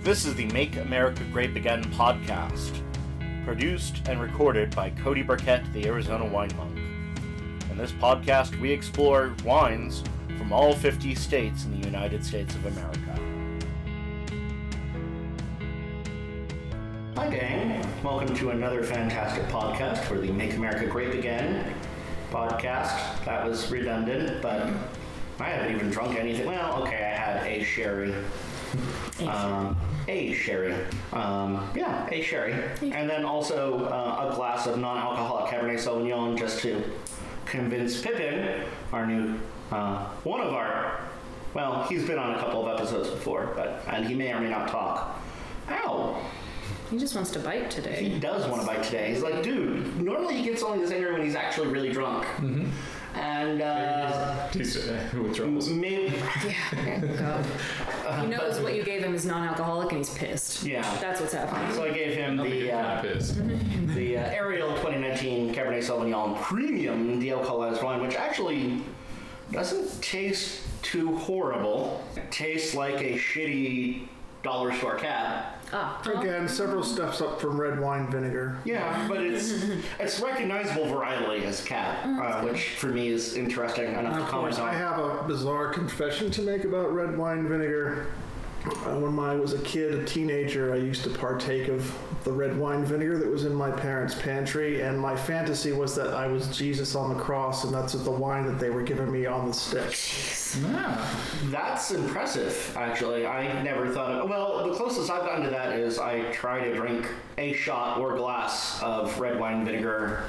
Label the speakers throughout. Speaker 1: This is the Make America Grape Again podcast, produced and recorded by Cody Burkett, the Arizona Wine Monk. In this podcast, we explore wines from all 50 states in the United States of America. Hi, gang. Welcome to another fantastic podcast for the Make America Grape Again podcast. That was redundant, but I haven't even drunk anything. Well, okay, I had a sherry. Um, a sherry. Um, yeah, a sherry. And then also uh, a glass of non alcoholic Cabernet Sauvignon just to convince Pippin, our new, uh, one of our, well, he's been on a couple of episodes before, but and he may or may not talk. Ow!
Speaker 2: He just wants to bite
Speaker 1: He
Speaker 2: today.
Speaker 1: does want to bite today. He's like, dude, normally he gets only this angry when he's actually really drunk. And, uh,
Speaker 3: He's uh, withdrawals.
Speaker 1: maybe,
Speaker 2: God. He knows what you gave him is non-alcoholic, and he's pissed.
Speaker 1: Yeah.
Speaker 2: that's what's happening.
Speaker 1: so I gave him the, uh,
Speaker 3: Cap is.
Speaker 1: the uh, Ariel 2019 Cabernet Sauvignon Premium dealcoholized wine, which actually doesn't taste too horrible. It tastes like a shitty dollar store cab.
Speaker 2: Ah, well,
Speaker 4: Again, several steps up from red wine vinegar.
Speaker 1: Yeah, but it's it's recognizable varietally as cab, uh, which for me is interesting enough to
Speaker 4: Mm. Of course,
Speaker 1: comment
Speaker 4: I
Speaker 1: on.
Speaker 4: have a bizarre confession to make about red wine vinegar. Uh, When I was a kid, a teenager, I used to partake of the red wine vinegar that was in my parents' pantry, and my fantasy was that I was Jesus on the cross, and that's the wine that they were giving me on the stick.
Speaker 3: Ah,
Speaker 1: That's impressive, actually. I never thought of. Well, the closest I've gotten to that is I try to drink a shot or glass of red wine vinegar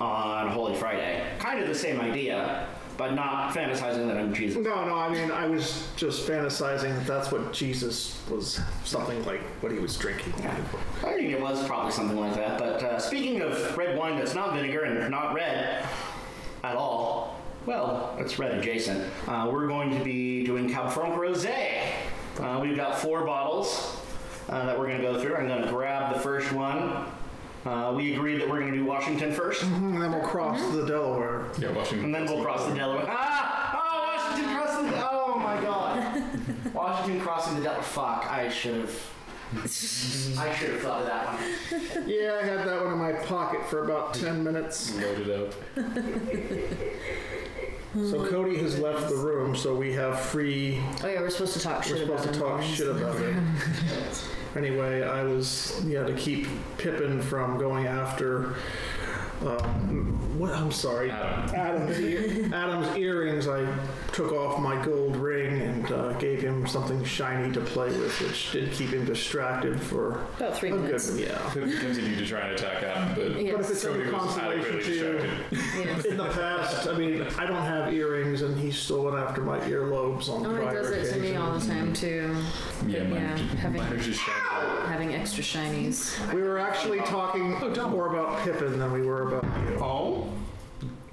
Speaker 1: on Holy Friday. Kind of the same idea, but not fantasizing that I'm Jesus.
Speaker 4: No, no, I mean, I was just fantasizing that that's what Jesus was, something like what he was drinking.
Speaker 1: I think it was probably something like that. But uh, speaking of red wine that's not vinegar and not red at all, well, it's red adjacent. Uh, we're going to be doing Cab Franc Rosé. Uh, we've got four bottles uh, that we're going to go through. I'm going to grab the first one. Uh, we agreed that we're going to do Washington 1st
Speaker 4: And then we'll cross the Delaware.
Speaker 3: yeah, Washington.
Speaker 1: and then we'll cross the Delaware. Ah! Oh, Washington crossing the. Oh my God! Washington crossing the Delaware. Fuck! I should have. I should have thought of that one.
Speaker 4: Yeah, I had that one in my pocket for about 10 minutes.
Speaker 3: Loaded up.
Speaker 4: So Cody has left the room, so we have free.
Speaker 2: oh yeah, we're supposed to talk
Speaker 4: We're
Speaker 2: shit about
Speaker 4: supposed to
Speaker 2: him.
Speaker 4: talk shit about it. Anyway, I was yeah to keep Pippin from going after. Um, what I'm sorry,
Speaker 3: Adam.
Speaker 4: Adam's, ear, Adam's earrings. I took off my gold ring and uh, gave him something shiny to play with, which did keep him distracted for
Speaker 2: About three
Speaker 4: a good
Speaker 2: minutes.
Speaker 4: yeah.
Speaker 3: Continue to try and attack Adam, but
Speaker 2: Yeah.
Speaker 4: But if it's
Speaker 3: Cody
Speaker 4: any
Speaker 3: was
Speaker 4: consolation
Speaker 3: adequately
Speaker 4: to you,
Speaker 3: distracted.
Speaker 2: Yes.
Speaker 4: in the past, I mean, I don't have earrings, and he still went after my earlobes on
Speaker 2: Oh,
Speaker 4: prior
Speaker 2: he does it to me
Speaker 4: occasions.
Speaker 2: all the time too.
Speaker 3: Yeah, mine,
Speaker 2: Yeah, having-
Speaker 3: mine was just shiny.
Speaker 2: Having extra shinies.
Speaker 4: We were actually talking
Speaker 2: Oh,
Speaker 4: more about Pippin than we were about you.
Speaker 1: Oh.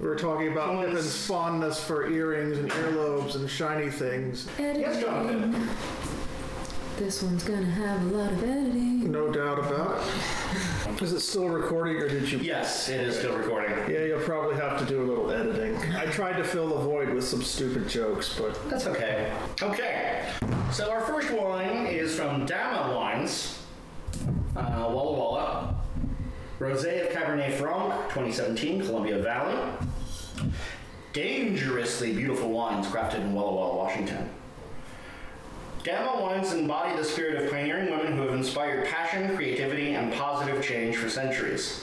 Speaker 4: We were talking about
Speaker 1: Someone's-
Speaker 4: Pippin's fondness for earrings and earlobes and shiny things.
Speaker 1: Yes,
Speaker 3: Oh.
Speaker 1: Jonathan.
Speaker 2: This one's gonna have a lot of editing.
Speaker 4: No doubt about it. Is it still recording or did you?
Speaker 1: Yes, it is still recording.
Speaker 4: Yeah, you'll probably have to do a little editing. I tried to fill the void with some stupid jokes, but
Speaker 1: That's okay. Okay. So our first wine is from Dama Wines, uh, Walla Walla, Rosé of Cabernet Franc, 2017, Columbia Valley. Dangerously beautiful wines crafted in Walla Walla, Washington. Dama wines embody the spirit of pioneering women who have inspired passion, creativity, and positive change for centuries.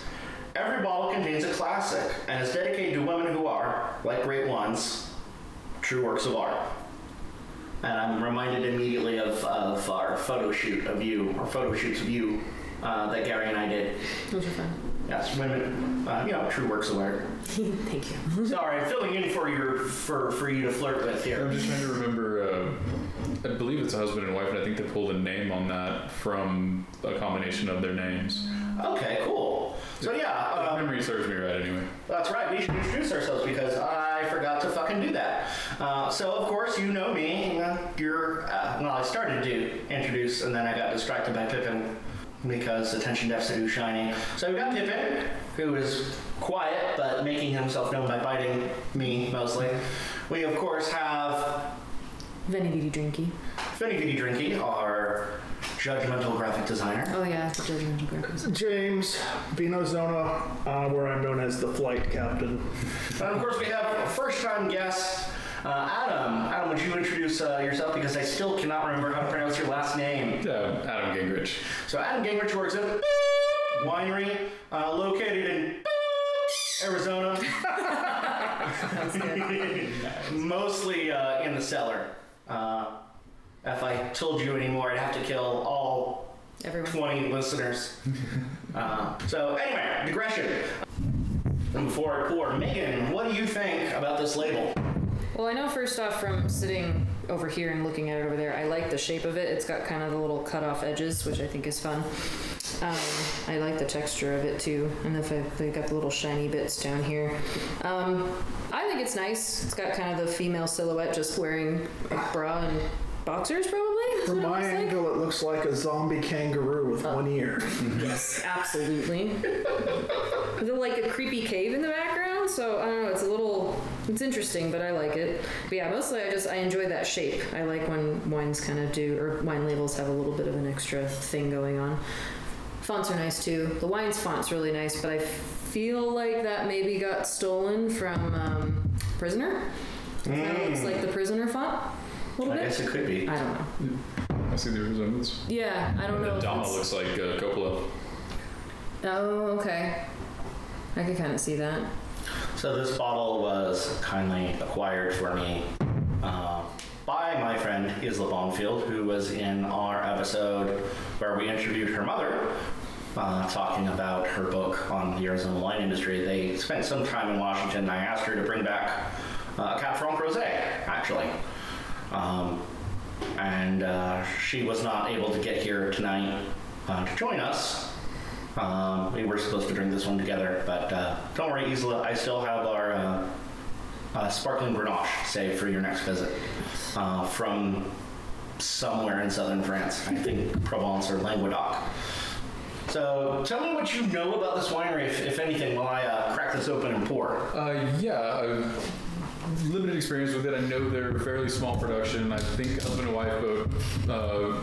Speaker 1: Every bottle contains a classic and is dedicated to women who are, like great wines, true works of art. And I'm reminded immediately of, of our photo shoot of you, or photo shoots of you uh, that Gary and I did.
Speaker 2: Those are fun.
Speaker 1: Yes, women, uh, you know, true works of art.
Speaker 2: Thank you.
Speaker 1: Sorry, filling in for your for for you to flirt with
Speaker 3: I'm
Speaker 1: here.
Speaker 3: just trying to remember. Uh, I believe it's a husband and wife, and I think they pulled a name on that from a combination of their names.
Speaker 1: Okay, cool. So yeah,
Speaker 3: If
Speaker 1: uh,
Speaker 3: memory serves me right, anyway.
Speaker 1: that's right. We should introduce ourselves because I forgot to fucking do that. Uh, so of course you know me. uh, You're uh, well. I started to introduce, and then I got distracted by Pippin because attention deficit is shining. So we've got Pippin, who is quiet but making himself known by biting me mostly. We of course have
Speaker 5: Venividi Drinky.
Speaker 1: Vinny Drinky, our judgmental graphic designer.
Speaker 5: Oh yeah, it's a judgmental graphics.
Speaker 4: James Binozona, uh, where I'm known as the flight captain.
Speaker 1: And of course, we have a first time guest, uh, Adam. Adam, would you introduce uh, yourself? Because I still cannot remember how to pronounce your last name.
Speaker 3: Uh, Adam Gingrich.
Speaker 1: So, Adam Gingrich works at Winery, uh, located in Arizona,
Speaker 5: That's good.
Speaker 1: mostly uh, in the cellar. Uh, if I told you anymore, I'd have to kill all
Speaker 5: Everyone.
Speaker 1: 20 listeners. uh, so, anyway, digression. And before I pour, Megan, what do you think about this label?
Speaker 5: Well, I know first off from sitting over here and looking at it over there, I like the shape of it. It's got kind of the little cut off edges, which I think is fun. Um, I like the texture of it too, and if I they got the little shiny bits down here. Um, I think it's nice. It's got kind of the female silhouette just wearing a bra and boxers, probably. is
Speaker 4: From
Speaker 5: what it
Speaker 4: my
Speaker 5: looks like.
Speaker 4: angle, it looks like a zombie kangaroo with one ear.
Speaker 5: Yes, absolutely. With like a creepy cave in the background, so I don't know. It's a little, it's interesting, but I like it. But yeah, mostly I just I enjoy that shape. I like when wines kind of do, or wine labels have a little bit of an extra thing going on. Fonts are nice too. The wine's font's really nice, but I feel like that maybe got stolen from um, Prisoner. It kind of looks like the Prisoner font a little
Speaker 1: Mm. I
Speaker 5: bit.
Speaker 1: guess it could be.
Speaker 5: I don't know.
Speaker 3: I see the resemblance.
Speaker 5: Yeah, I don't know.
Speaker 3: The
Speaker 5: if
Speaker 3: Dama
Speaker 5: it's-
Speaker 3: looks like uh, Coppola.
Speaker 5: Oh, okay. I could kind of see that.
Speaker 1: So this bottle was kindly acquired for me uh, by my friend Isla Bonfield, who was in our episode where we interviewed her mother, uh, talking about her book on the Arizona wine industry. They spent some time in Washington, and I asked her to bring back uh, a Cap Franc Rosé, actually. Um, and uh, she was not able to get here tonight uh, to join us. Um, we were supposed to drink this one together, but uh, don't worry, Isla. I still have our uh, uh, sparkling Grenache saved for your next visit uh, from somewhere in southern France. I think Provence or Languedoc. So tell me what you know about this winery, if, if anything, while I uh, crack this open and pour.
Speaker 3: Uh, yeah, I've limited experience with it. I know they're a fairly small production. I think husband and wife both. Uh,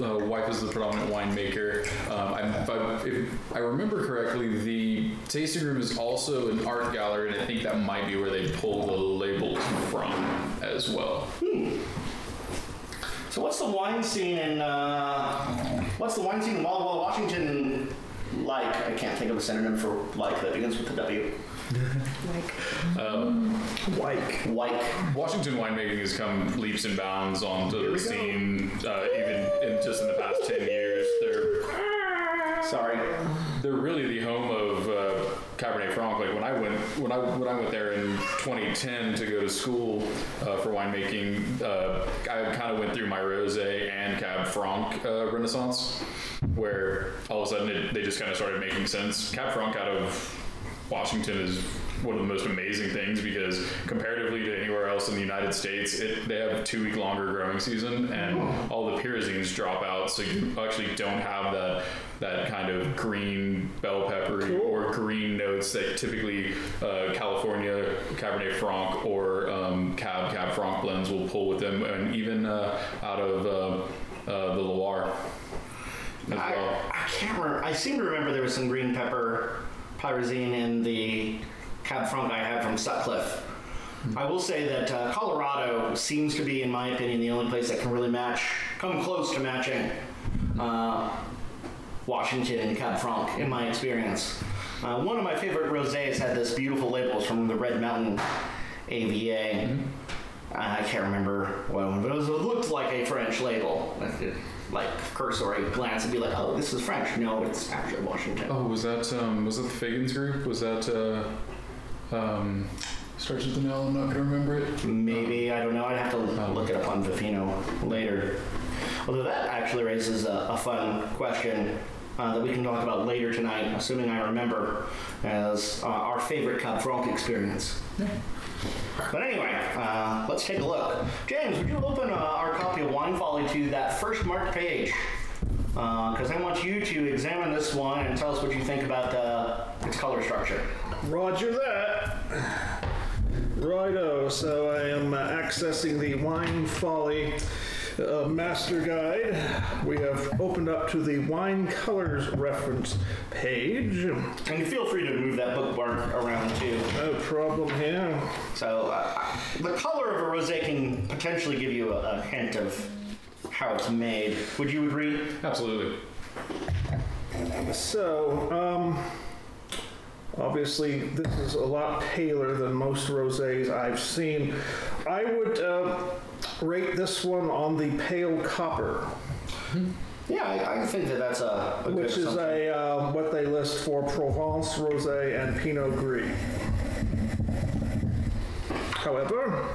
Speaker 3: uh, wife is the predominant winemaker. Um, I, if, I, if I remember correctly, the tasting room is also an art gallery, and I think that might be where they pull the labels from as well.
Speaker 1: So what's the wine scene in uh, what's the wine scene in Walla Walla, Washington like? I can't think of a synonym for like that begins with a W.
Speaker 5: Like,
Speaker 4: Like.
Speaker 1: Like.
Speaker 3: Washington winemaking has come leaps and bounds onto the scene, uh, even in just in the past ten years. They're
Speaker 1: Sorry.
Speaker 3: they're really the home of uh, Cabernet Franc. Like when I went when I when I went there in 2010 to go to school uh, for winemaking, uh, I kind of went through my rosé and Cab Franc uh, renaissance, where all of a sudden it, they just kind of started making sense. Cab Franc out of Washington is one of the most amazing things because comparatively to anywhere else in the United States, it, they have a two week longer growing season and all the pyrazines drop out, so you actually don't have that that kind of green bell pepper or green notes that typically uh, California Cabernet Franc or um, Cab Cab Franc blends will pull with them, and even uh, out of uh, uh, the Loire as
Speaker 1: I,
Speaker 3: well.
Speaker 1: I can't remember. I seem to remember there was some green pepper pyrazine in the Cab Franc I had from Sutcliffe. I will say that uh, Colorado seems to be, in my opinion, the only place that can really match, come close to matching uh, Washington and Cab Franc, in my experience. Uh, one of my favorite rosés had this beautiful label It was from the Red Mountain AVA. I can't remember what one, but it, was, it looked like a French label. Like cursory glance, and be like, "Oh, this is French." No, it's actually Washington.
Speaker 3: Oh, was that um, was that the Fagans group? Was that uh, um, starts with an L? I'm not gonna remember it.
Speaker 1: Maybe I don't know. I'd have to look it up on Vivino later. Although that actually raises a, a fun question uh, that we can talk about later tonight, assuming I remember, as uh, our favorite Cab Franc experience. But anyway, uh, let's take a look. James, would you open uh, our copy of Wine Folly to that first marked page? Because I want you to examine this one and tell us what you think about uh, its color structure.
Speaker 4: Roger that. Roger righto. So I am uh, accessing the Wine Folly uh, Master Guide. We have opened up to the Wine Colors reference page.
Speaker 1: And feel free to move that bookmark around too.
Speaker 4: No problem here.
Speaker 1: So uh, the color of a rosé can potentially give you a, a hint of how it's made. Would you agree?
Speaker 3: Absolutely.
Speaker 4: So, um, obviously, this is a lot paler than most rosés I've seen. I would uh, rate this one on the pale copper,
Speaker 1: Yeah, I, I think that that's a, a
Speaker 4: which
Speaker 1: good
Speaker 4: is
Speaker 1: assumption.
Speaker 4: a um, what they list for Provence rosé and Pinot Gris. However,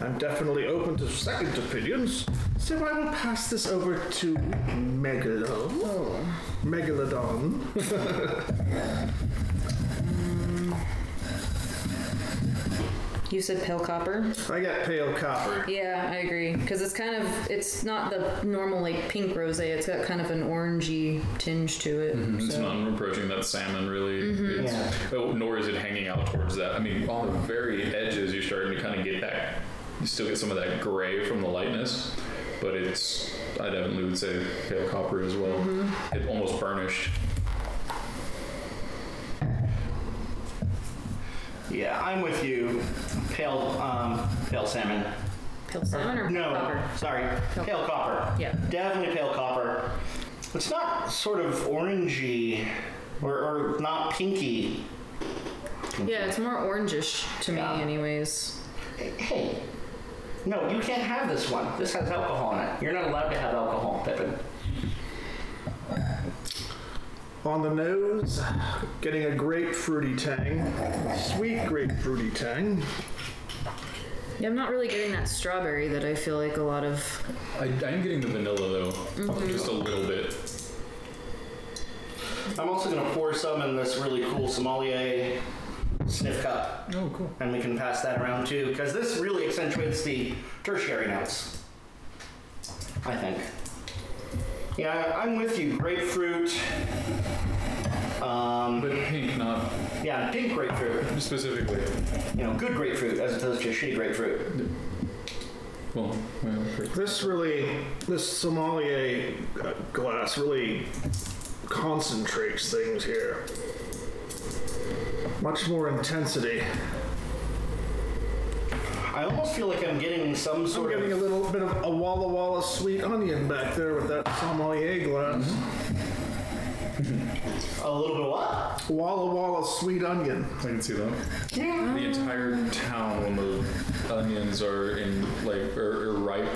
Speaker 4: I'm definitely open to second opinions, so I will pass this over to Megalodon. Megalodon.
Speaker 2: You said pale copper?
Speaker 4: I got pale copper.
Speaker 2: Yeah, I agree. Because it's kind of, it's not the normal like pink rosé. It's got kind of an orangey tinge to it.
Speaker 3: It's
Speaker 2: so-
Speaker 3: not approaching that salmon really. It's, oh, nor is it hanging out towards that. I mean, on the very edges, you're starting to kind of get that. You still get some of that gray from the lightness, but it's. I definitely would say pale copper as well. It almost burnished.
Speaker 4: uh,
Speaker 1: Yeah, I'm with you. Pale, um, pale salmon.
Speaker 2: Pale salmon or
Speaker 1: No,
Speaker 2: copper?
Speaker 1: sorry,
Speaker 2: Pale-
Speaker 1: pale copper.
Speaker 2: Yeah.
Speaker 1: definitely pale copper. It's not sort of orangey or, or not pinky.
Speaker 2: Yeah, it's more orangish to
Speaker 1: Yeah.
Speaker 2: me, anyways.
Speaker 1: Hey, no, you can't have this one. This has alcohol in it. You're not allowed to have alcohol, Pippin.
Speaker 4: On the nose, getting a grapefruity tang, sweet grapefruity tang.
Speaker 2: Yeah, I'm not really getting that strawberry that I feel like a lot of.
Speaker 3: I, I am getting the vanilla though, just a little bit.
Speaker 1: I'm also going to pour some in this really cool sommelier sniff cup.
Speaker 3: Oh, cool.
Speaker 1: And we can pass that around too, because this really accentuates the tertiary notes. I think. Yeah, I'm with you. Grapefruit. Um,
Speaker 3: But pink, not
Speaker 1: yeah, pink grapefruit.
Speaker 3: specifically.
Speaker 1: You know, good grapefruit as opposed to shitty grapefruit.
Speaker 3: Well, well, great.
Speaker 4: This really, this sommelier uh, glass really concentrates things here. Much more intensity.
Speaker 1: I almost feel like I'm getting some
Speaker 4: I'm
Speaker 1: sort
Speaker 4: getting a
Speaker 1: of.
Speaker 4: little bit of a Walla Walla sweet onion back there with that sommelier glass.
Speaker 1: A little bit of what?
Speaker 4: Walla Walla sweet onion.
Speaker 3: I can see that. The entire town of onions are in like or, or ripe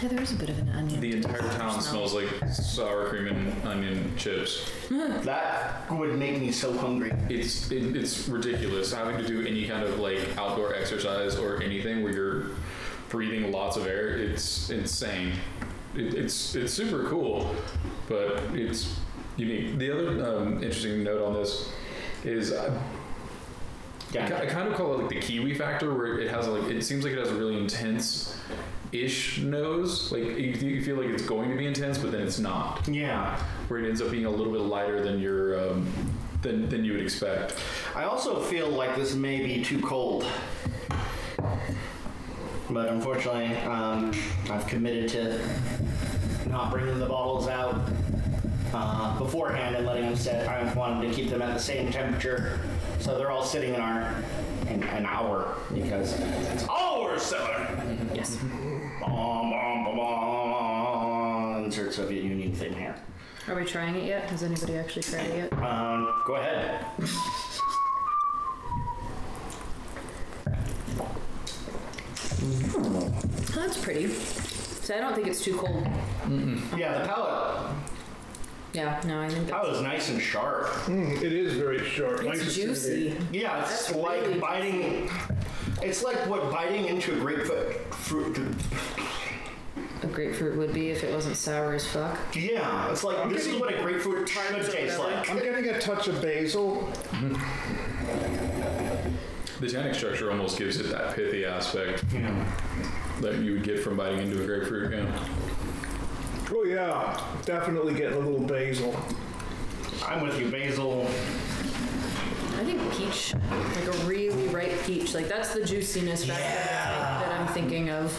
Speaker 2: Yeah, there is a bit of an onion.
Speaker 3: The entire town
Speaker 2: Smell.
Speaker 3: smells like sour cream and onion chips.
Speaker 1: That would make me so hungry.
Speaker 3: It's it, it's ridiculous having to do any kind of like outdoor exercise or anything where you're breathing lots of air. It's insane. It, it's it's super cool, but it's unique. The other um, interesting note on this is uh, I, ki- I
Speaker 1: Yeah.
Speaker 3: kind of call it like the kiwi factor, where it has like it seems like it has a really intense ish nose. Like you, you feel like it's going to be intense, but then it's not
Speaker 1: Yeah.
Speaker 3: where it ends up being a little bit lighter than your um, than, than you would expect.
Speaker 1: I also feel like this may be too cold. But unfortunately, um, I've committed to not bringing the bottles out uh, beforehand and letting them sit. I wanted to keep them at the same temperature. So they're all sitting in our in an hour because it's our cellar.
Speaker 2: Yes.
Speaker 1: Bom, bom, bom, bom. Insert Soviet Union thing here.
Speaker 2: Are we trying it yet? Has anybody actually tried it yet?
Speaker 1: Um, go ahead.
Speaker 2: Oh, that's pretty. So I don't think it's too cold.
Speaker 1: Yeah, the palate
Speaker 2: Yeah, no, I think that's.
Speaker 1: palate is nice and sharp.
Speaker 4: Mm, it is very sharp. Nice
Speaker 2: It's
Speaker 4: acidity.
Speaker 2: juicy.
Speaker 1: Yeah, it's
Speaker 2: That's
Speaker 1: like
Speaker 2: really
Speaker 1: biting. It's like what biting into a grapefruit. Fruit,
Speaker 2: A grapefruit would be if it wasn't sour as fuck.
Speaker 1: yeah, it's like this is what a grapefruit should taste like.
Speaker 4: I'm getting a touch of basil.
Speaker 3: The tannic structure almost gives it that pithy aspect
Speaker 1: Yeah.
Speaker 3: that you would get from biting into a grapefruit. Yeah.
Speaker 4: Oh yeah, definitely getting a little basil.
Speaker 1: I'm with you, basil.
Speaker 2: I think peach, like a really ripe peach. Like that's the juiciness factor that I- that I'm thinking of.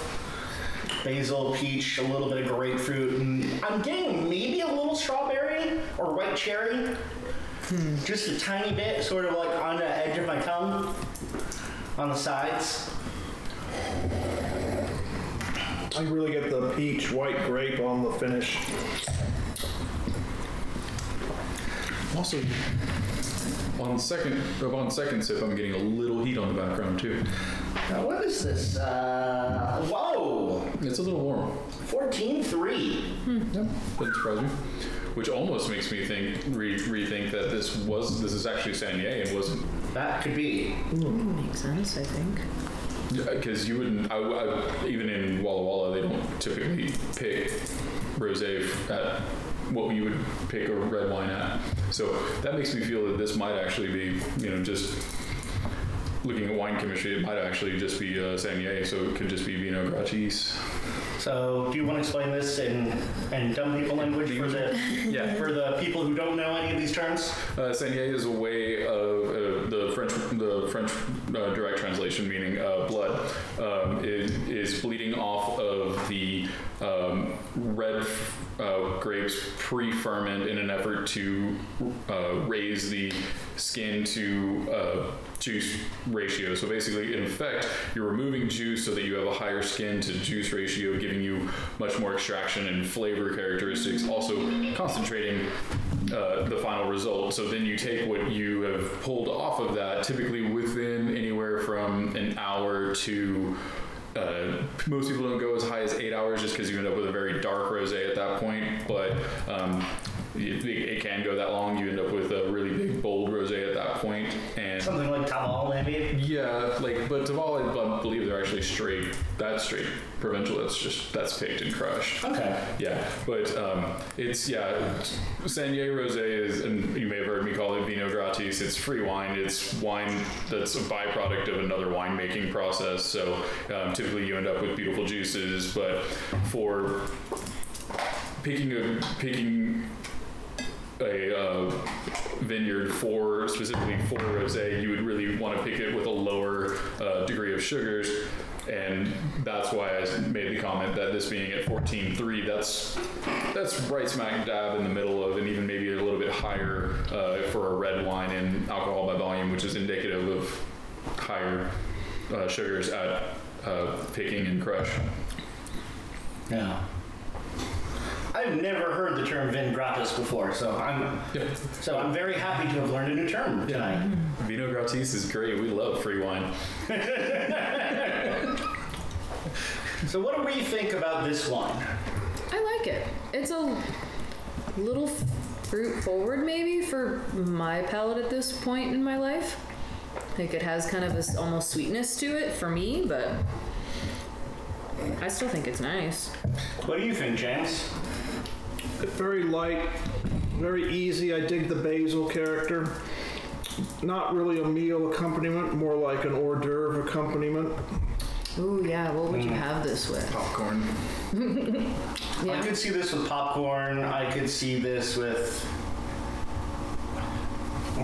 Speaker 1: Basil, peach, a little bit of grapefruit. And I'm getting maybe a little strawberry or white cherry. Just a tiny bit, sort of like on the edge of my tongue, on the sides.
Speaker 4: I really get the peach white grape on the finish.
Speaker 3: Also, on second oh, on second sip, I'm getting a little heat on the background too.
Speaker 1: Now, what is this? Uh, whoa!
Speaker 3: It's a little warm.
Speaker 1: 14 3.
Speaker 3: Yep, doesn't surprise me. Which almost makes me think re- rethink that this was this is actually Sanier and wasn't
Speaker 1: That could be.
Speaker 2: Makes sense, I think.
Speaker 3: because you wouldn't I, I- even in Walla Walla they don't typically pick rosé f- at what you would pick a red wine at. So that makes me feel that this might actually be you know just looking at wine chemistry it might actually just be uh, Sanier so it could just be Vino Gratis.
Speaker 1: So, do you want to explain this in, in dumb people language for the,
Speaker 3: Yeah.
Speaker 1: for the people who don't know any of these terms?
Speaker 3: Uh, Saignée is a way of uh, the French, the French uh, direct translation meaning uh, blood um, is, is bleeding off of the um, red uh, grapes pre-ferment in an effort to uh, raise the skin to uh, juice ratio. So basically, in effect, you're removing juice so that you have a higher skin to juice ratio, giving you much more extraction and flavor characteristics. Also, concentrating uh, the final result. So then you take what you have pulled off of that, typically within anywhere from an hour to. Uh, most people don't go as high as eight hours just because you end up with a very dark rosé at that point. But um, it, it can go that long. You end up with a really big bold rosé at that point, and
Speaker 1: Something like Tabal, maybe?
Speaker 3: yeah, like, but Taval, I bu- believe they're actually straight. That's straight provincial. That's just that's picked and crushed.
Speaker 1: Okay.
Speaker 3: Yeah, but um, it's yeah, Sanier Rosé is, and you may have heard me call it vino gratis. It's free wine. It's wine that's a byproduct of another winemaking process. So um, typically, you end up with beautiful juices. But for picking a picking a uh, vineyard for specifically for rosé, you would really want to pick it with a lower uh, degree of sugars, and that's why I made the comment that this being at 14.3, that's that's right smack dab in the middle of, and even maybe a little bit higher uh, for a red wine in alcohol by volume, which is indicative of higher uh, sugars at uh, picking and crush.
Speaker 1: Yeah. I've never heard the term vin gratis before, so I'm
Speaker 3: Yeah.
Speaker 1: so I'm very happy to have learned a new term tonight.
Speaker 3: Vino gratis is great. We love free wine.
Speaker 1: So what do we think about this one?
Speaker 2: I like it. It's a little fruit forward, maybe for my palate at this point in my life. Like it has kind of this almost sweetness to it for me, but I still think it's nice.
Speaker 1: What do you think, James?
Speaker 4: Very light, very easy. I dig the basil character. Not really a meal accompaniment, more like an hors d'oeuvre accompaniment.
Speaker 2: Ooh yeah, what
Speaker 1: Mm.
Speaker 2: would you have this with?
Speaker 3: Popcorn.
Speaker 1: I
Speaker 2: Yeah.
Speaker 1: could see this with popcorn. I could see this with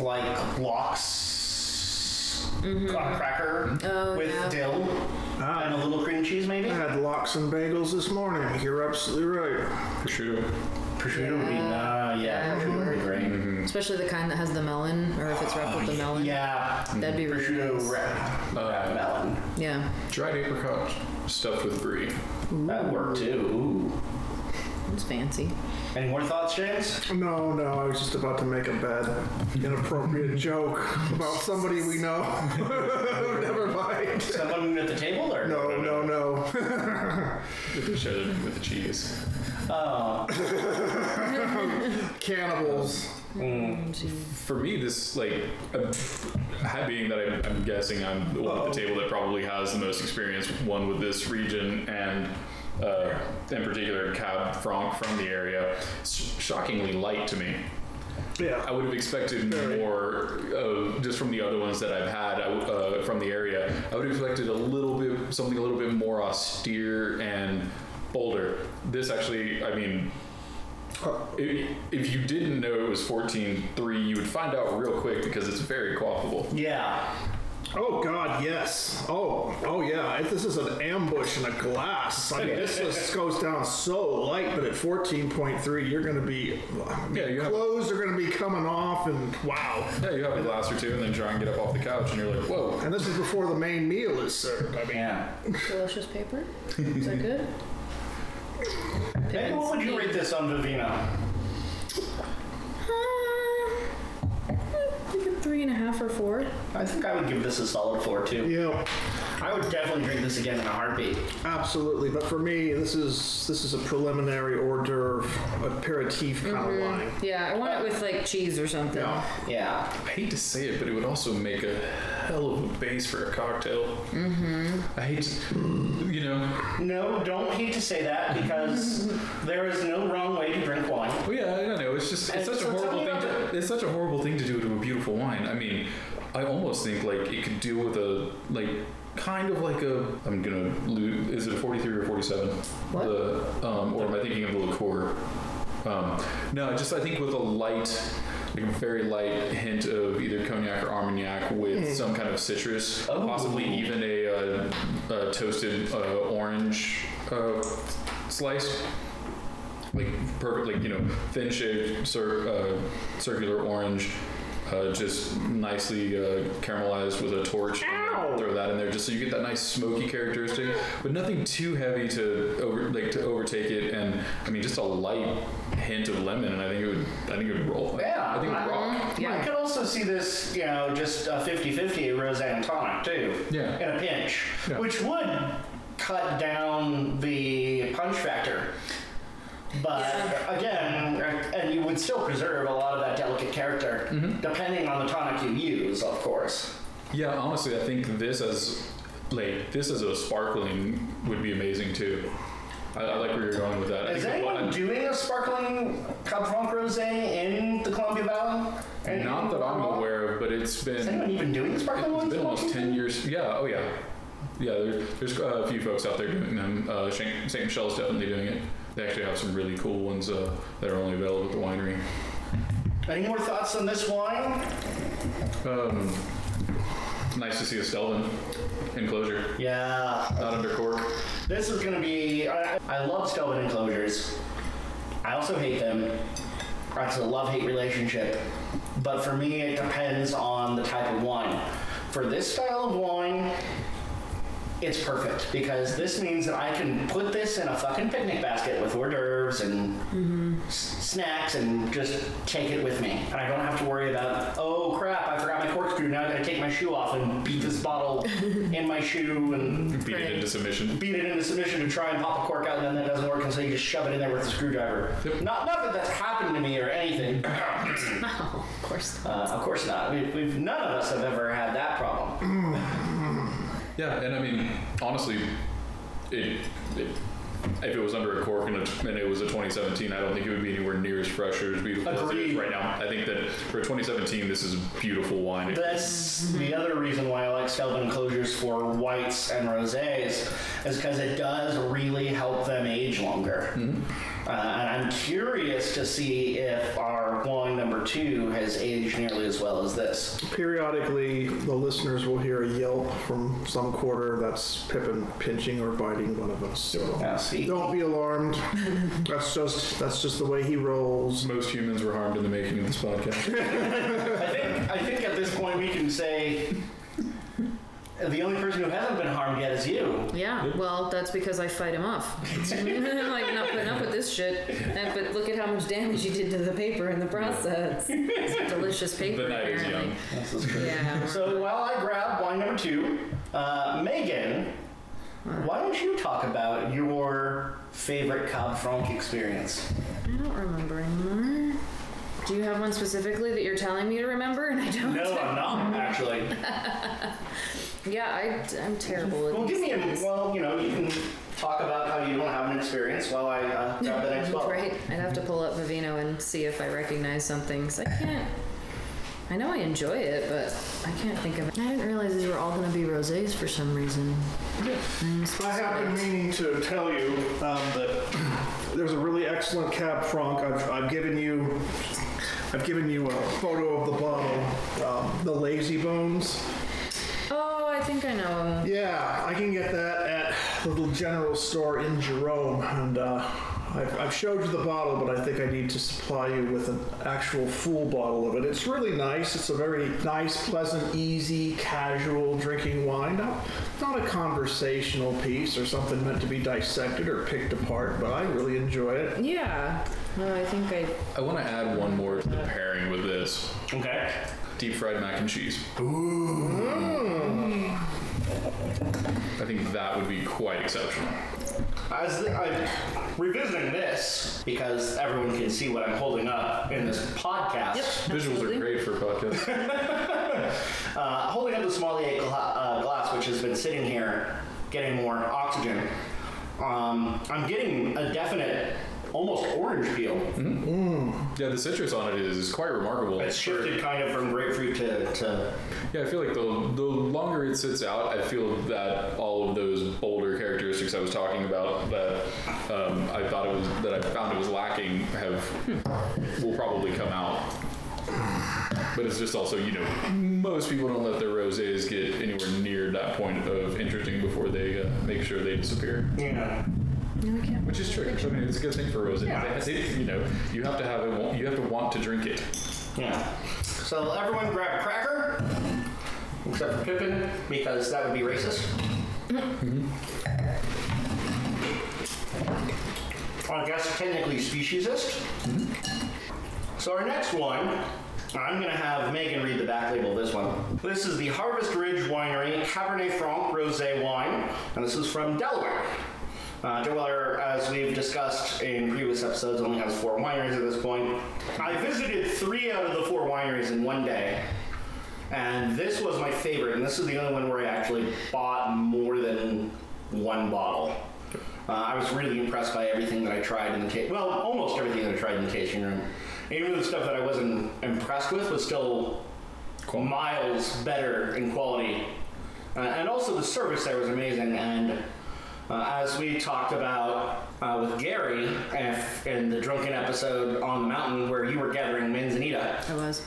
Speaker 1: like lox on a cracker with dill and a little cream cheese, maybe.
Speaker 4: I had lox and bagels this morning. You're absolutely right.
Speaker 3: Prosciutto.
Speaker 1: Prosciutto would be uh, yeah, prosciutto would be great.
Speaker 2: Especially the kind that has the melon, or if it's wrapped with the
Speaker 1: Mm-hmm.
Speaker 2: melon.
Speaker 1: Uh, Yeah,
Speaker 2: That'd be really
Speaker 1: prosciutto
Speaker 2: nice.
Speaker 1: wrap, wrap melon.
Speaker 2: Yeah.
Speaker 3: Dried apricot stuffed with brie.
Speaker 1: That worked too.
Speaker 2: It's fancy.
Speaker 1: Any more thoughts, James?
Speaker 4: No, no, I was just about to make a bad, inappropriate joke about somebody we know. Never mind.
Speaker 1: Someone at the table, or
Speaker 4: No, no, no.
Speaker 3: With the cheddar and with the cheese.
Speaker 4: Cannibals.
Speaker 3: For me, this like uh, ha- being that I'm, I'm guessing I'm the one at the table that probably has the most experience, one with this region and uh, in particular Cab Franc from the area. It's shockingly light to me. I
Speaker 4: Yeah.
Speaker 3: would have expected
Speaker 4: Very.
Speaker 3: more uh, just from the other ones that I've had I w- uh, from the area. I would have expected a little bit, something a little bit more austere and bolder. This actually, I mean, If, if you didn't know it was 14.3, you would find out real quick because it's very quaffable.
Speaker 1: Yeah.
Speaker 4: Oh God, yes. Oh, oh yeah. If this is an ambush in a glass, I mean, this just goes down so light. But at fourteen point three, you're going to be I mean,
Speaker 3: Yeah, you have-
Speaker 4: clothes are going to be coming off, and wow.
Speaker 3: Yeah, you have a glass or two and then try and get up off the couch and you're like, whoa.
Speaker 4: And this is before the main meal is served. I mean,
Speaker 1: Yeah.
Speaker 2: Delicious paper. Is that good?
Speaker 1: Megan, what would you rate this on Vivino?
Speaker 2: Like a Um, three and a half or four.
Speaker 1: I think I would give this a solid four too.
Speaker 4: yeah,
Speaker 1: I would definitely drink this again in a heartbeat.
Speaker 4: absolutely. But for me, this is this is a preliminary hors d'oeuvre, aperitif kind of wine.
Speaker 2: Yeah, I want it with like cheese or something.
Speaker 4: Yeah.
Speaker 1: Yeah.
Speaker 3: I hate to say it, but it would also make a hell of a base for a cocktail. Mm-hmm. I hate to, you know,
Speaker 1: No, don't hate to say that because there is no wrong way to drink wine.
Speaker 3: Well, yeah, I don't know. It's just it's
Speaker 1: And
Speaker 3: such
Speaker 1: so
Speaker 3: a
Speaker 1: tell
Speaker 3: horrible
Speaker 1: me
Speaker 3: thing.
Speaker 1: about
Speaker 3: To, it's such a horrible thing to do to a beautiful wine. I mean, I almost think like it could do with a like kind of like a. I'm gonna lose. Is it a 43 or 47?
Speaker 2: What?
Speaker 3: The, um, or am I thinking of the liqueur? Um, no, just I think with a light, like a very light hint of either cognac or armagnac
Speaker 1: Mm.
Speaker 3: with some kind of citrus,
Speaker 1: Oh.
Speaker 3: possibly even a, uh, a toasted uh, orange uh, slice like perfect, like you know, thin shaved, cir- uh, circular orange, uh, just nicely uh, caramelized with a torch. And then throw that in there, just so you get that nice smoky characteristic, but nothing too heavy to over, like to overtake it. And I mean, just a light hint of lemon, and I think it would, I think it would roll.
Speaker 1: Yeah.
Speaker 3: I think it
Speaker 1: I-
Speaker 3: would rock.
Speaker 1: Yeah, I could also see this, you know, just a 50-50 rose and tonic too.
Speaker 3: Yeah.
Speaker 1: In a pinch,
Speaker 3: Yeah.
Speaker 1: which would cut down the punch factor. But again, and you would still preserve a lot of that delicate character,
Speaker 3: Mm-hmm.
Speaker 1: depending on the tonic you use, of course.
Speaker 3: Yeah, honestly, I think this as like this as a sparkling would be amazing too. I, I like where you're going with that. I
Speaker 1: Is
Speaker 3: think the
Speaker 1: anyone
Speaker 3: wine-
Speaker 1: doing a sparkling Cab Franc rosé in the Columbia Valley? And-
Speaker 3: Not that I'm aware of, but it's been.
Speaker 1: Is anyone even doing the sparkling
Speaker 3: It's
Speaker 1: ones?
Speaker 3: been almost 10 years. Yeah, oh yeah. Yeah, there, there's uh, a few folks out there doing them. Uh, St. St. Michelle's definitely doing it. They actually have some really cool ones uh, that are only available at the winery.
Speaker 1: Any more thoughts on this wine?
Speaker 3: Um, nice to see a Stelvin enclosure,
Speaker 1: Yeah.
Speaker 3: not under cork.
Speaker 1: This is gonna be. I, I love Stelvin enclosures. I also hate them. It's a love hate relationship. But for me, it depends on the type of wine. For this style of wine, it's perfect because this means that I can put this in a fucking picnic basket with hors d'oeuvres and s- snacks and just take it with me. And I don't have to worry about, oh crap, I forgot my corkscrew. Now I gotta take my shoe off and beat this bottle in my shoe and
Speaker 3: Beat it into submission.
Speaker 1: beat it into submission to try and pop a cork out, and then that doesn't work, and so you just shove it in there with a screwdriver. Not, not that that's happened to me or anything. uh,
Speaker 2: Oh, of course.
Speaker 1: of course not. We, we've none of us have ever had that problem.
Speaker 3: Yeah, and I mean, honestly, it, it, if it was under a cork and, a, and it was a 2017, I don't think it would be anywhere near as fresh or as beautiful as it is
Speaker 1: Agreed.
Speaker 3: right now. I think that for 2017, this is a beautiful wine.
Speaker 1: That's the other reason why I like Stelvin enclosures for whites and rosés, is because it does really help them age longer. Uh, and I'm curious to see if our wine number two has aged nearly as well as this.
Speaker 4: Periodically, the listeners will hear a yelp from some quarter. That's Pippin pinching or biting one of us. So
Speaker 1: Yeah, see.
Speaker 4: don't be alarmed. that's just that's just the way he rolls.
Speaker 3: Most humans were harmed in the making of this podcast.
Speaker 1: I think I think at this point we can say the only person who hasn't been harmed yet is you.
Speaker 2: Yeah, well, that's because I fight him off. I'm like not putting up with this shit. And, but look at how much damage you did to the paper in the process. It's delicious paper.
Speaker 3: The night is
Speaker 2: apparently.
Speaker 3: young.
Speaker 1: This is true.
Speaker 2: Yeah.
Speaker 1: So while I grab wine number two, uh, Megan, why don't you talk about your favorite Cab Franc experience?
Speaker 2: I don't remember anymore. Do you have one specifically that you're telling me to remember and I don't?
Speaker 1: No, I'm not actually.
Speaker 2: Yeah, I, am terrible at
Speaker 1: Well, give me a well. You know, you can talk about how you don't have an experience while I uh, grab the next bottle.
Speaker 2: Right. I'd have to pull up Vivino and see if I recognize something. 'cause I can't.
Speaker 5: I know I enjoy it, but I can't think of it.
Speaker 6: I didn't realize these were all going to be rosés for some reason. I'm
Speaker 4: I have been meaning to tell you um, that there's a really excellent cab franc. I've, I've given you, I've given you a photo of the bottle, um, the Lazy Bones.
Speaker 5: Oh, I think I know.
Speaker 4: Yeah, I can get that at the little general store in Jerome, and uh, I've, I've showed you the bottle, but I think I need to supply you with an actual full bottle of it. It's really nice. It's a very nice, pleasant, easy, casual drinking wine. Not, not a conversational piece or something meant to be dissected or picked apart, but I really enjoy it.
Speaker 5: Yeah. No, I think I.
Speaker 3: I want to add one more to the pairing with this
Speaker 1: Okay.
Speaker 3: deep fried mac and cheese. I think that would be quite exceptional.
Speaker 1: As the, I'm revisiting this because everyone can see what I'm holding up in this podcast.
Speaker 3: Visuals are great for podcasts.
Speaker 1: Uh, holding up the sommelier gla- uh, glass, which has been sitting here getting more oxygen. Um, I'm getting a definite, almost orange peel.
Speaker 3: yeah, the citrus on it is quite remarkable.
Speaker 1: It's shifted kind of from grapefruit to, to
Speaker 3: Yeah, I feel like the, the longer it sits out, I feel that all of those bolder characteristics I was talking about that um, I thought it was that I found it was lacking have will probably come out. But it's just also, you know, most people don't let their rosés get anywhere near that point of interesting before they uh, make sure they disappear,
Speaker 1: you know.
Speaker 6: No, I can't.
Speaker 3: which is true. I mean, it's a good thing for rosés. They- they- you know, you have to have it. You have to want to drink it.
Speaker 1: Yeah. So everyone grab a cracker, except for Pippin, because that would be racist. I guess technically speciesist. So our next one, I'm gonna have Megan read the back label of this one. This is the Harvest Ridge Winery Cabernet Franc Rosé wine, and this is from Delaware. Uh, Delaware, as we've discussed in previous episodes, only has four wineries at this point. I visited three out of the four wineries in one day, and this was my favorite. And this is the only one where I actually bought more than one bottle. Uh, I was really impressed by everything that I tried in the case. Well, almost everything that I tried in the tasting room. Even the stuff that I wasn't impressed with was still miles better in quality. Uh, and also the service there was amazing. And uh, as we talked about uh, with Gary if, in the drunken episode on the mountain where you were gathering manzanita,
Speaker 6: I was.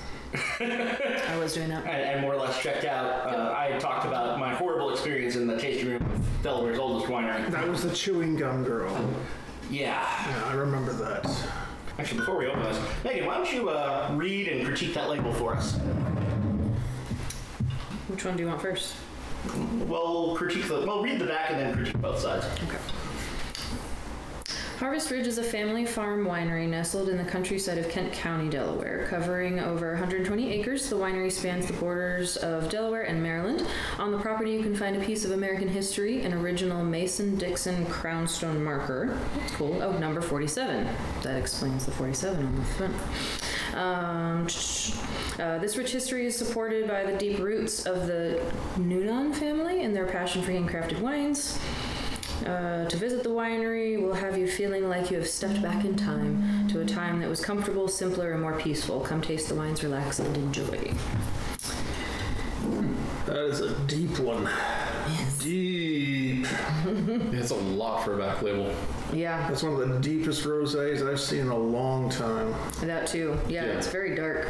Speaker 6: I was doing that.
Speaker 1: and, and more or less checked out. Uh, I had talked about my horrible experience in the tasting room with Delaware's oldest winery.
Speaker 4: That was the chewing gum girl.
Speaker 1: Yeah.
Speaker 4: Yeah, I remember that.
Speaker 1: Actually, before we open this, Megan, why don't you uh, read and critique that label for us?
Speaker 5: Which one do you want first?
Speaker 1: Well, critique the. Well, read the back and then critique both sides.
Speaker 5: Okay. Harvest Ridge is a family farm winery nestled in the countryside of Kent County, Delaware. Covering over 120 acres, the winery spans the borders of Delaware and Maryland. On the property, you can find a piece of American history, an original Mason Dixon crownstone marker. That's cool. Oh, number 47. That explains the 47 on the front. Um, uh, this rich history is supported by the deep roots of the Noonan family and their passion for handcrafted wines. Uh, to visit the winery will have you feeling like you have stepped back in time to a time that was comfortable, simpler, and more peaceful. Come taste the wines, relax, and enjoy.
Speaker 4: That is a deep one. Deep.
Speaker 3: It's a lot for a back label.
Speaker 5: Yeah,
Speaker 4: That's one of the deepest rosés I've seen in a long time.
Speaker 5: that too. Yeah,
Speaker 3: Yeah.
Speaker 5: it's very dark.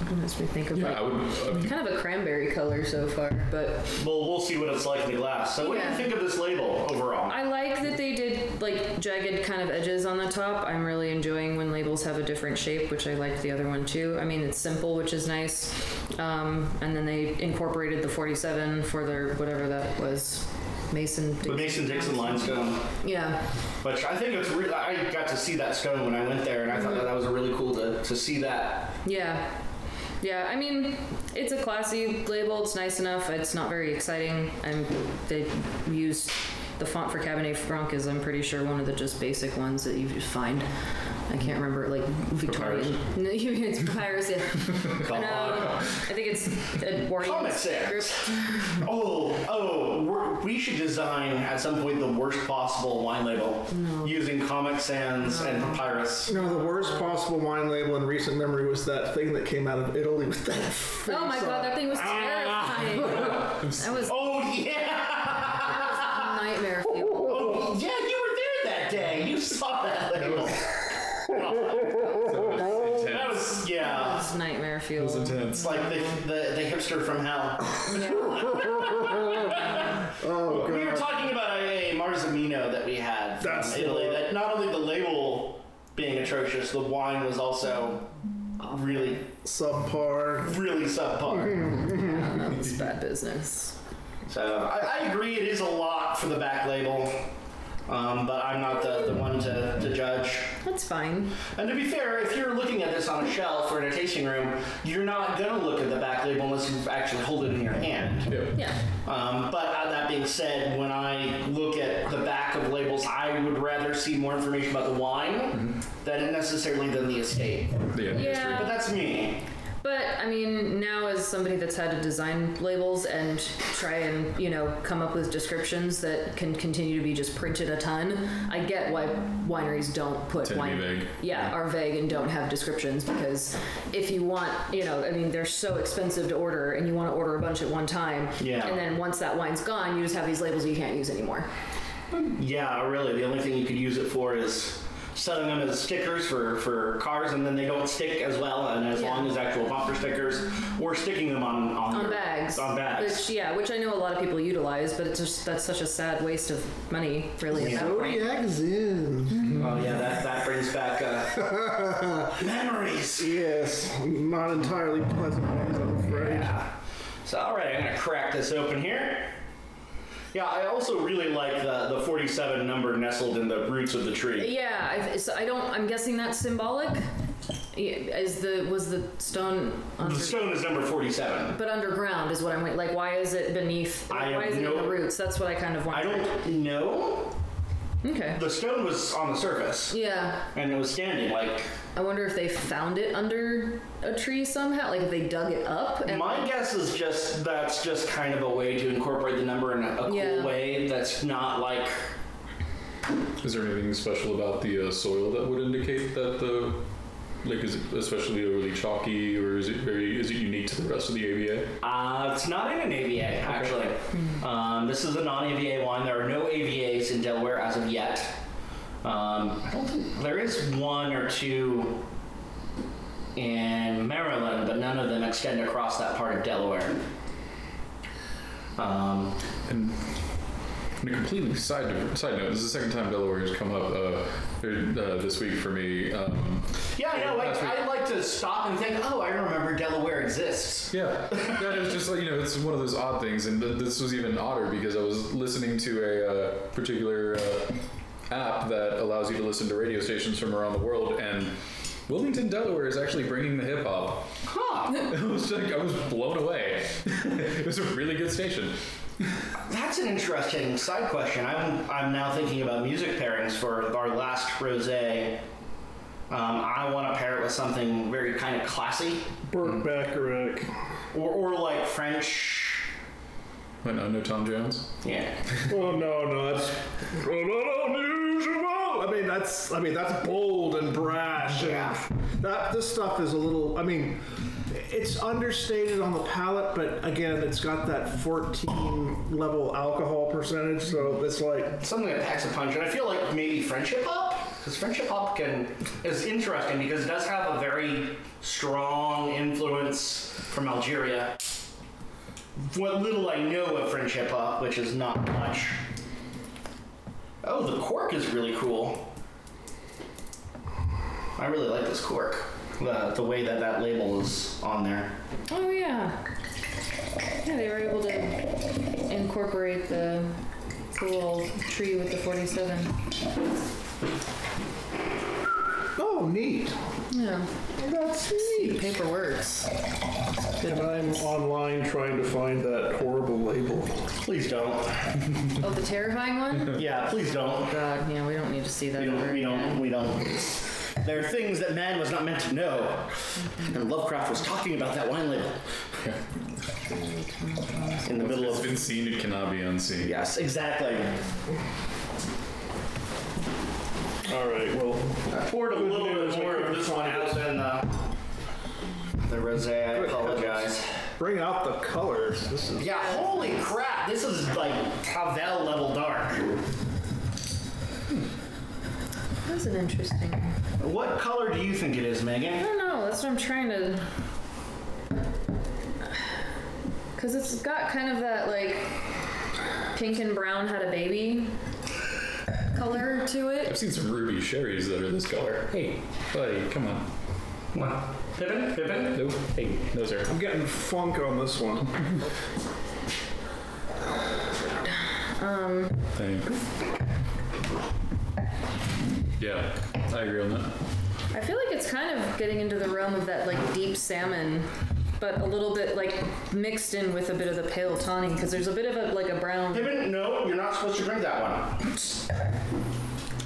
Speaker 5: It makes me think of
Speaker 3: I
Speaker 5: like,
Speaker 3: would. uh, I mean,
Speaker 5: kind of a cranberry color so far, but
Speaker 1: Well, we'll see what it's like in the glass. So, what do
Speaker 5: Yeah.
Speaker 1: you think of this label overall?
Speaker 5: I like that they did like jagged kind of edges on the top. I'm really enjoying when labels have a different shape, which I like the other one too. I mean, it's simple, which is nice. Um, and then they incorporated the 47 for their whatever that was, Mason.
Speaker 1: The Mason Dixon limestone,
Speaker 5: Yeah,
Speaker 1: which I think it's. Re- I got to see that stone when I went there, and I
Speaker 5: Mm-hmm.
Speaker 1: thought that, that was really cool to, to see that.
Speaker 5: yeah, yeah. I mean, it's a classy label. It's nice enough. It's not very exciting. And they used the font for Cabernet Franc is, I'm pretty sure, one of the just basic ones that you just find. I can't remember, like Victorian. No, it's papyrus. Yeah. no, I think it's Edwardian
Speaker 1: Comic
Speaker 5: script.
Speaker 1: Sans. Oh, oh, we're, We should design at some point the worst possible wine label using Comic Sans and papyrus.
Speaker 4: You know, the worst possible wine label in recent memory was that thing that came out of Italy with that. face
Speaker 5: Oh my
Speaker 4: on
Speaker 5: god,
Speaker 4: it.
Speaker 5: that thing was terrifying. that
Speaker 7: was
Speaker 1: Oh yeah,
Speaker 7: a nightmare fuel.
Speaker 1: oh yeah, you were there that day. You saw that label. That
Speaker 3: Intense.
Speaker 1: was yeah.
Speaker 5: was nightmare fuel.
Speaker 3: It was
Speaker 1: It's
Speaker 3: intense.
Speaker 1: like the, the, the hipster from hell. we were talking about a, a Marzamino that we had from
Speaker 4: That's the
Speaker 1: Italy. That not only the label being atrocious, the wine was also really,
Speaker 4: Subpar.
Speaker 1: really subpar.
Speaker 5: It's bad business.
Speaker 1: so I, I agree, it is a lot for the back label. Um, but I'm not the, the one to, to judge.
Speaker 5: That's fine.
Speaker 1: And to be fair, if you're looking at this on a shelf or in a tasting room, you're not gonna look at the back label unless you actually hold it in your hand.
Speaker 3: Yeah.
Speaker 5: Yeah.
Speaker 1: Um, but uh, that being said, when I look at the back of labels, I would rather see more information about the wine than necessarily than the estate.
Speaker 3: Yeah.
Speaker 5: Yeah.
Speaker 1: But that's me.
Speaker 5: But I mean, now as somebody that's had to design labels and try and you know come up with descriptions that can continue to be just printed a ton, I get why wineries don't put
Speaker 3: Tend to be
Speaker 5: wine.
Speaker 3: vague.
Speaker 5: Yeah, are vague and don't have descriptions because if you want, you know, I mean, they're so expensive to order, and you want to order a bunch at one time.
Speaker 1: Yeah.
Speaker 5: And then once that wine's gone, you just have these labels you can't use anymore.
Speaker 1: Yeah, really. The only thing you could use it for is selling them as stickers for, for cars, and then they don't stick as well and as
Speaker 5: Yeah.
Speaker 1: long as actual bumper stickers, or sticking them on on,
Speaker 5: on
Speaker 1: your-
Speaker 5: bags.
Speaker 1: On bags.
Speaker 5: Which, yeah, which I know a lot of people utilize, but it's just that's such a sad waste of money, really. At that point.
Speaker 4: Zodiac's in.
Speaker 1: oh yeah, that, that brings back uh, memories.
Speaker 4: Yes, not entirely pleasant ones, I'm afraid.
Speaker 1: So, all right, I'm gonna crack this open here. Yeah, I also really like the, the 47 number nestled in the roots of the tree.
Speaker 5: Yeah, I, so I don't. I'm guessing that's symbolic. Yeah, Is the was the stone?
Speaker 1: The
Speaker 5: Under,
Speaker 1: stone is number 47.
Speaker 5: but underground is what I'm wait- like. Why is it beneath?
Speaker 1: I
Speaker 5: why
Speaker 1: have
Speaker 5: is it in
Speaker 1: no-
Speaker 5: the roots? That's what I kind of want.
Speaker 1: I don't know.
Speaker 5: Okay.
Speaker 1: The stone was on the surface,
Speaker 5: Yeah,
Speaker 1: and it was standing. Like,
Speaker 5: I wonder if they found it under a tree somehow. Like if they dug it up. And,
Speaker 1: my guess is just that's just kind of a way to incorporate the number in a, a cool
Speaker 5: Yeah.
Speaker 1: way that's not like.
Speaker 3: Is there anything special about the uh, soil that would indicate that the like is it especially overly chalky or is it very is it unique to the rest of the ABA?
Speaker 1: Uh, it's not in an AVA, actually.
Speaker 5: Hmm.
Speaker 1: Um, this is a non AVA wine. There are no AVAs in Delaware as of yet. Um, I don't think there is one or two in Maryland, but none of them extend across that part of Delaware. Um,
Speaker 3: And on a completely side side note, this is the second time Delaware has come up uh, er, uh, this week for me. Um,
Speaker 1: yeah, I know.
Speaker 3: Last week.
Speaker 1: I, I like to stop and think, oh, I remember Delaware exists.
Speaker 3: Yeah, yeah, it was just like you know, it's one of those odd things, and th- this was even odder because I was listening to a uh, particular uh, app that allows you to listen to radio stations from around the world, and Wilmington, Delaware, is actually bringing the hip hop.
Speaker 1: Huh.
Speaker 3: I was like, I was blown away. it was a really good station.
Speaker 1: That's an interesting side question. I'm, I'm now thinking about music pairings for our last rosé. Um, I want to pair it with something very kind of classy,
Speaker 4: Burt Bacharach.
Speaker 1: or, or like French.
Speaker 3: Wait, no, no Tom Jones.
Speaker 1: Yeah.
Speaker 4: Oh no, no, that's oh, not unusual. I mean, that's I mean that's bold and brash. and
Speaker 1: Yeah.
Speaker 4: that this stuff is a little. I mean, it's understated on the palate, but again, it's got that 14 level alcohol percentage, so it's like
Speaker 1: Something that packs a punch, and I feel like maybe friendship hop, because friendship hop can is interesting because it does have a very strong influence from Algeria. What little I know of friendship hop, which is not much. Oh, the cork is really cool. I really like this cork. The, the way that that label is on there.
Speaker 5: oh yeah. Yeah, they were able to incorporate the cool tree with the 47.
Speaker 4: oh neat.
Speaker 5: Yeah.
Speaker 4: That's neat.
Speaker 7: Paper works.
Speaker 4: And I'm online trying to find that horrible label.
Speaker 1: Please don't.
Speaker 5: Oh, the terrifying one?
Speaker 1: Yeah, please don't.
Speaker 5: God, yeah, we don't need to see that
Speaker 1: We
Speaker 5: ever
Speaker 1: don't, we
Speaker 5: again.
Speaker 1: don't, we don't. There are things that man was not meant to know. And Lovecraft was talking about that wine label. in the middle
Speaker 3: It's
Speaker 1: of.
Speaker 3: been seen, it cannot be unseen.
Speaker 1: Yes, exactly.
Speaker 4: All right. Well,
Speaker 1: poured a little bit more of this one out than the, the rosé. I
Speaker 4: Good
Speaker 1: apologize.
Speaker 4: bring out the colors. This is
Speaker 1: Yeah, holy crap! This is like Tavel level dark.
Speaker 8: That's an interesting.
Speaker 1: What color do you think it is,
Speaker 5: I
Speaker 1: Megan?
Speaker 5: don't know. That's what I'm trying to. Because it's got kind of that, like, pink and brown had a baby color to it.
Speaker 3: I've seen some ruby sherries that are this color. Hey, buddy, come on.
Speaker 1: What? Pippin? Pippin?
Speaker 3: Nope. Hey, no sir.
Speaker 4: I'm getting funk on this one.
Speaker 3: Thanks. Yeah, I agree on that.
Speaker 5: I feel like it's kind of getting into the realm of that, like, deep salmon, but a little bit, like, mixed in with a bit of the pale tawny, because there's a bit of a, like, a brown.
Speaker 1: Pippin? No, you're not supposed to drink that one.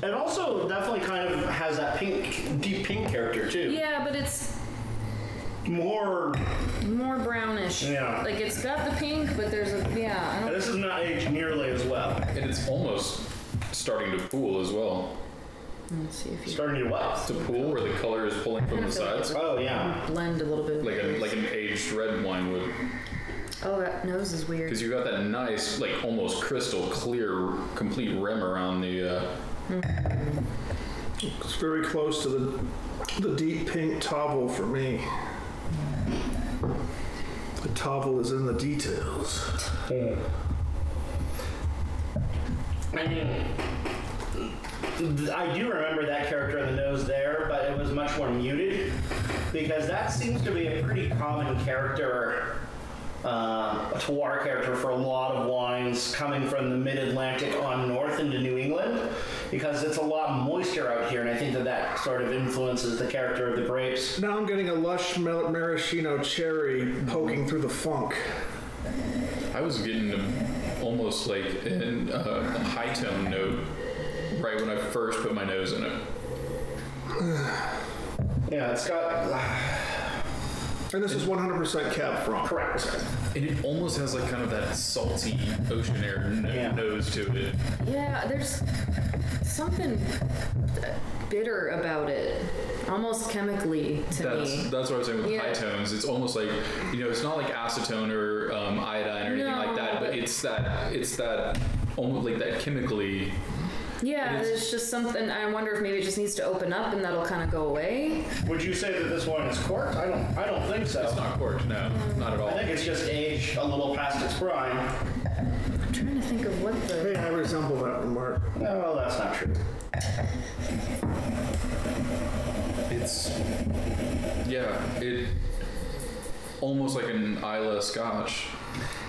Speaker 1: It also definitely kind of has that pink, deep pink character too.
Speaker 5: Yeah, but it's
Speaker 1: More.
Speaker 5: more brownish.
Speaker 1: Yeah.
Speaker 5: Like, it's got the pink, but there's a. Yeah, I don't
Speaker 1: This is not aged nearly as well.
Speaker 3: And it's almost starting to pool as well.
Speaker 5: Let's see if you
Speaker 1: Starting to what?
Speaker 3: To pool where the color is pulling from the sides,
Speaker 1: Oh yeah.
Speaker 5: blend a little bit.
Speaker 3: like a, like an aged red wine would,
Speaker 8: Oh, that nose is weird.
Speaker 3: because you got that nice, like almost crystal clear, complete rim around the. Uh,
Speaker 4: It's very close to the the deep pink tovel for me. The tovel is in the details.
Speaker 1: I mean, th- I do remember that character on the nose there, but it was much more muted because that seems to be a pretty common character, uh, a Tawar character for a lot of wines coming from the mid Atlantic on north into New England because it's a lot moister out here, and I think that that sort of influences the character of the grapes.
Speaker 4: Now I'm getting a lush mel- maraschino cherry poking through the funk.
Speaker 3: I was getting a, almost like an, uh, a high tone note right when I first put my nose in it.
Speaker 1: Yeah, it's got.
Speaker 4: And this is 100% Cab Franc.
Speaker 1: Correct.
Speaker 3: And it almost has like kind of that salty ocean air no-
Speaker 1: Yeah.
Speaker 3: nose to it.
Speaker 5: Yeah, there's something bitter about it, almost chemically to
Speaker 3: That's
Speaker 5: me.
Speaker 3: that's what I was saying with
Speaker 5: Yeah.
Speaker 3: high tones. It's almost like you know, it's not like acetone or um, iodine or anything like that,
Speaker 5: No.
Speaker 3: but it's that it's that almost like that chemically.
Speaker 5: Yeah,
Speaker 3: It is-
Speaker 5: there's just something. I wonder if maybe it just needs to open up and that'll kind of go away.
Speaker 1: Would you say that this wine is corked? I don't. I don't think so.
Speaker 3: It's not corked, no, not at
Speaker 1: I
Speaker 3: all.
Speaker 1: think it's just aged a little past its prime.
Speaker 5: I'm trying to think of what the.
Speaker 4: Hey, I resemble that remark.
Speaker 1: No, well, that's not true.
Speaker 3: It's yeah, it almost like an Isla Scotch,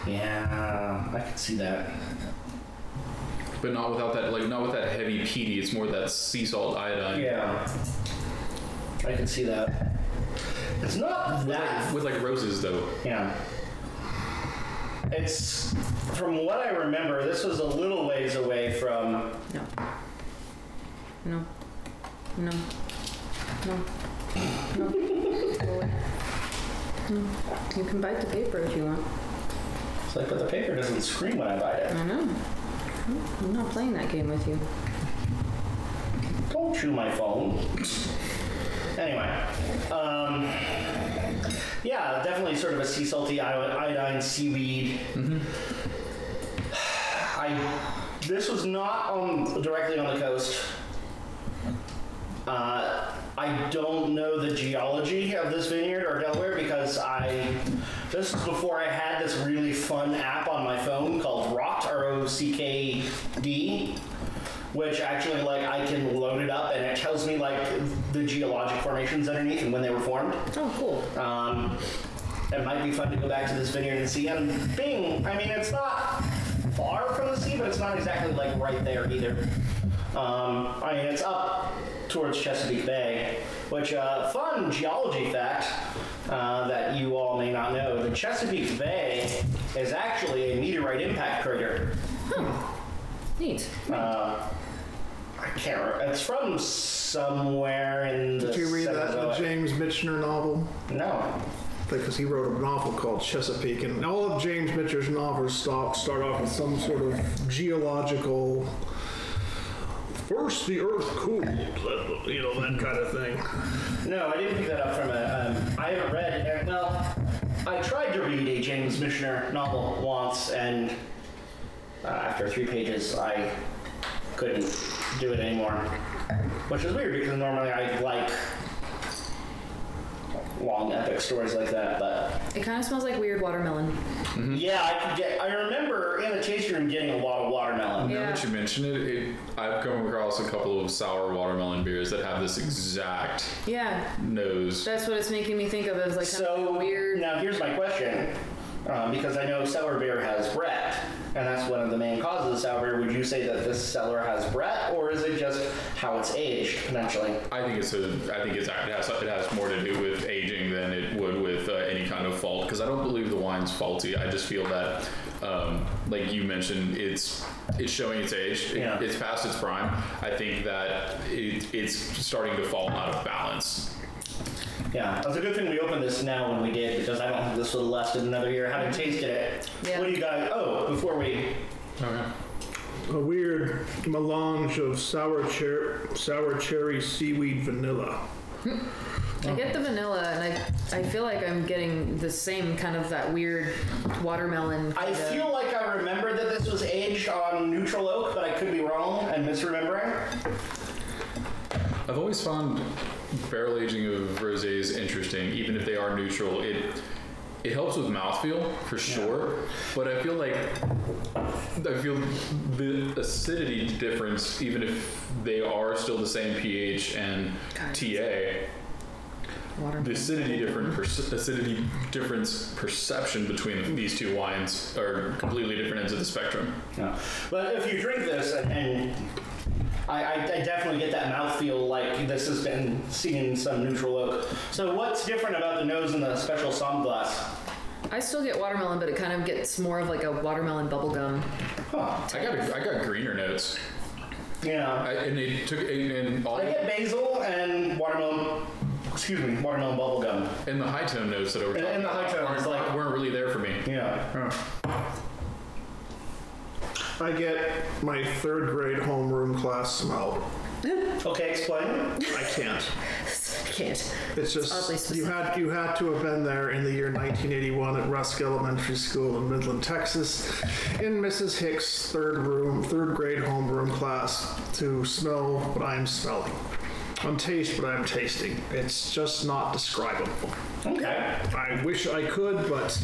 Speaker 1: Yeah, I can see that.
Speaker 3: but not without that like not with that heavy peaty. It's more that sea salt iodine.
Speaker 1: Yeah, I can see that. It's not that.
Speaker 3: With like roses though.
Speaker 1: Yeah. It's from what I remember. This was a little ways away from.
Speaker 5: No. No. No. No. No. Go away. No. You can bite the paper if you want.
Speaker 1: It's like, but the paper doesn't scream when I bite it.
Speaker 5: I know. I'm not playing that game with you.
Speaker 1: Don't chew my phone. Anyway, um, yeah, definitely sort of a sea salty iod- iodine seaweed. I this was not um, on directly on the coast. Uh, I don't know the geology of this vineyard or Delaware because I this was before I had this really fun app on my phone called Rocked R O C K D, which actually like I can load it up and it tells me like the geologic formations underneath and when they were formed.
Speaker 5: Oh, cool.
Speaker 1: Um, it might be fun to go back to this vineyard and see. And Bing, I mean, it's not far from the sea, but it's not exactly like right there either. Um, I mean, it's up towards Chesapeake Bay, which, uh, fun geology fact uh, that you all may not know the Chesapeake Bay is actually a meteorite impact crater.
Speaker 5: Neat.
Speaker 1: Uh, I can't remember. It's from somewhere in the.
Speaker 4: Did you read that in the
Speaker 1: Cenozoic-
Speaker 4: James Michener novel?
Speaker 1: No.
Speaker 4: because he wrote a novel called Chesapeake, and all of James Mitchell's novels start, start off with some sort of geological. First, the Earth cooled, that- you know that kind of thing.
Speaker 1: No, I didn't pick that up from a. Um, I haven't read. Well, I tried to read a James Michener novel once, and uh, after three pages, I couldn't do it anymore. Which is weird because normally I like long epic stories like that, but
Speaker 5: It kind of smells like weird watermelon.
Speaker 1: yeah, I could get. I remember in the tasting room getting a lot of watermelon.
Speaker 3: Now
Speaker 2: Yeah.
Speaker 3: that you mention it, it, I've come across a couple of sour watermelon beers that have this exact
Speaker 5: Yeah,
Speaker 3: nose.
Speaker 5: that's what it's making me think of. Is like
Speaker 1: So
Speaker 5: weird.
Speaker 1: Now here's my question, um, because I know sour beer has Brett, and that's one of the main causes of sour beer. Would you say that this cellar has Brett, or is it just how it's aged potentially?
Speaker 3: I think it's a. I think it's it has it has more to do with aging than it would with uh, any kind of fault. Because I don't believe the wine's faulty. I just feel that, um, like you mentioned, it's it's showing its age. It-
Speaker 1: Yeah.
Speaker 3: It's past its prime. I think that it, it's starting to fall out of balance.
Speaker 1: Yeah, that's a good thing we opened this now when we did, because I don't think this would have lasted another year. Having tasted it,
Speaker 5: Yeah.
Speaker 1: what do you guys? Oh, before we,
Speaker 3: Okay.
Speaker 4: A weird melange of sour cher- sour cherry, seaweed, vanilla.
Speaker 5: I get the vanilla, and I I feel like I'm getting the same kind of that weird watermelon.
Speaker 1: I
Speaker 5: kinda-
Speaker 1: feel like I remember that this was aged on neutral oak, but I could be wrong and misremembering.
Speaker 3: I've always found barrel aging of rosés interesting, even if they are neutral. It it helps with mouthfeel for sure, but I feel like I feel the acidity difference, even if they are still the same pH and TA. The acidity different perce- acidity difference perception between these two wines are completely different ends of the spectrum.
Speaker 1: No. But if you drink this, and, and I, I, I definitely get that mouthfeel like this has been seen in some neutral oak. So what's different about the nose and the special sunglass?
Speaker 5: I still get watermelon, but it kind of gets more of like a watermelon bubblegum.
Speaker 1: Huh.
Speaker 3: I got a, I got greener notes,
Speaker 1: Yeah.
Speaker 3: I, and it took and, and all.
Speaker 1: I get basil and watermelon, excuse me, watermelon bubblegum.
Speaker 3: And the high tone notes that I were
Speaker 1: And-
Speaker 3: talking
Speaker 1: and the high tone
Speaker 3: about
Speaker 1: is like-
Speaker 3: weren't really there for me.
Speaker 1: Yeah.
Speaker 4: I get my third grade homeroom class smell.
Speaker 1: Okay, explain.
Speaker 4: I can't.
Speaker 5: I can't.
Speaker 4: It's
Speaker 5: oddly
Speaker 4: just you
Speaker 5: specific.
Speaker 4: had you had to have been there in the year 1981 at Rusk Elementary School in Midland, Texas, in Mrs. Hicks' third room, third grade homeroom class, to smell what I am smelling, on taste what I am tasting. It's just not describable.
Speaker 1: Okay.
Speaker 4: I wish I could, but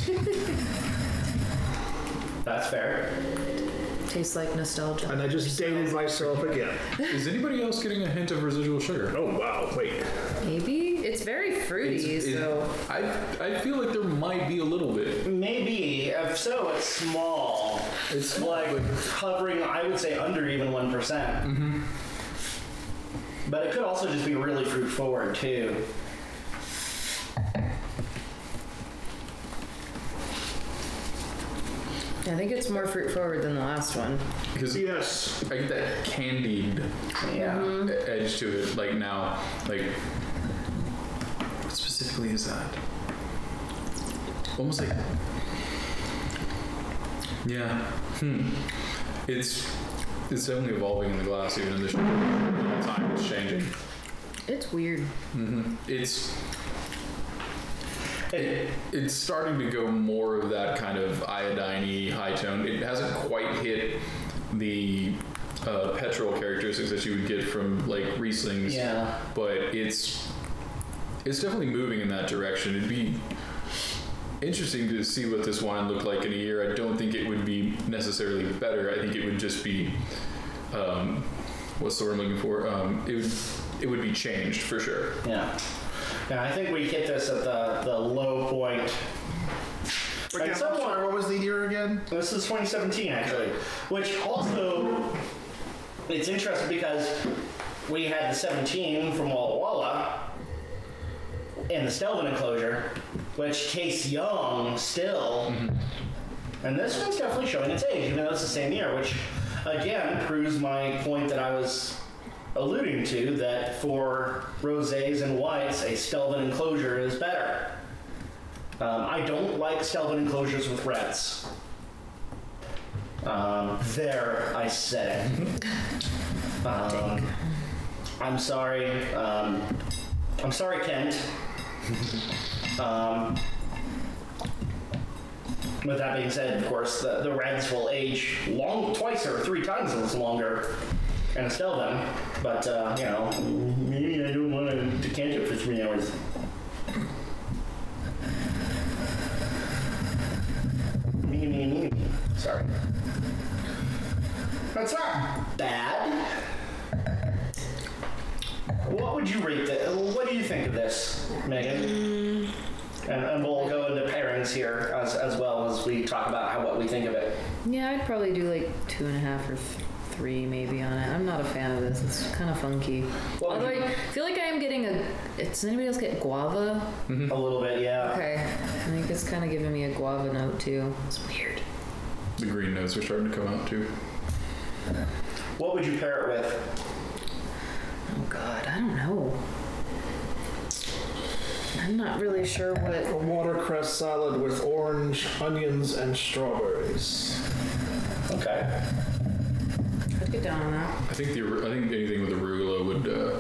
Speaker 1: That's fair.
Speaker 5: Tastes like nostalgia.
Speaker 4: and I just dated myself again.
Speaker 3: Is anybody else getting a hint of residual sugar?
Speaker 4: Oh wow! Wait,
Speaker 5: Maybe it's very fruity.
Speaker 3: It's- it-
Speaker 5: so
Speaker 3: I I feel like there might be a little bit.
Speaker 1: Maybe. If so, it's small.
Speaker 3: It's
Speaker 1: like hovering, I would say, under even one But it could also just be really fruit forward too.
Speaker 5: I think it's more fruit forward than the last one.
Speaker 3: because
Speaker 4: yes,
Speaker 3: I get that candied
Speaker 1: Yeah.
Speaker 3: Mm-hmm. edge to it. Like now, like what specifically is that? Almost like yeah. Hmm. It's it's definitely evolving in the glass, even in the sugar. All the time it's changing.
Speaker 5: It's weird.
Speaker 3: It's It, it's starting to go more of that kind of iodine high tone. It hasn't quite hit the uh, petrol characteristics that you would get from like Rieslings,
Speaker 1: Yeah.
Speaker 3: but it's it's definitely moving in that direction. It'd be interesting to see what this wine looked like in a year. I don't think it would be necessarily better. I think it would just be um, what's the word I'm looking for? Um, it would it would be changed for sure.
Speaker 1: Yeah. Yeah, I think we hit this at the, the low point. And
Speaker 4: Again, I'm
Speaker 1: someone-
Speaker 4: sorry, what was the year again?
Speaker 1: This is 2017, actually. Which also, it's interesting because we had the 17 from Walla Walla in the Stelvin enclosure, which tastes young still. And this one's definitely showing its age, even though it's the same year, which again proves my point that I was alluding to that for rosés and whites, a Stelvin enclosure is better. Um, I don't like shelving enclosures with rats. Um, there, I said it. Um, I'm sorry. Um, I'm sorry, Kent. um, with that being said, of course, the, the rats will age long, twice or three times as longer, and still them. But uh, you know, maybe I don't want to decant it for three hours. Me, me, me, me. Sorry. That's not bad. What would you rate this? What do you think of this, Megan? And, and we'll go into pairings here as, as well as we talk about how what we think of it.
Speaker 5: Yeah, I'd probably do like two and a half or th- three maybe on it. I'm not a fan of this. It's kind of funky.
Speaker 1: What would
Speaker 5: Although
Speaker 1: you-
Speaker 5: I feel like I am getting a. Does anybody else get guava?
Speaker 1: A little bit, yeah.
Speaker 5: Okay. I think it's kind of giving me a guava note too. It's weird.
Speaker 3: The green notes are starting to come out too.
Speaker 1: What would you pair it with?
Speaker 5: Oh god, I don't know. I'm not really sure what.
Speaker 4: A watercress salad with orange, onions, and strawberries.
Speaker 1: Okay.
Speaker 5: I'd get down on that.
Speaker 3: I think the ar- I think anything with arugula would uh,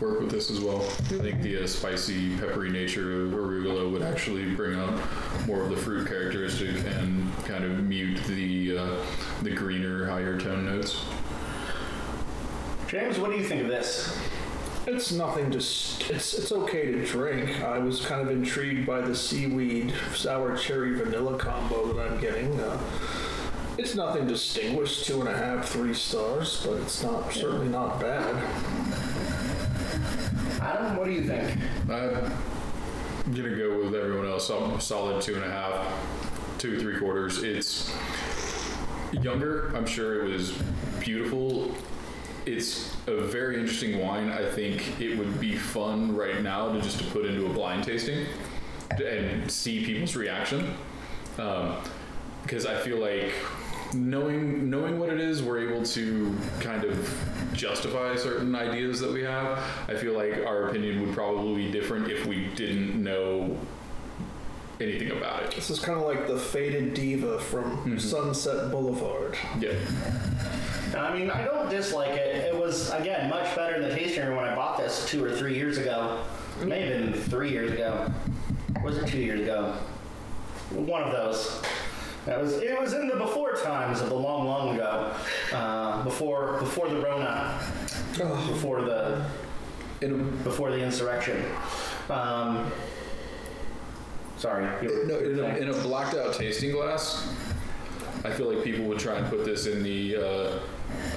Speaker 3: work with this as well. I think the uh, spicy, peppery nature of arugula would actually bring out more of the fruit characteristic and kind of mute the uh, the greener, higher tone notes.
Speaker 1: James, what do you think of this?
Speaker 4: It's nothing to. St- it's it's okay to drink. I was kind of intrigued by the seaweed sour cherry vanilla combo that I'm getting. Uh, it's nothing distinguished. Two and a half, three stars, but it's not certainly not bad.
Speaker 1: Adam, what do you think?
Speaker 3: I'm gonna go with everyone else. i solid two and a half, two three quarters. It's younger. I'm sure it was beautiful. It's a very interesting wine. I think it would be fun right now to just to put into a blind tasting and see people's reaction. Um, because I feel like knowing knowing what it is, we're able to kind of justify certain ideas that we have. I feel like our opinion would probably be different if we didn't know anything about it.
Speaker 4: This is kind of like the faded diva from Sunset Boulevard.
Speaker 3: Yeah.
Speaker 1: I mean, I don't dislike it. It was, again, much better in the tasting room when I bought this two or three years ago. It may have been three years ago. Was it two years ago? One of those. That was, it was in the before times of the long, long ago. Uh, before, before the Rona. Before the,
Speaker 3: In
Speaker 1: before the insurrection. Um, sorry. you were-
Speaker 3: a, no, in, a, in a blacked out tasting glass, I feel like people would try and put this in the uh,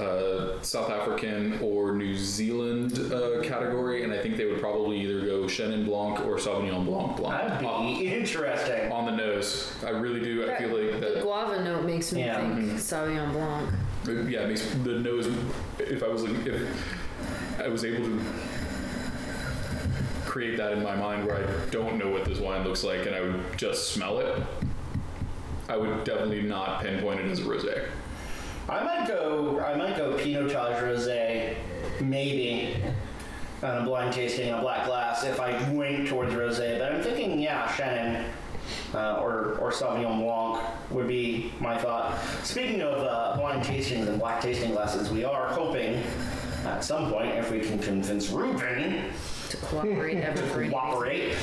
Speaker 3: uh, South African or New Zealand uh, category, and I think they would probably either go Chenin Blanc or Sauvignon Blanc Blanc.
Speaker 1: That'd be interesting.
Speaker 3: on the nose. I really do. I feel like
Speaker 5: The
Speaker 3: that.
Speaker 5: guava note makes me
Speaker 1: Yeah.
Speaker 5: think Sauvignon Blanc.
Speaker 3: Yeah, it makes the nose. If I was like, if I was able to create that in my mind, where I don't know what this wine looks like, and I would just smell it, I would definitely not pinpoint it as a rosé.
Speaker 1: I might go. I might go Pinotage Rosé, maybe on a blind tasting on black glass if I went towards rosé. But I'm thinking, yeah, Shannon uh, or or Sauvignon Blanc would be my thought. Speaking of uh, blind tastings and black tasting glasses, we are hoping at some point if we can convince Ruben
Speaker 5: To cooperate
Speaker 1: to
Speaker 5: evergreen.
Speaker 1: cooperate.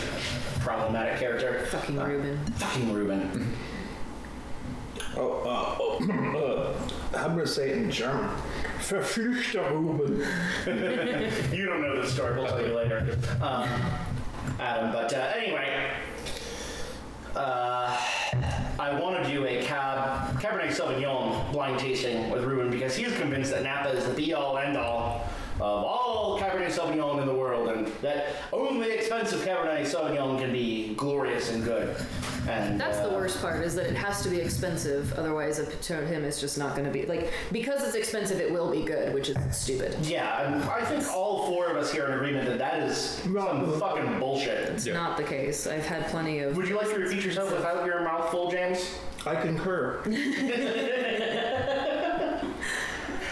Speaker 1: Problematic character.
Speaker 5: Fucking
Speaker 1: Uh,
Speaker 5: Reuben.
Speaker 1: Fucking Ruben.
Speaker 4: Oh, uh, oh uh, I'm gonna say it in German. Verfluchter Ruben.
Speaker 1: You don't know the story. We'll tell you later, um, Adam. But uh, anyway, uh, I want to do a cab Cabernet Sauvignon blind tasting with Ruben because he is convinced that Napa is the be all end all of all Cabernet Sauvignon in the world, and that only expensive Cabernet Sauvignon can be glorious and good. And
Speaker 5: That's the
Speaker 1: uh,
Speaker 5: worst part is that it has to be expensive. Otherwise, it- to him, it's just not going to be like because it's expensive, it will be good, which is stupid.
Speaker 1: Yeah, and I think all four of us here are in agreement that that is some fucking bullshit.
Speaker 5: It's
Speaker 3: Yeah.
Speaker 5: not the case. I've had plenty of.
Speaker 1: Would you like to repeat yourself without your mouth full, James?
Speaker 4: I concur.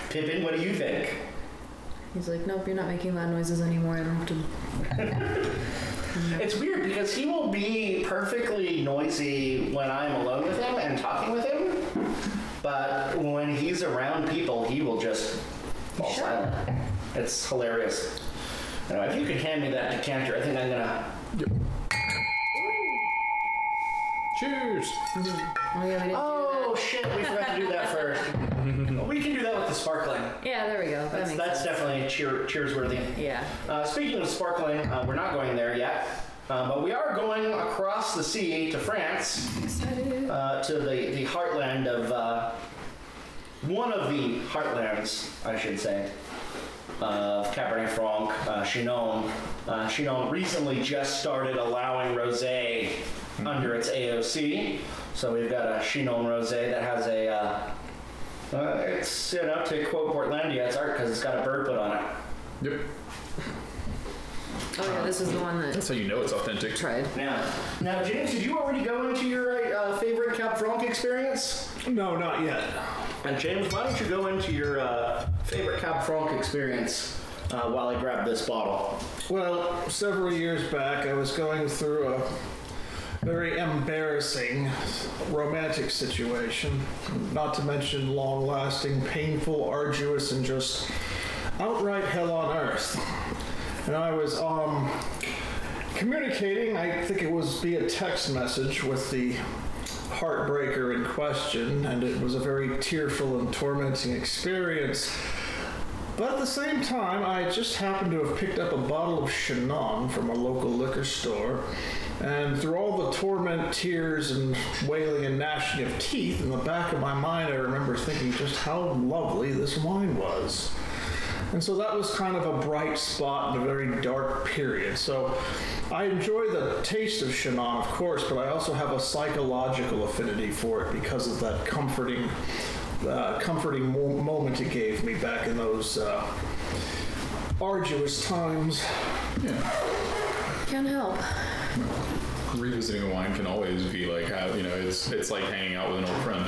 Speaker 1: Pippin, what do you think?
Speaker 5: He's like, nope, you're not making loud noises anymore. I don't have to.
Speaker 1: It's weird because he will be perfectly noisy when I'm alone with him and talking with him, but when he's around people, he will just fall silent. It's hilarious. Anyway, if you could hand me that decanter, I think I'm gonna.
Speaker 3: Cheers.
Speaker 5: Oh, yeah, we didn't
Speaker 1: Oh shit! We forgot to do that first. we can do that with the sparkling.
Speaker 5: do- yeah, there we go. That
Speaker 1: That's,
Speaker 5: makes
Speaker 1: that's
Speaker 5: sense.
Speaker 1: definitely cheer, cheers worthy.
Speaker 5: Yeah.
Speaker 1: Uh, speaking of sparkling, uh, we're not going there yet, uh, but we are going across the sea to France, uh, to the, the heartland of uh, one of the heartlands, I should say, of Cabernet Franc, uh, Chinon. Uh, Chinon recently just started allowing rosé under its AOC, so we've got a Chinon rosé that has a. Uh, uh, it's you know to quote Portlandia, it's art because it's got a bird put on it.
Speaker 3: Yep.
Speaker 5: Oh, yeah, this is the one that
Speaker 3: That's how you know it's authentic.
Speaker 5: tried.
Speaker 1: Now, now, James, did you already go into your uh, favorite Cap Franc experience?
Speaker 4: No, not yet.
Speaker 1: And Uh, James, why don't you go into your uh, favorite Cap Franc experience uh, while I grab this bottle?
Speaker 4: Well, several years back, I was going through a very embarrassing romantic situation, not to mention long lasting, painful, arduous, and just outright hell on earth. And I was um, communicating, I think it was via text message, with the heartbreaker in question, and it was a very tearful and tormenting experience. But at the same time, I just happened to have picked up a bottle of Chinon from a local liquor store. And through all the torment, tears, and wailing and gnashing of teeth, in the back of my mind, I remember thinking just how lovely this wine was. And so that was kind of a bright spot in a very dark period. So I enjoy the taste of Chinon, of course, but I also have a psychological affinity for it because of that comforting, uh, comforting mo- moment it gave me back in those uh, arduous times.
Speaker 3: Yeah.
Speaker 5: Can't help.
Speaker 3: Revisiting a wine can always be like how you know it's it's like hanging out with an old friend.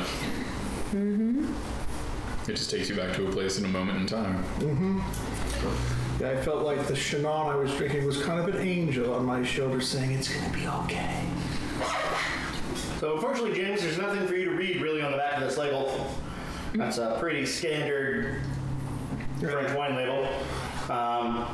Speaker 3: Mm-hmm. It just takes you back to a place in a moment in time.
Speaker 4: I felt like the Chinon I was drinking was kind of an angel on my shoulder saying, "It's going to be okay."
Speaker 1: So, unfortunately, James, there's nothing for you to read really on the back of this label. That's a pretty standard French wine label. Um,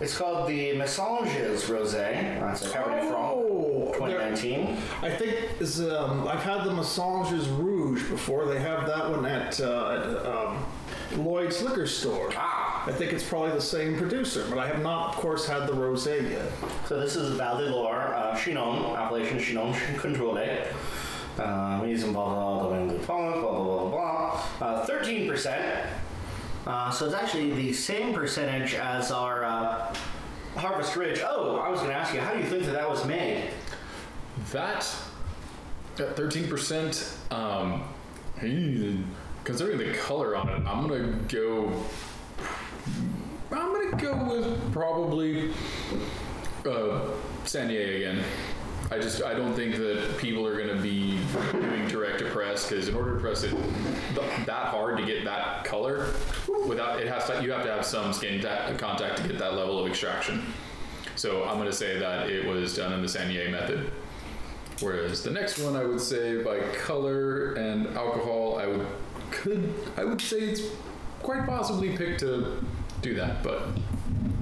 Speaker 1: it's called the Messanges Rosé. That's a Cabernet
Speaker 4: Oh,
Speaker 1: Franc,
Speaker 4: there-
Speaker 1: 2019.
Speaker 4: I think is um, I've had the Massages Rouge before. They have that one at, uh, at um, Lloyd's Liquor Store. Ah. I think it's probably the same producer, but I have not, of course, had the rosé yet.
Speaker 1: So this is Val de Loire, uh, Chinon, Appellation Chinon Contrôlé. Uh, he's involved in all the wind deployment, blah, blah, blah, blah. Uh, 13%. Uh, so it's actually the same percentage as our uh, Harvest Ridge. Oh, I was going to ask you, how do you think that that was made?
Speaker 3: That at thirteen percent, um, eh, considering the color on it, I'm gonna go. I'm gonna go with probably uh, Sanier again. I just I don't think that people are gonna be doing direct to press because in order to press it th- that hard to get that color without it has to you have to have some skin ta- contact to get that level of extraction. So I'm gonna say that it was done in the Sanier method. Whereas the next one, I would say by color and alcohol, I would could I would say it's quite possibly picked to do that, but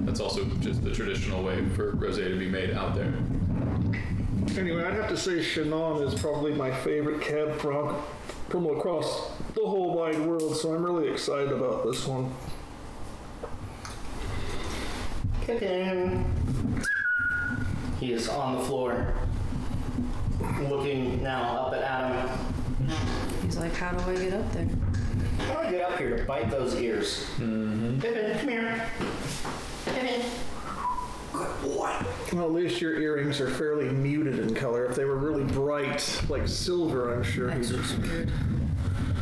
Speaker 3: that's also just the traditional way for rosé to be made out there.
Speaker 4: Anyway, I'd have to say Chinon is probably my favorite cab franc from across the whole wide world, so I'm really excited about this one.
Speaker 1: Kicking. He is on the floor, looking now up at Adam.
Speaker 5: He's like, how do I get up there?
Speaker 1: How do I get up here? Bite those ears. Mm-hmm. Pippin, come here. Pippin. Good boy.
Speaker 4: Well, at least your earrings are fairly muted in color. If they were really bright, like silver, I'm sure he'd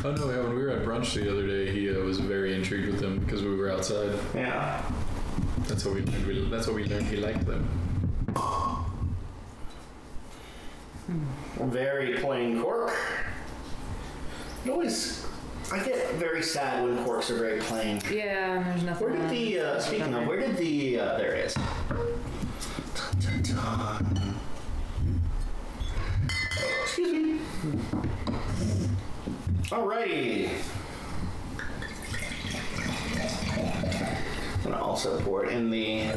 Speaker 3: Oh no! Yeah, when we were at brunch the other day, he uh, was very intrigued with them because we were outside.
Speaker 1: Yeah.
Speaker 3: That's how we learned. We, that's how we learned he liked them.
Speaker 1: Very plain cork. It always, I get very sad when corks are very plain.
Speaker 5: Yeah, and there's nothing.
Speaker 1: Where did uh,
Speaker 5: on.
Speaker 1: the uh, speaking of? Where did the uh, there it is? Excuse me. Alrighty. I'm gonna also pour it in the.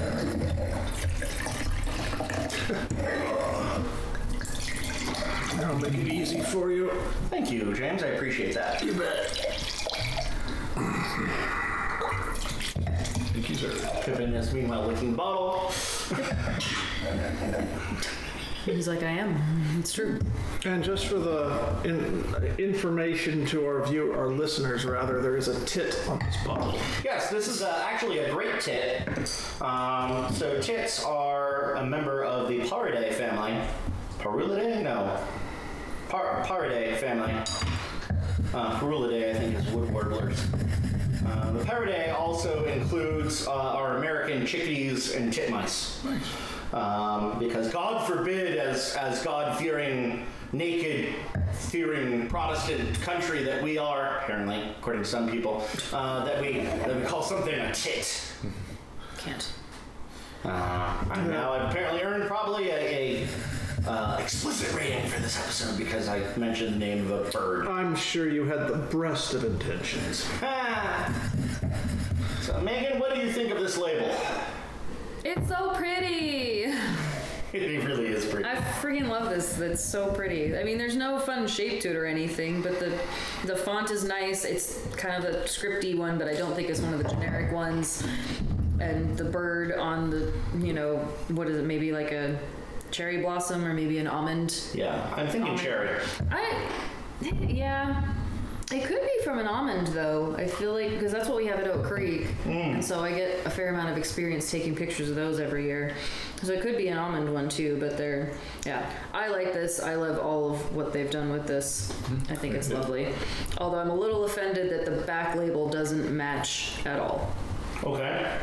Speaker 4: That'll make it easy for you.
Speaker 1: Thank you, James. I appreciate that.
Speaker 4: You bet.
Speaker 3: Thank you, sir.
Speaker 1: Pippin is meanwhile licking the bottle.
Speaker 5: He's like, I am. It's true.
Speaker 4: And just for the in, information to our view, our listeners rather, there is a tit on this bottle.
Speaker 1: Yes, this is uh, actually a great tit. Um, so tits are a member of the Paridae family. Parulidae? No. Par- Paridae family. Uh, Parulidae, I think, is wood warblers. Uh, the Paridae also includes uh, our American chickadees and titmice. Um, because God forbid, as, as God fearing, naked fearing Protestant country that we are, apparently, according to some people, uh, that, we, that we call something a tit.
Speaker 5: Can't.
Speaker 1: Uh, I now apparently earned probably a, a uh, explicit rating for this episode because I mentioned the name of a bird.
Speaker 4: I'm sure you had the best of intentions.
Speaker 1: Ah. so, Megan, what do you think of this label?
Speaker 5: It's so pretty.
Speaker 1: It really is pretty.
Speaker 5: I freaking love this. That's so pretty. I mean, there's no fun shape to it or anything, but the the font is nice. It's kind of a scripty one, but I don't think it's one of the generic ones. And the bird on the, you know, what is it? Maybe like a cherry blossom or maybe an almond.
Speaker 1: yeah, I'm thinking cherry.
Speaker 5: I, yeah. It could be from an almond, though. I feel like because that's what we have at Oak Creek, and so I get a fair amount of experience taking pictures of those every year. So it could be an almond one too, but they're yeah. I like this. I love all of what they've done with this. I think it's lovely. Although I'm a little offended that the back label doesn't match at all.
Speaker 1: Okay.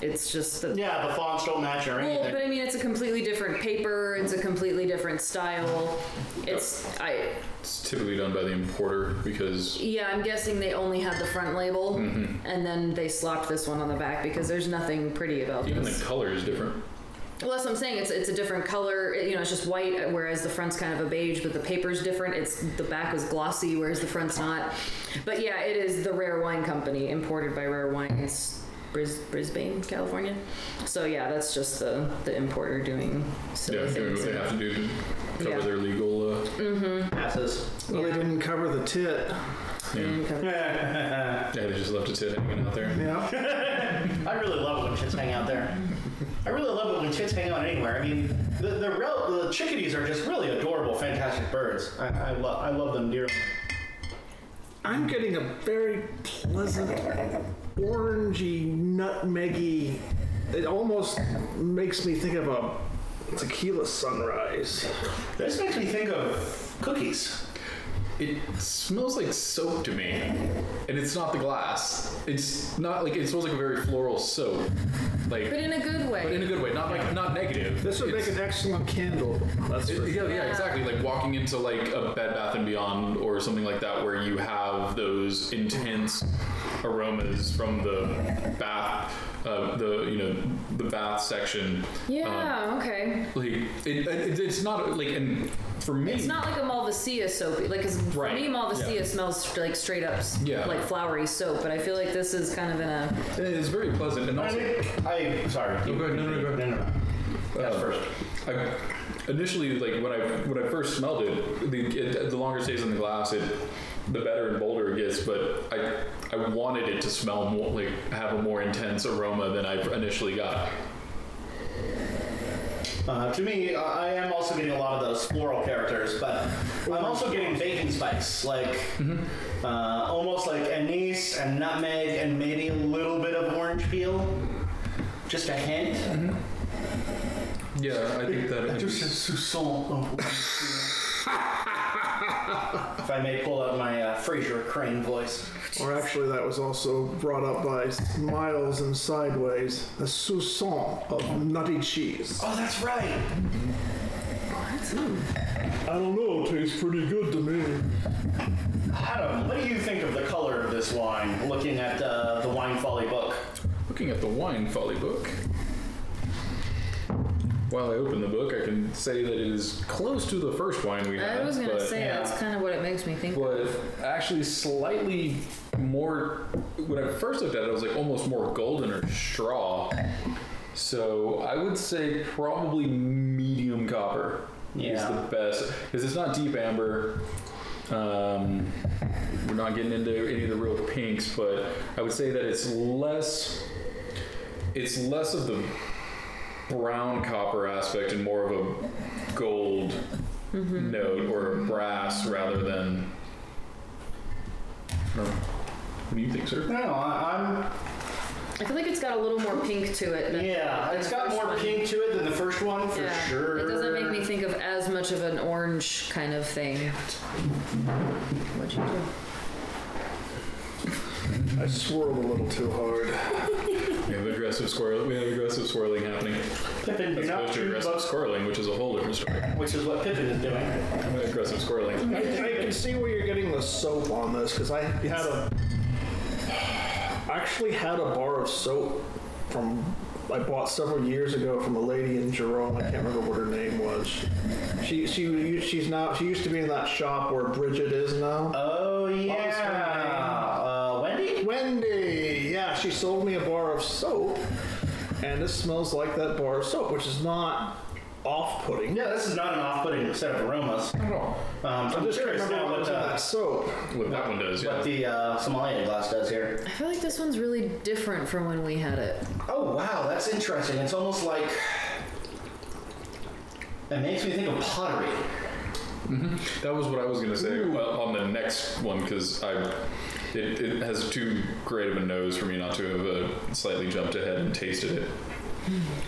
Speaker 5: It's just the
Speaker 1: Yeah, the fonts don't match or
Speaker 5: well,
Speaker 1: anything.
Speaker 5: but I mean, it's a completely different paper. It's a completely different style. It's I
Speaker 3: It's typically done by the importer because
Speaker 5: Yeah, I'm guessing they only had the front label,
Speaker 3: Mm-hmm.
Speaker 5: and then they slapped this one on the back because there's nothing pretty about
Speaker 3: even
Speaker 5: this.
Speaker 3: the color is different.
Speaker 5: well, that's what I'm saying. It's it's a different color. It- you know, it's just white, whereas the front's kind of a beige, but the paper's different. It's the back was glossy, whereas the front's not. But yeah, it is the Rare Wine Company, imported by Rare Wines, Bris- Brisbane, California. So yeah, that's just the the importer doing
Speaker 3: Yeah,
Speaker 5: silly
Speaker 3: doing
Speaker 5: things.
Speaker 3: what they have to do to cover
Speaker 5: Yeah.
Speaker 3: their legal. Uh,
Speaker 1: Passes.
Speaker 4: Well, they didn't cover the tit.
Speaker 3: yeah. yeah, they just left a tit hanging out there.
Speaker 4: Yeah.
Speaker 1: I really love it when chits hang out there. I really love it when chits hang out anywhere. I mean, the the, rel- the chickadees are just really adorable, fantastic birds. I, I, lo- I love them dearly.
Speaker 4: I'm getting a very pleasant, orangey, nutmeggy. It almost makes me think of a tequila sunrise.
Speaker 1: This makes me think of cookies.
Speaker 3: It smells like soap to me, and it's not the glass. It's not like it smells like a very floral soap, like
Speaker 5: But
Speaker 3: but
Speaker 5: in a good way.
Speaker 3: in a good way, not like not negative.
Speaker 4: This would
Speaker 3: It's-
Speaker 4: make an excellent candle. That's for
Speaker 3: It-
Speaker 4: sure.
Speaker 3: yeah, yeah, exactly. Like walking into like a Bed Bath and Beyond or something like that, where you have those intense aromas from the bath, uh, the you know the bath section.
Speaker 5: yeah. okay.
Speaker 3: Um, like it, it, it's not like and for me,
Speaker 5: It's not like a Malvasia soap. Like, 'cause
Speaker 3: Right,
Speaker 5: for me, Malvasia
Speaker 3: yeah.
Speaker 5: smells like straight up, s-
Speaker 3: Yeah.
Speaker 5: like flowery soap. But I feel like this is kind of in a.
Speaker 3: it's very pleasant and also.
Speaker 1: I sorry.
Speaker 3: No, go ahead. No, no, go ahead.
Speaker 1: No, no, no. Yes,
Speaker 3: Uh,
Speaker 1: first.
Speaker 3: I, initially, like when I when I first smelled it, the, it, the longer it stays in the glass, it the better and bolder it gets. But I I wanted it to smell more like have a more intense aroma than I initially got.
Speaker 1: Uh, to me, uh, I am also getting a lot of those floral characters, but I'm also getting bacon spice, like
Speaker 2: Mm-hmm.
Speaker 1: uh, almost like anise and nutmeg, and maybe a little bit of orange peel, just a hint.
Speaker 2: Mm-hmm.
Speaker 3: Yeah, I think that.
Speaker 1: Just a soupçon of orange peel. if I may pull out my uh, Fraser Crane voice.
Speaker 4: Or actually, that was also brought up by Miles and Sideways, a soupçon of nutty cheese.
Speaker 1: Oh, that's right.
Speaker 4: I don't know, it tastes pretty good to me.
Speaker 1: Adam, what do you think of the color of this wine? Looking at uh, the Wine Folly book.
Speaker 3: Looking at the wine folly book, While I open the book, I can say that it is close to the first wine we had.
Speaker 5: I was gonna
Speaker 3: but-
Speaker 5: say
Speaker 2: yeah.
Speaker 5: that's kind of what it makes me think.
Speaker 3: but actually slightly more. When I first looked at it, it was like almost more golden or straw. So I would say probably medium copper is
Speaker 2: Yeah.
Speaker 3: the best because it's not deep amber. Um, we're not getting into any of the real pinks, but I would say that it's less. It's less of the brown copper aspect and more of a gold note or a brass rather than. Or, what do you think, sir?
Speaker 2: No, I,
Speaker 5: I feel like it's got a little more pink to it.
Speaker 2: I'm.
Speaker 5: than-
Speaker 2: Yeah,
Speaker 5: than
Speaker 2: it's
Speaker 5: the
Speaker 2: got
Speaker 5: first
Speaker 2: more
Speaker 5: one.
Speaker 2: pink to it than the first one for
Speaker 5: Yeah.
Speaker 2: sure.
Speaker 5: It doesn't make me think of as much of an orange kind of thing. What'd you do?
Speaker 4: I swirled a little too hard.
Speaker 3: We have aggressive swirling. We have aggressive swirling happening.
Speaker 2: Pippin, do
Speaker 3: As
Speaker 2: not
Speaker 3: opposed to
Speaker 2: chew
Speaker 3: aggressive
Speaker 2: bugs,
Speaker 3: squirreling, which is a whole different story.
Speaker 2: which is what Pippin is doing.
Speaker 3: Aggressive squirreling.
Speaker 4: I I can see where you're getting the soap on this because I had a I actually had a bar of soap from I bought several years ago from a lady in Jerome. I can't remember what her name was. She she she's now she used to be in that shop where Bridget is now.
Speaker 2: Oh yeah,
Speaker 4: yeah.
Speaker 2: uh, Wendy.
Speaker 4: Wendy, yeah, she sold me a bar of soap, and this smells like that bar of soap, which is not off-putting.
Speaker 2: Yeah, this is not an off-putting set of aromas. Um, so I'm
Speaker 4: I'm
Speaker 2: just
Speaker 4: just trying to
Speaker 2: curious
Speaker 4: remember
Speaker 2: now
Speaker 4: what
Speaker 2: what,
Speaker 4: was in
Speaker 2: uh,
Speaker 4: that soap.
Speaker 3: What that one does,
Speaker 2: what
Speaker 3: yeah.
Speaker 2: the uh, sommelier glass does here.
Speaker 5: I feel like this one's really different from when we had it.
Speaker 2: Oh wow, that's interesting. It's almost like it makes me think of pottery.
Speaker 3: That was what I was gonna say well, on the next one because I, it, it has too great of a nose for me not to have uh, slightly jumped ahead and tasted it.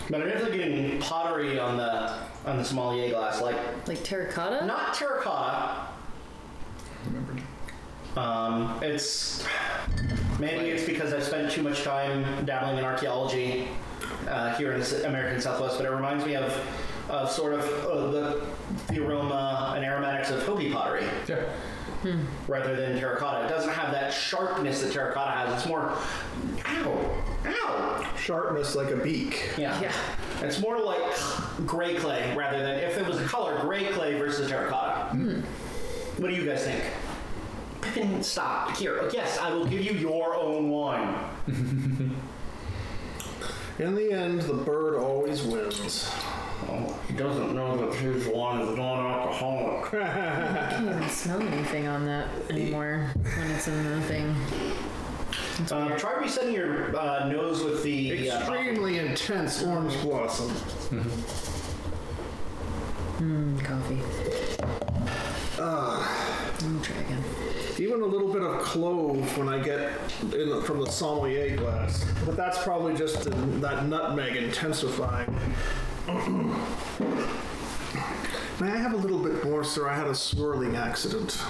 Speaker 2: But I'm definitely getting pottery on the on the sommelier glass, like
Speaker 5: Like terracotta?
Speaker 2: not terracotta. Um, it's maybe it's because I've spent too much time dabbling in archaeology uh, here in the American Southwest, but it reminds me of, of sort of uh, the, the aroma and aromatics of Hopi pottery. Hmm.
Speaker 3: Yeah.
Speaker 2: rather than terracotta. It doesn't have that sharpness that terracotta has. It's more, ow, ow.
Speaker 4: Sharpness like a beak.
Speaker 2: Yeah.
Speaker 5: Yeah.
Speaker 2: It's more like gray clay rather than if it was a color, gray clay versus terracotta. What do you guys think? Pippin, stop here. Yes, I will give you your own wine.
Speaker 4: In the end, the bird always wins.
Speaker 2: Oh, he doesn't know that his wine is non-alcoholic.
Speaker 5: I can't even smell anything on that anymore when it's in the thing.
Speaker 2: Um, try resetting your uh, nose with the. uh,
Speaker 4: Extremely intense orange blossom.
Speaker 5: Mm, coffee. Let me try again.
Speaker 4: Even a little bit of clove when I get in the, from the sommelier glass. But that's probably just the, that nutmeg intensifying. May I have a little bit more, sir? I had a swirling accident.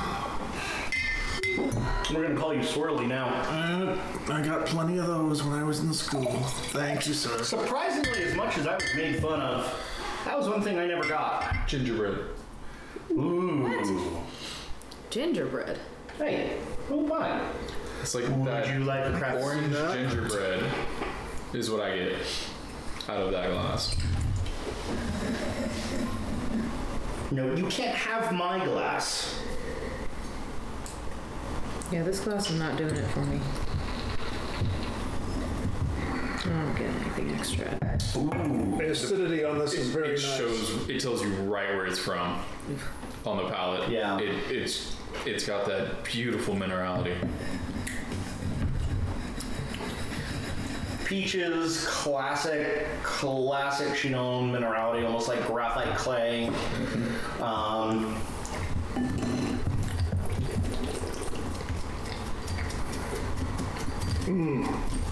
Speaker 2: we're gonna call you Swirly now.
Speaker 4: Uh, I got plenty of those when I was in school. Thank you, sir.
Speaker 2: Surprisingly, as much as I was made fun of, that was one thing I never got.
Speaker 3: Gingerbread.
Speaker 2: Ooh.
Speaker 5: Gingerbread.
Speaker 2: Hey, who won?
Speaker 3: It's like
Speaker 2: Would
Speaker 3: that
Speaker 2: you like a crap?
Speaker 3: orange
Speaker 4: No.
Speaker 3: gingerbread is what I get out of that glass.
Speaker 2: No, you can't have my glass.
Speaker 5: Yeah, this glass is not doing it for me. I don't get anything extra.
Speaker 4: The acidity on this is very
Speaker 3: it
Speaker 4: nice.
Speaker 3: shows it tells you right where it's from on the palate
Speaker 2: Yeah.
Speaker 3: it, it's it's got that beautiful minerality
Speaker 2: Peaches, classic, classic Chinon minerality, almost like graphite clay. Um,
Speaker 3: yeah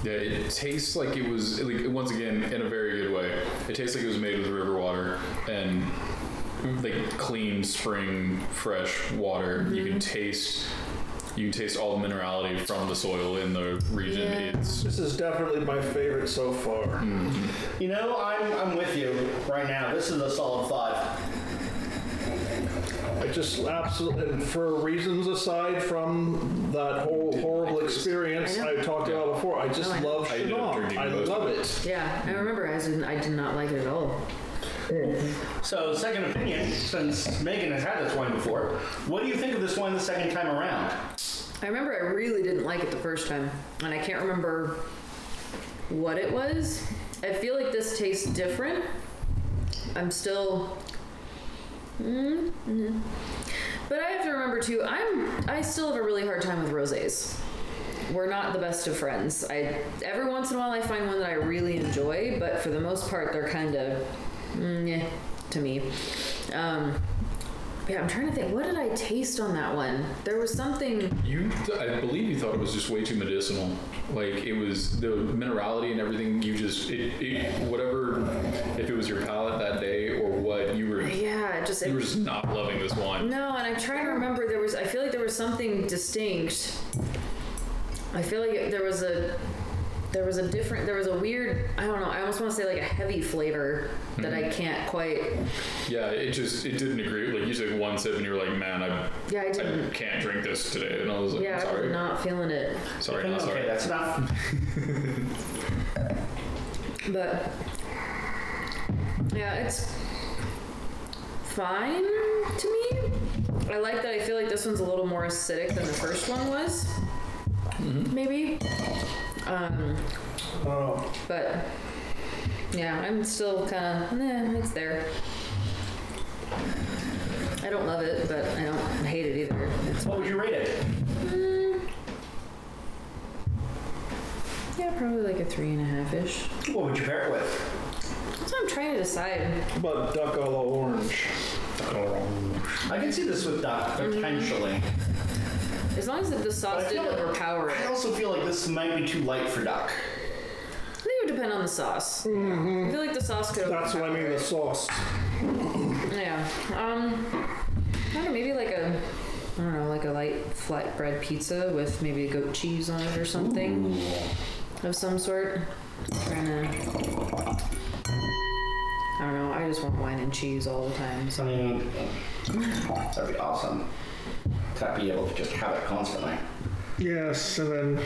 Speaker 3: it tastes like it was like once again in a very good way it tastes like it was made with river water and like clean spring fresh water you can taste you can taste all the minerality from the soil in the region
Speaker 5: Yeah.
Speaker 3: it's
Speaker 4: This is definitely my favorite so far.
Speaker 2: you know, I'm, I'm with you right now. This is a solid five.
Speaker 4: I just absolutely, and for reasons aside from that whole horrible experience
Speaker 5: I
Speaker 4: I, talked about before, I just
Speaker 5: No, Oh, I know.
Speaker 4: love
Speaker 3: I ended up
Speaker 4: Chinon.
Speaker 3: drinking
Speaker 4: I
Speaker 3: most of
Speaker 4: love
Speaker 3: it.
Speaker 4: it.
Speaker 5: Yeah, I remember I didn't, I did not like it at all.
Speaker 2: So, second opinion, since Megan has had this wine before, what do you think of this wine the second time around?
Speaker 5: I remember I really didn't like it the first time, and I can't remember what it was. I feel like this tastes different. I'm still. Mm, mm. But I have to remember too. I'm. I still have a really hard time with rosés. We're not the best of friends. I every once in a while I find one that I really enjoy, but for the most part they're kind of, mm, yeah, to me. Um, yeah, I'm trying to think. What did I taste on that one? There was something.
Speaker 3: You, th- I believe you thought it was just way too medicinal. Like it was the minerality and everything. You just it, it whatever, if it was your palate that day or what you were, you
Speaker 5: Yeah, it just it
Speaker 3: were just not loving this wine.
Speaker 5: No, and I'm trying to remember. There was. I feel like there was something distinct. I feel like there was a. There was a different. There was a weird. I don't know. I almost want to say like a heavy flavor that
Speaker 3: Hmm.
Speaker 5: I can't quite.
Speaker 3: Yeah, it just it didn't agree. Like you took one sip and you were like, man, I,
Speaker 5: Yeah, I
Speaker 3: I
Speaker 5: didn't.
Speaker 3: can't drink this today. And I was like,
Speaker 5: Yeah, I was
Speaker 3: sorry,
Speaker 5: not feeling it.
Speaker 3: sorry, not
Speaker 2: okay,
Speaker 3: sorry.
Speaker 2: that's enough.
Speaker 5: But yeah, it's fine to me. I like that. I feel like this one's a little more acidic than the first one was.
Speaker 2: Mm-hmm.
Speaker 5: Maybe. Um,
Speaker 4: Oh,
Speaker 5: But yeah, I'm still kind of nah, it's there. I don't love it, but I don't hate it either. It's
Speaker 2: What would you rate it?
Speaker 5: mm, yeah, probably like a three and a half ish.
Speaker 2: What would you pair it with?
Speaker 5: That's what I'm trying to decide.
Speaker 4: how about duck a la orange?
Speaker 2: I can see this with duck, potentially.
Speaker 5: As long as the sauce
Speaker 2: I
Speaker 5: didn't
Speaker 2: feel-
Speaker 5: overpower it,
Speaker 2: I also feel like this might be too light for duck.
Speaker 5: I think it would depend on the sauce. I feel like the sauce could.
Speaker 4: That's what I mean, the sauce.
Speaker 5: Yeah. Um, I don't know, maybe like a, I don't know, like a light flatbread pizza with maybe a goat cheese on it or something of some sort. Trying to. I don't know. I just want wine and cheese all the time. So
Speaker 2: Something that'd be awesome. To be able to just have it constantly.
Speaker 4: Yes, and then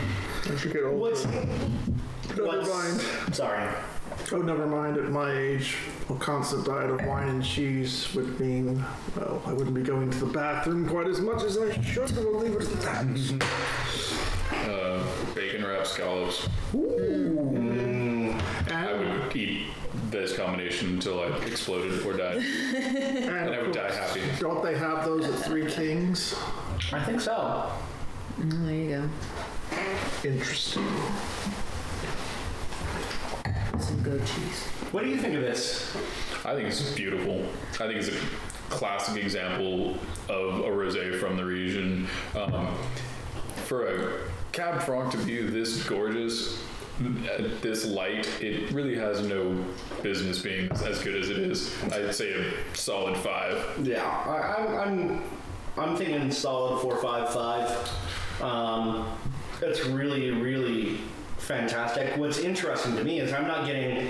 Speaker 4: as you get older.
Speaker 2: What's
Speaker 4: never mind.
Speaker 2: what's sorry.
Speaker 4: Oh, never mind. At my age, a constant diet of wine and cheese would mean, well, I wouldn't be going to the bathroom quite as much as I should. We'll leave it at that.
Speaker 3: Uh, bacon wrap scallops. I
Speaker 4: And,
Speaker 3: would eat this combination until I exploded or died, and I
Speaker 4: and
Speaker 3: would die happy.
Speaker 4: don't they have those at Three Kings?
Speaker 2: I think so.
Speaker 5: mm, there you go.
Speaker 4: Interesting.
Speaker 5: Some goat cheese.
Speaker 2: What do you think of this?
Speaker 3: I think it's beautiful. I think it's a classic example of a rosé from the region. Um, for a Cab Franc to be this gorgeous, th- this light, it really has no business being as good as it is. I'd say a solid five.
Speaker 2: Yeah, I, I'm, I'm, I'm thinking solid four, five, five. Um, it's really, really fantastic. What's interesting to me is I'm not getting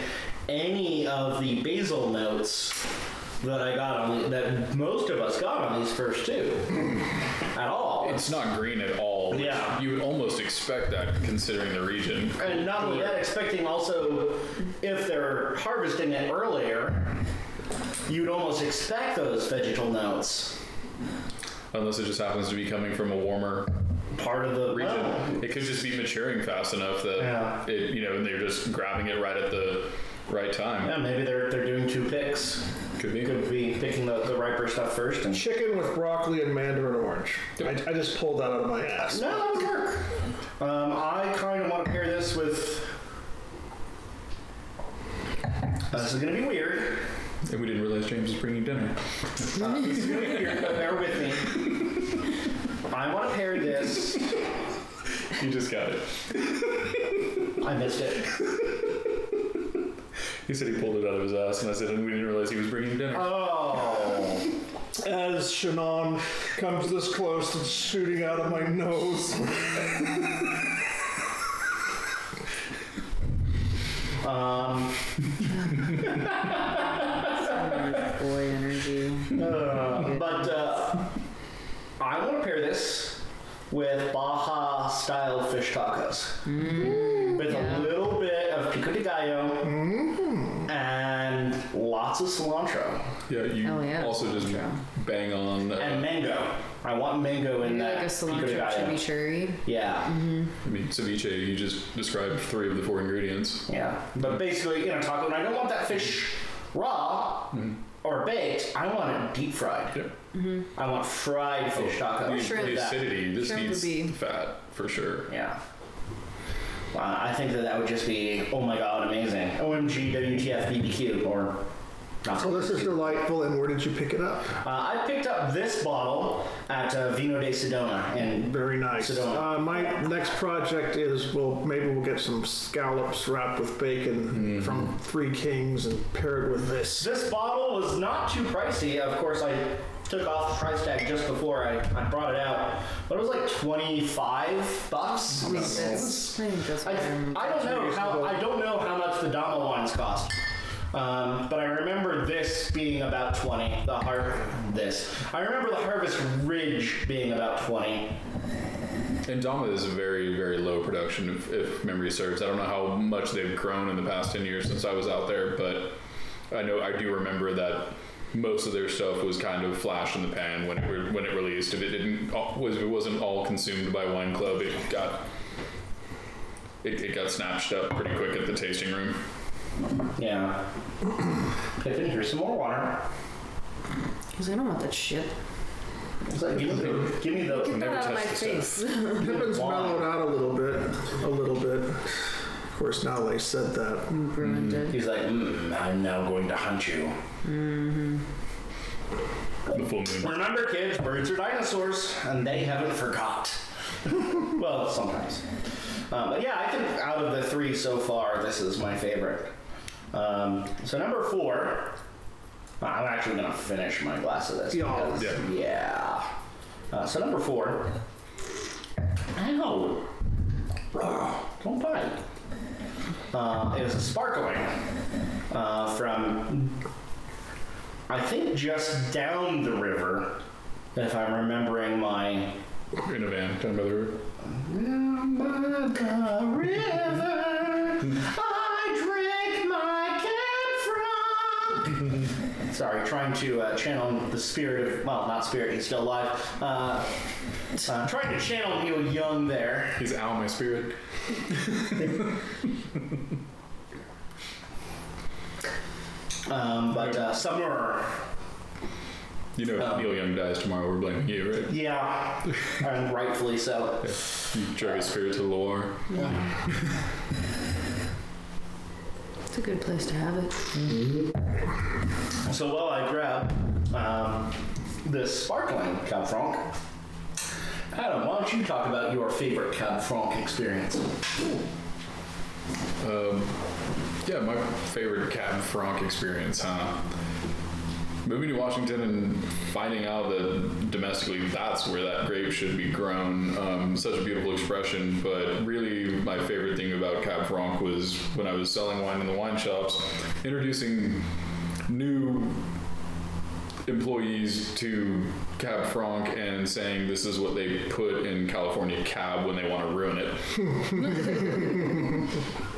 Speaker 2: any of the basil notes that I got on the, that most of us got on these first two at all.
Speaker 3: It's not green at all. which
Speaker 2: Yeah.
Speaker 3: You would almost expect that considering the region.
Speaker 2: and not only that, expecting also if they're harvesting it earlier, you'd almost expect those vegetal notes
Speaker 3: Unless it just happens to be coming from a warmer
Speaker 2: part of the
Speaker 3: region.
Speaker 2: well,
Speaker 3: It could just be maturing fast enough that
Speaker 2: Yeah.
Speaker 3: it, you know, and they're just grabbing it right at the right time.
Speaker 2: Yeah, maybe they're they're doing two picks.
Speaker 3: Could be.
Speaker 2: You could be picking the, the riper stuff first. And
Speaker 4: Chicken with broccoli and mandarin orange. I, I just pulled that out of my ass.
Speaker 2: no, that would work. Um, I kind of want to pair this with. This is gonna be weird.
Speaker 3: And we didn't realize James was bringing dinner.
Speaker 2: Uh, this is gonna be weird, but bear with me. I want to pair this.
Speaker 3: He just got it.
Speaker 2: I missed it.
Speaker 3: He said he pulled it out of his ass, and I said, and we didn't realize he was bringing dinner.
Speaker 2: Oh,
Speaker 4: As Shannon comes this close to shooting out of my nose.
Speaker 2: um,
Speaker 5: Boy energy.
Speaker 2: uh, but uh, I want to pair this with Baja style fish tacos. with
Speaker 5: yeah.
Speaker 2: a little bit of pico de gallo and
Speaker 1: lots
Speaker 2: lots
Speaker 1: of cilantro
Speaker 3: Yeah, you
Speaker 5: Oh, yeah.
Speaker 3: also just bang on. Uh,
Speaker 1: and mango. I want mango in
Speaker 5: Maybe
Speaker 1: that.
Speaker 5: like a
Speaker 1: pico de
Speaker 5: cilantro
Speaker 1: gallo.
Speaker 5: chimichurri.
Speaker 1: Yeah.
Speaker 3: I mean, ceviche. You just described three of the four ingredients.
Speaker 1: Yeah, but basically, you know, taco. And I don't want that fish raw or baked. I want it deep fried.
Speaker 3: Yep.
Speaker 1: I want fried fish taco.
Speaker 3: The,
Speaker 5: Shrimp.
Speaker 3: the
Speaker 1: That-
Speaker 3: acidity. This
Speaker 5: Shrimp would
Speaker 3: needs
Speaker 5: be-
Speaker 3: fat for sure.
Speaker 1: Yeah. Wow, I think that that would just be oh my god, amazing. OMG, WTF, BBQ, or not.
Speaker 4: So this is delightful. And where did you pick it up?
Speaker 1: Uh, I picked up this bottle at uh, Vino de Sedona, and
Speaker 4: Very nice.
Speaker 1: Sedona.
Speaker 4: Uh, my next project is well, maybe we'll get some scallops wrapped with bacon from Three Kings and pair it with this.
Speaker 1: This bottle was not too pricey. Of course, I took off the price tag just before I, I brought it out, but it was like 25 bucks.
Speaker 5: I think that's, I think that's
Speaker 1: I,
Speaker 5: what I remember.
Speaker 1: I don't know how I don't know how much the Dama wines cost. Um, but I remember this being about 20. The har- this. I remember the Harvest Ridge being about 20.
Speaker 3: And Dama is a very, very low production, if, if memory serves. I don't know how much they've grown in the past 10 years since I was out there, but I know I do remember that most of their stuff was kind of flash in the pan when it re- when it released. If it didn't all- was if it wasn't all consumed by Wine Club, it got it, it got snatched up pretty quick at the tasting room.
Speaker 1: Yeah. Pippin, here's some more water.
Speaker 5: Because I don't want that shit.
Speaker 1: It's like, give me the. Give me the
Speaker 5: Get
Speaker 3: never
Speaker 5: that out of my
Speaker 3: touched the
Speaker 5: face.
Speaker 4: Pippin's
Speaker 1: Why?
Speaker 4: mellowed out a little bit, a little bit. Of course, now they said that.
Speaker 5: Ruined it.
Speaker 1: He's like, mm, I'm now going to hunt you.
Speaker 3: The full moon.
Speaker 1: Remember, kids, birds are dinosaurs, and they haven't forgot. well, sometimes. Um, but yeah, I think out of the three so far, this is my favorite. Um, so number four, I'm actually gonna finish my glass of this.
Speaker 4: Yeah.
Speaker 1: because-
Speaker 3: Yeah.
Speaker 1: yeah. Uh, so number four. Ow! Ugh, don't bite. Uh, it was a sparkling uh, from I think just down the river, if I'm remembering my.
Speaker 3: In a van, down by the river.
Speaker 1: The river I drink my cat from. Sorry, trying to uh, channel the spirit of. Well, not spirit, he's still alive. Uh, uh, trying to channel Neil Young there.
Speaker 3: He's out my spirit.
Speaker 1: Um, but uh, summer.
Speaker 3: You know, if Neil Young dies tomorrow, we're blaming you, right?
Speaker 1: Yeah, and rightfully so.
Speaker 3: You drove his spirit to the war.
Speaker 5: It's a good place to have it.
Speaker 1: So while I grab um, this sparkling Cab Franc, Adam, why don't you talk about your favorite Cab Franc experience?
Speaker 3: Yeah, my favorite Cab Franc experience, huh? Moving to Washington and finding out that domestically that's where that grape should be grown. Um, such a beautiful expression, but really my favorite thing about Cab Franc was when I was selling wine in the wine shops, introducing new employees to Cab Franc and saying this is what they put in California Cab when they want to ruin it.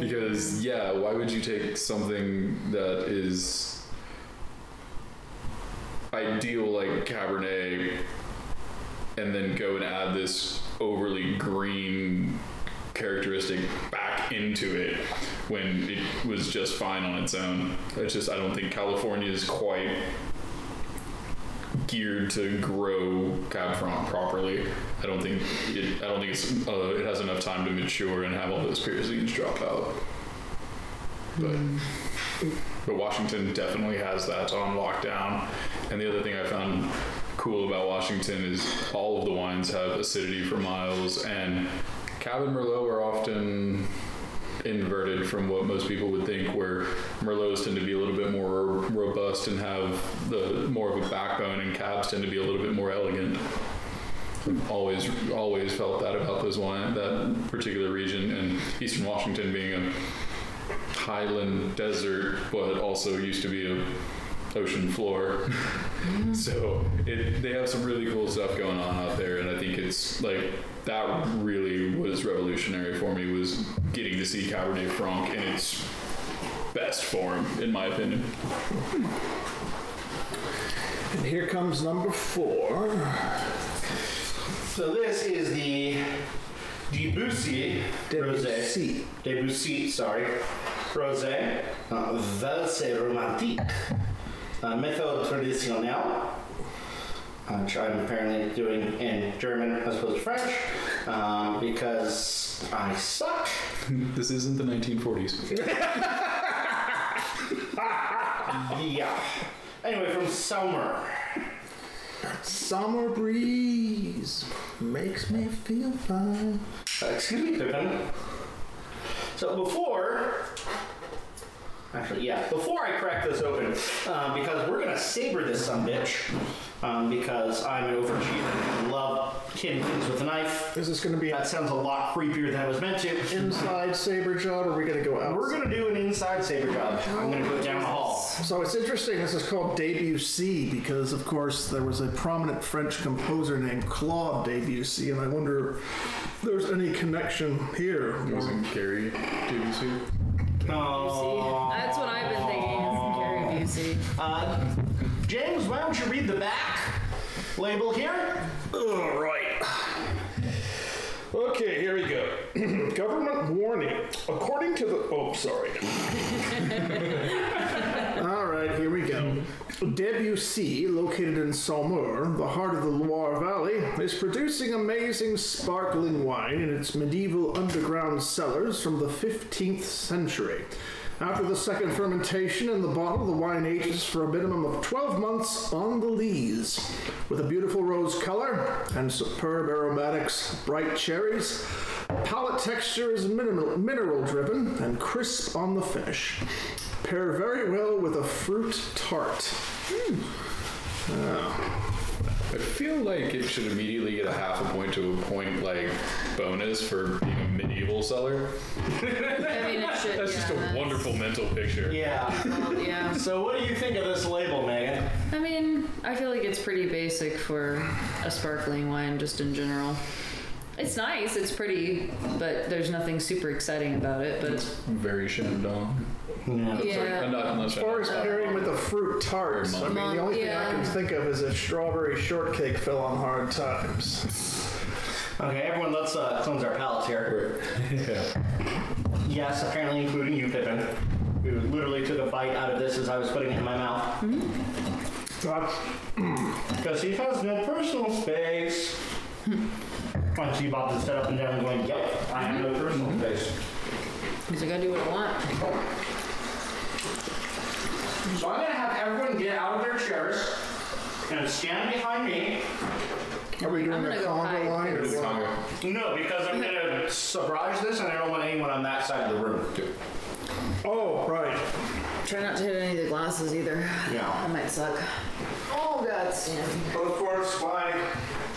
Speaker 3: Because yeah, why would you take something that is ideal like Cabernet and then go and add this overly green characteristic back into it when it was just fine on its own? It's just I don't think California is quite geared to grow Cab Franc properly. I don't think it, I don't think it's, uh, it has enough time to mature and have all those piercings drop out. But but Washington definitely has that on lockdown. And the other thing I found cool about Washington is all of the wines have acidity for miles, and Cab and Merlot are often inverted from what most people would think, where Merlots tend to be a little bit more robust and have the more of a backbone, and Cabs tend to be a little bit more elegant. I've Always, always felt that about those wine, that particular region, and Eastern Washington being a highland desert, but also used to be a ocean floor. so it, they have some really cool stuff going on out there, and I think it's like that really was revolutionary for me was getting to see Cabernet Franc in its best form, in my opinion.
Speaker 4: And here comes number four.
Speaker 1: So this is the Debussy Rosé.
Speaker 4: Debussy.
Speaker 1: Debussy, sorry. Rosé. Uh, Valse romantique. Uh, méthode traditionnelle. uh, Which I'm apparently doing in German as opposed to French. Um, because I suck.
Speaker 3: This isn't the 1940s.
Speaker 1: Yeah. Anyway, from Summer.
Speaker 4: Summer breeze makes me feel fine.
Speaker 1: Uh, excuse me, Pippin. So before, actually, yeah, before I crack this open, uh, because we're gonna savor this some bitch, um, because I'm an overachiever. Love kidding things with a knife.
Speaker 4: Is this going to be
Speaker 1: That sounds a lot creepier than it was meant to.
Speaker 4: inside saber shot, or are we going to go out?
Speaker 1: We're gonna do an inside saber job. I'm gonna go down the hall.
Speaker 4: So it's interesting. This is called Debussy because, of course, there was a prominent French composer named Claude Debussy, and I wonder if there's any connection here.
Speaker 3: Wasn't Gary Debussy?
Speaker 1: Um, No.
Speaker 5: That's what I've been thinking. Is Gary Busey.
Speaker 1: Uh, James, why don't you read the back label here?
Speaker 4: All right. Okay, here we go. Government warning. According to the. Oh, sorry. All right, here we go. Debussy, located in Saumur, the heart of the Loire Valley, is producing amazing sparkling wine in its medieval underground cellars from the 15th century. After the second fermentation in the bottle, the wine ages for a minimum of 12 months on the lees. With a beautiful rose color and superb aromatics, bright cherries, palate texture is minimal, mineral driven and crisp on the finish. Pair very well with a fruit tart.
Speaker 3: I feel like it should immediately get a half a point to a point like bonus for being a medieval seller.
Speaker 5: I mean, it should. yeah,
Speaker 3: That's just a
Speaker 5: that's-
Speaker 3: wonderful mental picture.
Speaker 1: Yeah.
Speaker 5: well, yeah.
Speaker 1: So, what do you think of this label, Megan?
Speaker 5: I mean, I feel like it's pretty basic for a sparkling wine, just in general. It's nice, it's pretty, but there's nothing super exciting about it. But it's,
Speaker 3: Very shamdong.
Speaker 5: Yeah.
Speaker 3: Sorry, not unless
Speaker 4: As far as
Speaker 3: I-
Speaker 4: pairing with a fruit tart, I mean, the only thing I
Speaker 5: Yeah.
Speaker 4: can think of is if strawberry shortcake fell on hard times.
Speaker 1: Okay, everyone, let's uh, cleanse our palates here. Yes, apparently, including you, Pippin. We literally took a bite out of this as I was putting it in my mouth.
Speaker 4: That's
Speaker 1: Because he has no personal space. I see Bob just set up and down and going, Yep, I have no personal space.
Speaker 5: he's like, I do what I want.
Speaker 1: So I'm going to have everyone get out of their chairs and stand behind me.
Speaker 4: Are we doing
Speaker 5: I'm
Speaker 4: a
Speaker 5: gonna go
Speaker 4: conga
Speaker 5: hide.
Speaker 4: line or
Speaker 3: It's
Speaker 4: what?
Speaker 3: Congo.
Speaker 1: No, because I'm going to subrage this and I don't want anyone on that side of the room.
Speaker 4: Oh, right.
Speaker 5: Try not to hit any of the glasses either.
Speaker 1: Yeah.
Speaker 5: That might suck. Oh God, Sam.
Speaker 4: But of course, my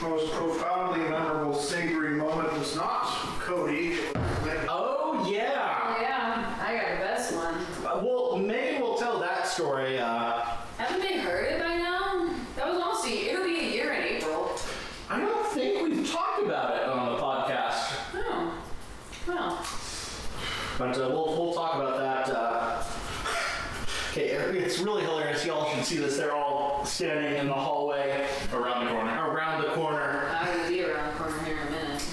Speaker 4: most profoundly memorable savory moment was not Cody.
Speaker 1: Oh, yeah.
Speaker 5: Yeah, I got the best one.
Speaker 1: Uh, Well, Megan will tell that story. Uh,
Speaker 5: Haven't they heard it by now? That was almost a, it'll be a year in April.
Speaker 1: I don't think we've talked about it on the podcast,
Speaker 5: Oh, well.
Speaker 1: but uh, we'll, we'll talk about that. Uh, okay, it's really hilarious. Y'all should see this. They're all standing in the hallway
Speaker 3: Around the corner.
Speaker 1: around the corner.
Speaker 5: I will be around the corner here in a minute.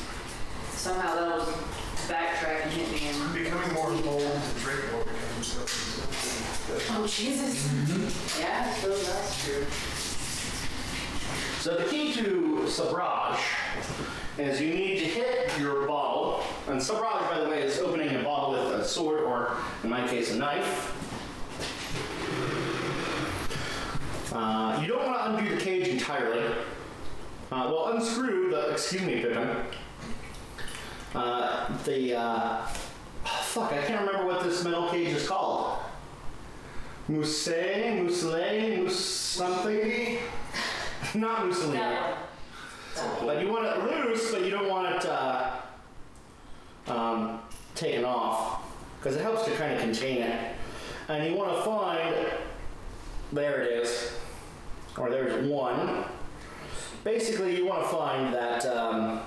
Speaker 5: Somehow that'll backtrack and hit me in.
Speaker 9: Becoming more bold, the drink will become so.
Speaker 5: Oh, Jesus.
Speaker 9: Mm-hmm.
Speaker 5: Yeah, I suppose that's true.
Speaker 1: So the key to sabrage is you need to hit your bottle. And sabrage, by the way, is opening a bottle with a sword or, in my case, a knife. Uh, you don't want to undo the cage entirely. Uh, well, unscrew the. Excuse me, Pippin. Uh, the. Uh, fuck, I can't remember what this metal cage is called. Mousse, mousseline, mousse something. Not mousseline. But you want it loose, but you don't want it uh, um, taken off because it helps to kind of contain it. And you want to find there it is, or there's one. Basically, you want to find that um,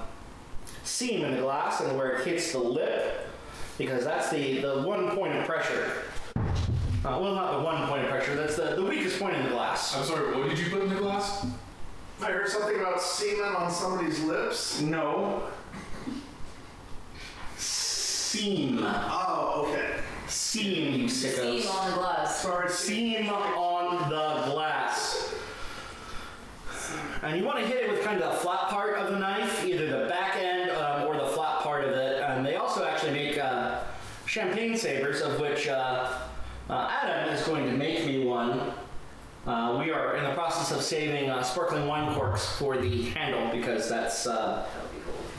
Speaker 1: seam in the glass and where it hits the lip because that's the, the one point of pressure. Uh, well, not the one point of pressure. That's the, the weakest point in the glass.
Speaker 3: I'm sorry, what did you put in the glass?
Speaker 4: I heard something about semen on somebody's lips.
Speaker 1: No. Seam.
Speaker 4: Oh, okay.
Speaker 1: Seam, you
Speaker 5: Steve
Speaker 1: sickos.
Speaker 5: on the glass.
Speaker 4: Sorry,
Speaker 1: Seam on the glass. And you want to hit it with kind of the flat part of the knife, either the back end um, or the flat part of it. And they also actually make uh, champagne sabers, of which uh, uh, Adam is going to make me one. Uh, we are in the process of saving uh, sparkling wine corks for the handle because that's uh,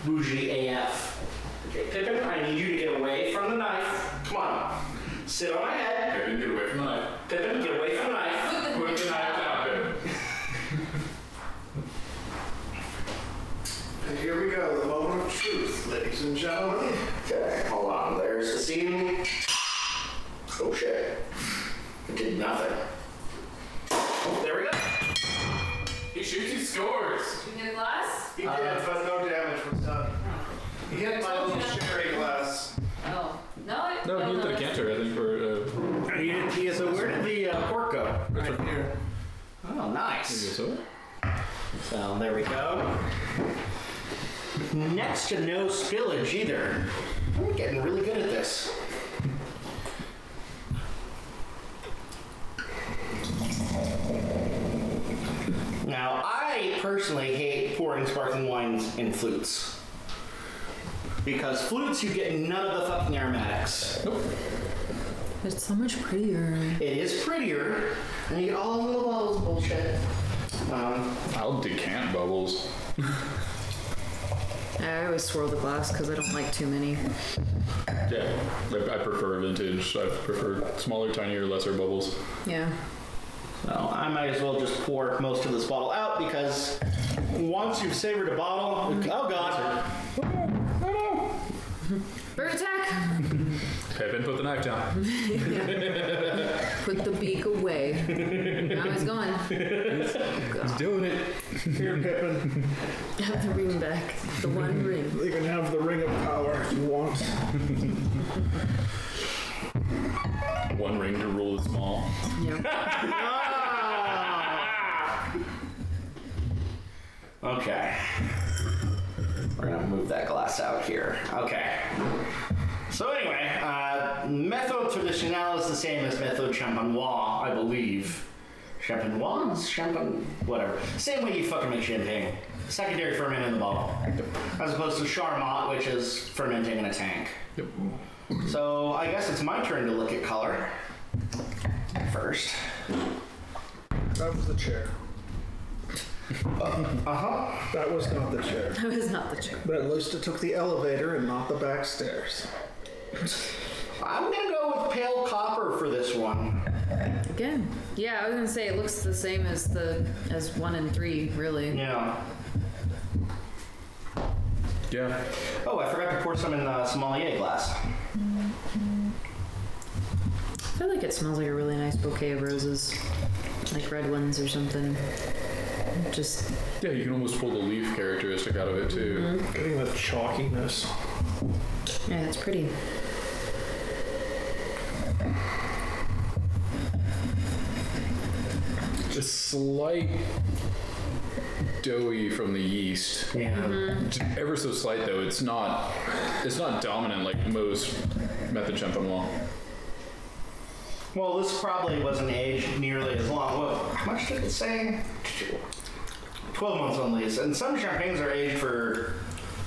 Speaker 1: bougie AF. Okay, Pippin, I need you to get away from the knife. Come on. Sit on my head.
Speaker 3: I didn't get away from the knife.
Speaker 1: Pippin, get away from the knife.
Speaker 3: Put the knife down, babe.
Speaker 4: And here we go, the moment of truth, ladies and gentlemen.
Speaker 1: Okay, hold on. There's the seam. Oh shit. It did nothing. There we go.
Speaker 3: He shoots, he scores.
Speaker 5: In the glass?
Speaker 4: He did, but no damage was done. He hit my little sherry glass.
Speaker 5: Oh. No, I,
Speaker 3: No, he hit the
Speaker 5: that's-
Speaker 3: decanter, I think, or uh,
Speaker 1: So where did the uh, cork go?
Speaker 4: Right here.
Speaker 1: Oh, nice.
Speaker 3: so.
Speaker 1: So there we go. Next to no spillage either. I'm getting really good at this. Now, I personally hate pouring sparkling wines in flutes. Because flutes, you get none of the fucking aromatics.
Speaker 5: It's so much prettier.
Speaker 1: It is prettier, and you get all the little bubbles bullshit. Um,
Speaker 3: I'll decant bubbles.
Speaker 5: I always swirl the glass because I don't like too many.
Speaker 3: Yeah, I, I prefer vintage. I prefer smaller, tinier, lesser bubbles.
Speaker 5: Yeah.
Speaker 1: Well, I might as well just pour most of this bottle out because once you've savored a bottle, oh god,
Speaker 5: Bird attack!
Speaker 3: Pippin, put the knife down.
Speaker 5: Put the beak away. now he's gone.
Speaker 3: He's doing it.
Speaker 5: Have the ring back. The one ring.
Speaker 4: You can have the ring of power if you want.
Speaker 3: One ring to rule the small.
Speaker 5: Yeah.
Speaker 1: Okay. We're gonna move that glass out here. Okay. So anyway, uh, method traditionnel is the same as method champenois, I believe. Champenois, champagne, whatever. Same way you fucking make champagne. Secondary ferment in the bottle, as opposed to charmat, which is fermenting in a tank. So I guess it's my turn to look at color first.
Speaker 4: That was the chair.
Speaker 1: Uh huh.
Speaker 4: That was not the chair.
Speaker 5: That was not the chair.
Speaker 4: But at least it took the elevator and not the back stairs.
Speaker 1: I'm gonna go with pale copper for this one.
Speaker 5: Again. Yeah, I was gonna say it looks the same as the as one and three, really.
Speaker 1: Yeah.
Speaker 3: Yeah.
Speaker 1: Oh, I forgot to pour some in the sommelier glass.
Speaker 5: I feel like it smells like a really nice bouquet of roses. Like red ones or something. Just
Speaker 3: Yeah, you can almost pull the leaf characteristic out of it too.
Speaker 4: Getting the chalkiness.
Speaker 5: yeah, it's pretty.
Speaker 3: A slight doughy from the yeast.
Speaker 1: Yeah.
Speaker 3: Ever so slight though. It's not. It's not dominant like most method champenois.
Speaker 1: Well, this probably wasn't aged nearly as long. What, how much did it say? 12 months on lees. And some champagnes are aged for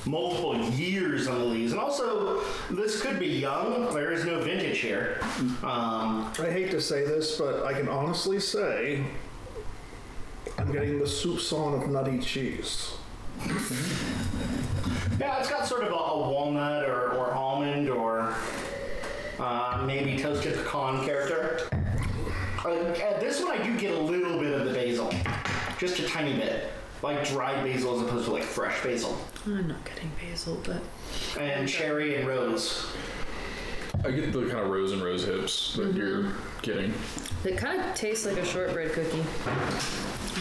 Speaker 1: multiple years on the lees. And also, this could be young. There is no vintage here. Um,
Speaker 4: I hate to say this, but I can honestly say I'm getting the soupçon of nutty cheese.
Speaker 1: yeah, it's got sort of a, a walnut or, or almond or uh, maybe toasted pecan character. Uh, uh, this one, I do get a little bit of the basil, just a tiny bit. Like dried basil as opposed to like fresh basil.
Speaker 5: I'm not getting basil, but
Speaker 1: and cherry and rose.
Speaker 3: I get the kind of rose and rose hips that you're getting.
Speaker 5: it kind of tastes like a shortbread cookie.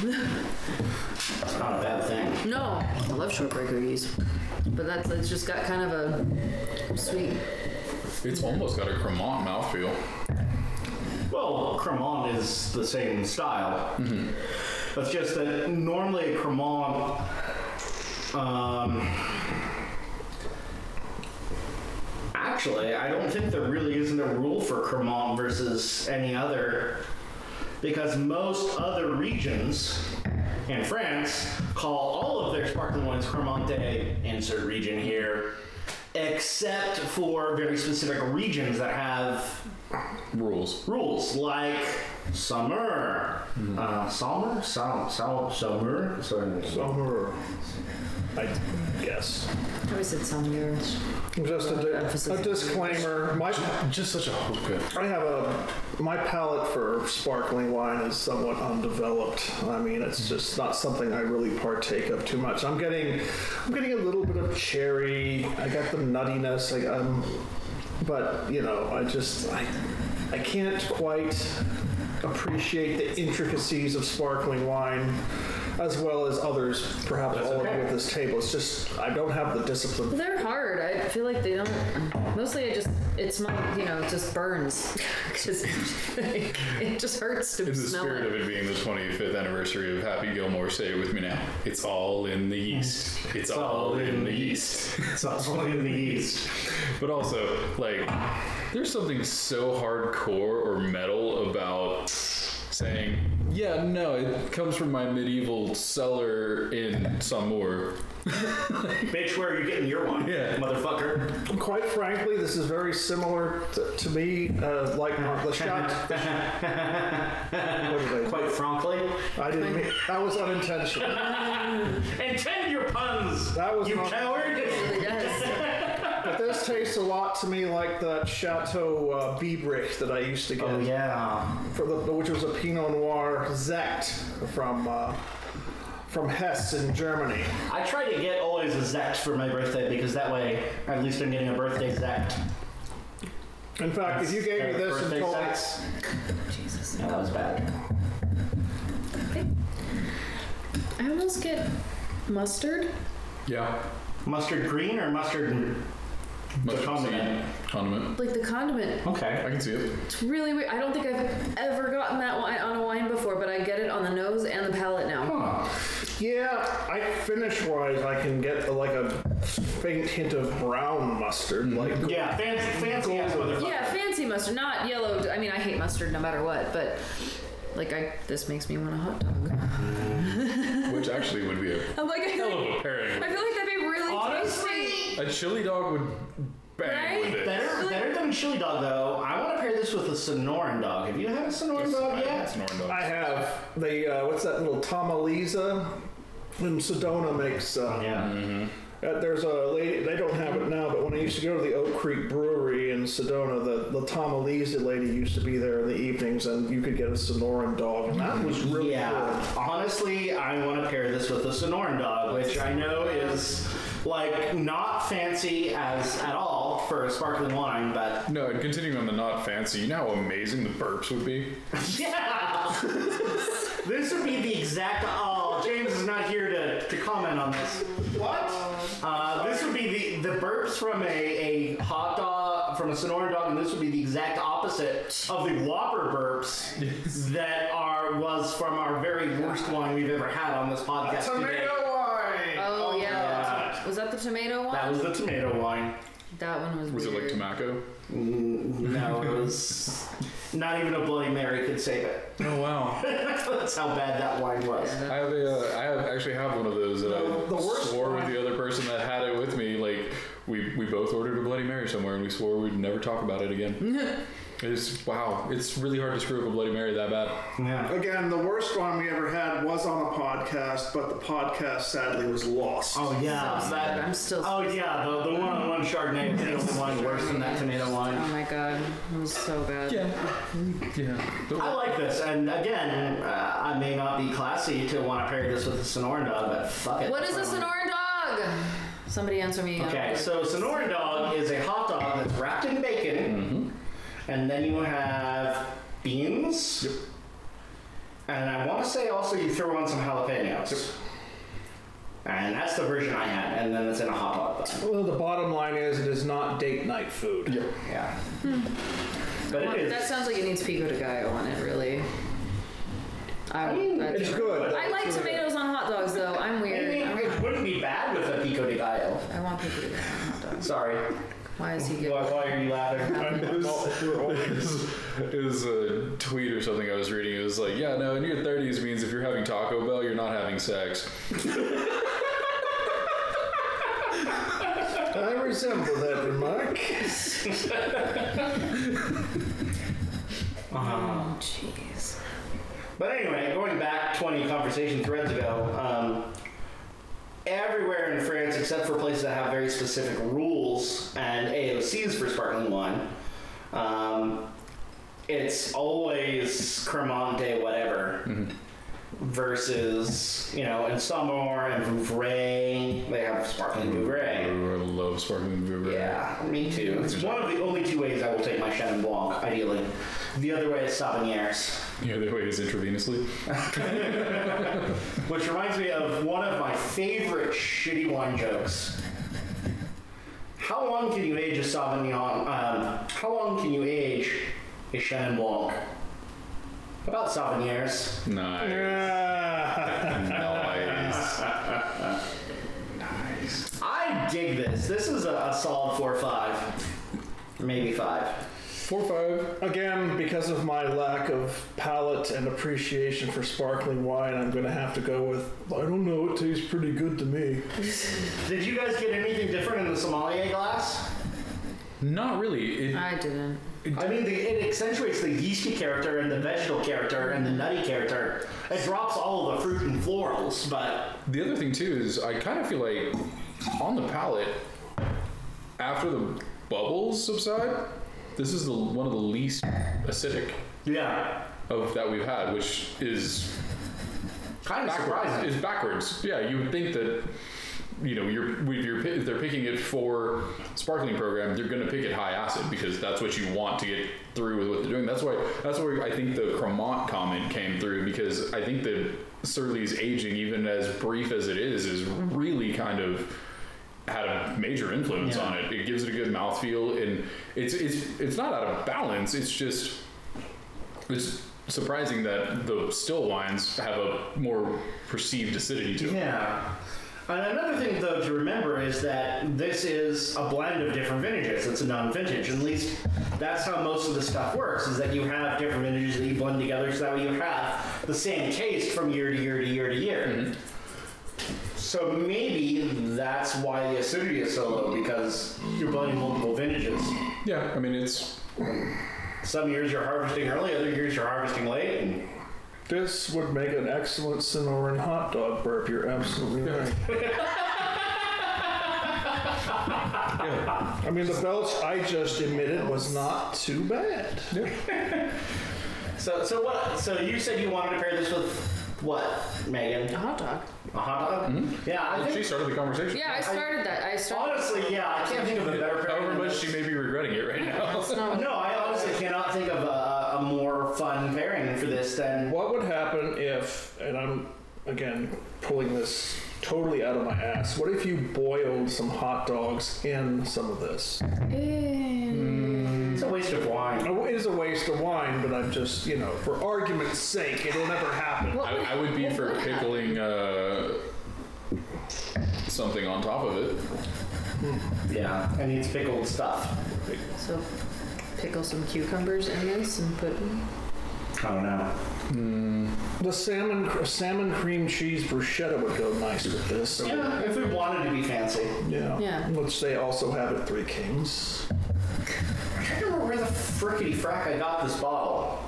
Speaker 1: It's not a bad thing.
Speaker 5: No, I love shortbread cookies, but that's it's just got kind of a sweet.
Speaker 3: It's almost got a cremant mouthfeel.
Speaker 1: Well,
Speaker 2: Well, Cremant is the same style. It's just that normally a Cremant. Um, actually, I don't think there really isn't a rule for Cremant versus any other, because most other regions in France call all of their sparkling wines Cremonte, insert region here, except for very specific regions that have
Speaker 3: Rules.
Speaker 2: rules like summer, uh, summer, sum, sum, summer, summer.
Speaker 4: Summer. I guess.
Speaker 5: I always said some years.
Speaker 4: Just a, di- a disclaimer. My just such a
Speaker 3: Okay.
Speaker 4: I have a my palate for sparkling wine is somewhat undeveloped. I mean, it's just not something I really partake of too much. I'm getting I'm getting a little bit of cherry. I got the nuttiness. I, um, but you know, I just I I can't quite appreciate the intricacies of sparkling wine. As well as others, perhaps all of you at this table. It's just I don't have the discipline.
Speaker 5: They're hard. I feel like they don't. Mostly, I just it's my you know it just burns because it just hurts to
Speaker 3: In the
Speaker 5: smell
Speaker 3: spirit
Speaker 5: it.
Speaker 3: of it being the 25th anniversary of Happy Gilmore, say it with me now. It's all in the yeast. It's all in the yeast.
Speaker 2: It's also in the east.
Speaker 3: But also, like, there's something so hardcore or metal about saying, yeah, no, it comes from my medieval cellar in Samur.
Speaker 2: Bitch, where are you getting your wine,
Speaker 3: Yeah.
Speaker 2: motherfucker?
Speaker 4: Quite frankly, this is very similar to, to me, uh, like uh, the shot. what did I-
Speaker 2: Quite frankly,
Speaker 4: I didn't mean that was unintentional.
Speaker 2: intend your puns.
Speaker 4: That was
Speaker 2: you
Speaker 4: not-
Speaker 2: coward.
Speaker 5: Yes.
Speaker 4: But this tastes a lot to me like that Chateau uh, Biebrich that I used to get,
Speaker 2: Oh yeah.
Speaker 4: for the, which was a Pinot Noir Zect from uh, from Hesse in Germany.
Speaker 2: I try to get always a zect for my birthday because that way, at least I'm getting a birthday zect.
Speaker 4: In fact, if you gave me this and
Speaker 2: birthday
Speaker 4: told me,
Speaker 2: zects. Jesus. Yeah, that was bad.
Speaker 5: I almost get mustard.
Speaker 3: Yeah.
Speaker 2: Mustard green or mustard?
Speaker 3: Mustard
Speaker 2: condiment.
Speaker 3: seed, Condiment.
Speaker 5: Like the condiment.
Speaker 2: Okay.
Speaker 3: I can see it.
Speaker 5: It's really weird. I don't think I've ever gotten that wine on a wine before, but I get it on the nose and the palate now.
Speaker 3: Ah.
Speaker 4: yeah, I finish wise, I can get like a faint hint of brown mustard, like
Speaker 2: Yeah, fancy, fancy ass motherfucker.
Speaker 5: Yeah, fancy mustard, not yellow. I mean, I hate mustard no matter what, but like I this makes me want a hot dog.
Speaker 3: Which actually would be a
Speaker 5: I'm like I feel
Speaker 3: hell of
Speaker 5: like,
Speaker 3: a pairing.
Speaker 5: I feel like that'd be really
Speaker 2: Honestly,
Speaker 5: tasty.
Speaker 3: A chili dog would bang
Speaker 5: Right?
Speaker 3: with it.
Speaker 2: Better, better than chili dog though. I want to pair this with a Sonoran dog. Have you had a Sonoran dog
Speaker 3: That's
Speaker 2: yet?
Speaker 3: an orange dog.
Speaker 4: I have the uh, what's that little Tomaliza? And Sedona makes. Uh,
Speaker 2: Yeah.
Speaker 4: uh, there's a lady. They don't have it now, but when I used to go to the Oak Creek Brewery in Sedona, the the Tomaliza lady used to be there in the evenings, and you could get a Sonoran dog, and that was really
Speaker 2: Yeah.
Speaker 4: good.
Speaker 2: Honestly, I want to pair this with a Sonoran dog, which I know is like not fancy as at all for a sparkling wine, but
Speaker 3: No, and continuing on the not fancy, you know how amazing the burps would be?
Speaker 2: yeah. this would be the exact. Oh, James is not here to, to comment on this. What? Uh, this would be the, the burps from a, a hot dog, from a Sonoran dog, and this would be the exact opposite of the Whopper burps that are was from our very worst one we've ever had on this podcast. today.
Speaker 4: Tomato wine.
Speaker 5: Oh yeah.
Speaker 2: yeah.
Speaker 5: Was that the tomato one?
Speaker 2: That
Speaker 5: That,
Speaker 2: was the tomato wine.
Speaker 5: one was.
Speaker 3: Was it like
Speaker 5: weird.
Speaker 3: tobacco?
Speaker 2: No, it was. Not even a Bloody Mary could save it.
Speaker 3: Oh, wow.
Speaker 2: That's how bad that wine was.
Speaker 3: I have a, uh, I have, actually have one of those that I
Speaker 4: the worst
Speaker 3: swore with the other person that had it with me. Like we, we both ordered a Bloody Mary somewhere, and we swore we'd never talk about it again. it's wow, it's really hard to screw up a Bloody Mary that bad.
Speaker 2: Yeah.
Speaker 4: Again, the worst one we ever had was on a podcast, but the podcast sadly was lost.
Speaker 2: Oh yeah,
Speaker 5: But I'm still.
Speaker 2: Oh yeah, the, the one-on-one Chardonnay is the only one worse than that tomato
Speaker 5: Oh
Speaker 2: wine.
Speaker 5: my god, it was so bad.
Speaker 3: Yeah, yeah. But
Speaker 2: I
Speaker 3: I,
Speaker 2: like this, and again, uh, I may not be classy to want to pair this with a Sonoran dog, but fuck it.
Speaker 5: What is a Sonoran dog? Somebody answer me.
Speaker 2: Okay, so Sonoran dog is a hot dog that's wrapped in bacon,
Speaker 5: Mm-hmm.
Speaker 2: and then you have beans, and I want to say also you throw on some jalapenos.
Speaker 1: And that's the version I had, and then it's in a hot dog bun.
Speaker 4: Well, the bottom line is it is not date night food.
Speaker 1: Yeah. But
Speaker 5: Well,
Speaker 1: it
Speaker 5: that
Speaker 1: is.
Speaker 5: sounds like it needs pico de gallo on it, really. I,
Speaker 1: I
Speaker 5: would-
Speaker 1: mean,
Speaker 5: that's-
Speaker 4: It's good.
Speaker 5: I like tomatoes on hot dogs, though. I'm
Speaker 1: I
Speaker 5: weird.
Speaker 1: mean,
Speaker 5: I want,
Speaker 1: it wouldn't be bad with a pico de gallo.
Speaker 5: I want pico de gallo on hot dogs.
Speaker 1: Sorry.
Speaker 5: Why is he getting?
Speaker 1: Why, why are you laughing?
Speaker 3: It was, it was a tweet or something I was reading. It was like, yeah, no, in your 30s means if you're having Taco Bell, you're not having sex.
Speaker 4: I resemble that remark.
Speaker 5: Oh, jeez.
Speaker 1: But anyway, going back 20 conversation threads ago, um, everywhere in France, except for places that have very specific rules and AOCs for sparkling wine, um, it's always Cremante whatever. Versus, you know, in Samoa and Vouvray, they have sparkling
Speaker 3: I
Speaker 1: Vouvray.
Speaker 3: love sparkling Vouvray.
Speaker 1: Yeah, me too. It's one of the only two ways I will take my Chenin Blanc, ideally. The other way is Sauvigner's.
Speaker 3: The other way is intravenously.
Speaker 1: Which reminds me of one of my favorite shitty wine jokes. How long can you age a Sauvignon? Um, how long can you age a Chenin Blanc? About Sauvignons.
Speaker 3: Nice. nice.
Speaker 1: I dig this. This is a, a solid four or five, maybe five.
Speaker 3: Four five.
Speaker 4: Again, because of my lack of palate and appreciation for sparkling wine, I'm going to have to go with I don't know, it tastes pretty good to me.
Speaker 1: Did you guys get anything different in the sommelier glass?
Speaker 3: Not really. It,
Speaker 5: I didn't.
Speaker 1: I mean, the, it accentuates the yeasty character and the vegetal character and the nutty character. It drops all of the fruit and florals, but
Speaker 3: the other thing too is I kind of feel like on the palate after the bubbles subside, this is the one of the least acidic
Speaker 1: yeah,
Speaker 3: of that we've had, which is
Speaker 1: kind of surprising.
Speaker 3: backwards. Is backwards. Yeah, you would think that you know you're, if you're if they're picking it for sparkling program, they're going to pick it high acid because that's what you want to get through with what they're doing. That's why that's where I think the Cremant comment came through because I think that Surly's aging, even as brief as it is, is really kind of had a major influence on it. It gives it a good mouthfeel, and it's it's it's not out of balance. It's just it's surprising that the still wines have a more perceived acidity to them.
Speaker 1: Yeah. And another thing, though, to remember is that this is a blend of different vintages. It's a non-vintage. At least that's how most of the stuff works: is that you have different vintages that you blend together, so that way you have the same taste from year to year to year to year.
Speaker 3: Mm-hmm.
Speaker 1: So maybe that's why the acidity is so low because you're blending multiple vintages.
Speaker 3: Yeah, I mean it's
Speaker 1: Some years you're harvesting early, other years you're harvesting late. And
Speaker 4: This would make an excellent Sonoran hot dog burp. You're absolutely right. I mean, the belch I just emitted was not too bad.
Speaker 1: so, so what? So you said you wanted to pair this with what, Megan?
Speaker 5: A hot dog.
Speaker 1: A hot dog? Yeah, I think
Speaker 3: she started the conversation.
Speaker 5: Yeah, I started that. I started.
Speaker 1: Honestly, yeah, I can't think of a better pair.
Speaker 3: However much she may be regretting it right now.
Speaker 1: No, I honestly cannot think of a, a more fun pairing for this than.
Speaker 4: What would happen if, and I'm again pulling this totally out of my ass, what if you boiled some hot dogs in some of this?
Speaker 1: It's a waste of wine.
Speaker 4: Now, It is a waste of wine, but I'm just, you know, for argument's sake, it'll never happen.
Speaker 5: What
Speaker 3: I, I would be
Speaker 5: what
Speaker 3: for
Speaker 5: would happen?
Speaker 3: pickling uh, something on top of it.
Speaker 1: Yeah, and it's pickled stuff.
Speaker 5: So pickle some cucumbers in this and put.
Speaker 1: I don't know.
Speaker 4: The salmon, cr- salmon cream cheese bruschetta would go nice with this.
Speaker 1: Yeah, if we wanted to be fancy.
Speaker 4: Yeah.
Speaker 5: Yeah.
Speaker 4: Which they also have at Three Kings.
Speaker 1: I can't remember where the frickety frack I got this bottle.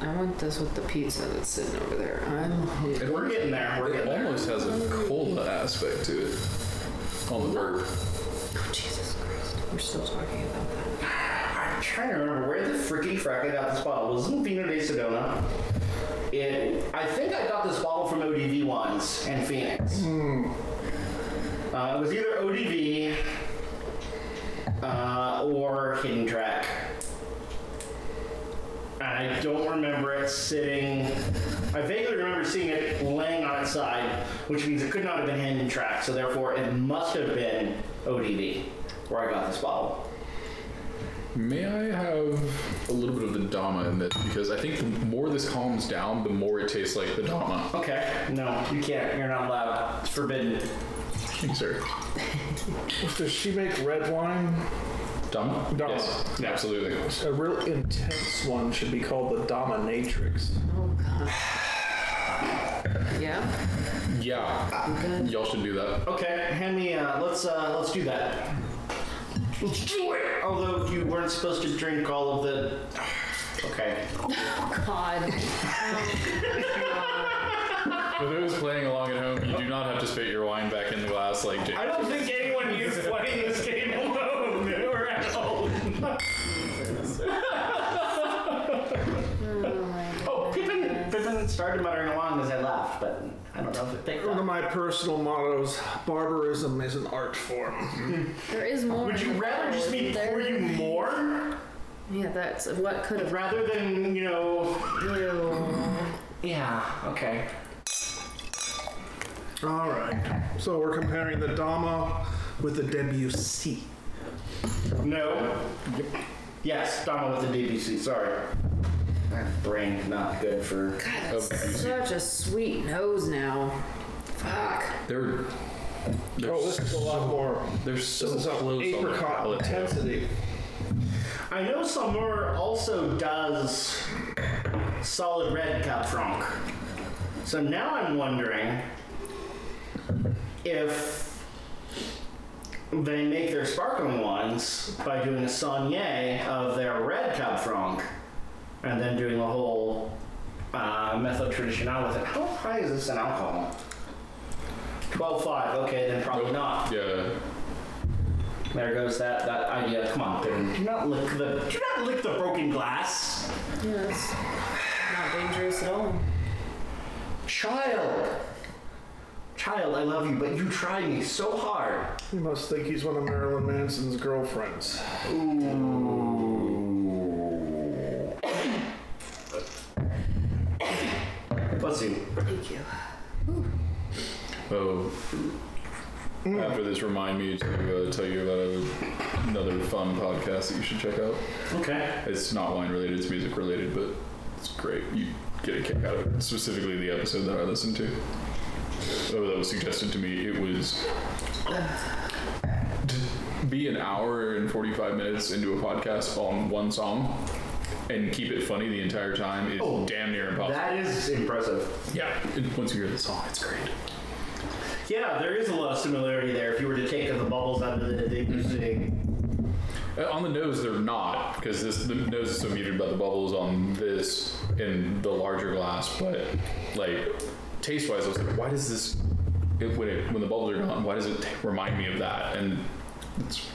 Speaker 5: I want this with the pizza that's sitting over there. I'm hungry.
Speaker 1: We're getting there. We're
Speaker 3: It
Speaker 1: getting there.
Speaker 3: almost has a cola aspect to it on the burp.
Speaker 5: Oh, Jesus Christ. We're still talking about that.
Speaker 1: I'm trying to remember where the frickety frack I got this bottle. It was in Vino de Sedona. It, I think I got this bottle from ODV once in Phoenix.
Speaker 2: Hmm.
Speaker 1: Uh, it was either ODV uh, or Hidden Track.
Speaker 2: I don't remember it sitting. I vaguely remember seeing it laying on its side, which means it could not have been hand and track, so therefore it must have been ODV, where I got this bottle.
Speaker 3: May I have a little bit of the Dama in this? Because I think the more this calms down, the more it tastes like the Dama.
Speaker 2: Okay, no, you can't. You're not allowed. It's forbidden.
Speaker 3: Thank you, sir.
Speaker 4: Does she make red wine?
Speaker 3: Dama?
Speaker 4: Dama.
Speaker 3: Yes, absolutely.
Speaker 4: A real intense one should be called the dominatrix.
Speaker 5: Oh, Yeah.
Speaker 3: Yeah,
Speaker 5: Okay.
Speaker 3: y'all should do that.
Speaker 2: Okay, hand me. Uh, let's uh, let's do that. Let's do it. Although you weren't supposed to drink all of the. Okay.
Speaker 5: Oh, God.
Speaker 3: For those playing along at home, you do not have to spit your wine back in the glass like James.
Speaker 2: I don't think anyone here is playing this game alone or at home. oh, Pippin, Pippin started muttering along as I laughed, but I don't know if it picked
Speaker 4: One of
Speaker 2: up.
Speaker 4: my personal mottos barbarism is an art form.
Speaker 5: There is more.
Speaker 2: Would you rather just me
Speaker 5: There-
Speaker 2: pour you more
Speaker 5: Yeah, that's what could have.
Speaker 2: rather than you know?
Speaker 5: Ew.
Speaker 2: Yeah. Okay.
Speaker 4: All right. So we're comparing the Dama with the Debussy.
Speaker 2: No. Yes, Dama with the DBC. Sorry. My brain not good for.
Speaker 5: Such a sweet nose now. Fuck.
Speaker 3: They're, they're,
Speaker 4: Oh, this is a lot more.
Speaker 3: they're so
Speaker 4: This is
Speaker 3: close
Speaker 4: a
Speaker 3: on the
Speaker 4: apricot
Speaker 3: palate.
Speaker 4: intensity.
Speaker 2: I know Samur also does solid red Cap Franc. So now I'm wondering if they make their sparkling ones by doing a saunier of their red Cap Franc and then doing a whole uh, method traditional with it. How high is this in alcohol? 12.5, okay, then probably not.
Speaker 3: Yeah,
Speaker 2: There goes that, that idea. Come on, Pippin. Do not lick the do not lick the broken glass.
Speaker 5: Yeah, that's not dangerous at all.
Speaker 2: Child. Child, I love you, but you try me so hard.
Speaker 4: You must think he's one of Marilyn Manson's girlfriends.
Speaker 2: Bless you.
Speaker 5: Thank you.
Speaker 3: Oh,
Speaker 4: Mm.
Speaker 3: after this, remind me to uh, tell you about a, another fun podcast that you should check out.
Speaker 2: Okay.
Speaker 3: It's not wine related; it's music related, but it's great. You get a kick out of it. Specifically, the episode that I listened to. Oh, that was suggested to me. It was to be an hour and forty-five minutes into a podcast on one song and keep it funny the entire time is
Speaker 2: Oh,
Speaker 3: damn near impossible.
Speaker 2: That is impressive.
Speaker 3: yeah, and once you hear the song, it's great.
Speaker 2: Yeah, there is a lot of similarity there if you were to take the bubbles out of the thing you're seeing.
Speaker 3: Uh, On the nose, they're not because this the nose is so muted by the bubbles on this in the larger glass. But like taste wise, I was like, why does this it, when it, when the bubbles are gone? Why does it t- remind me of that? And it's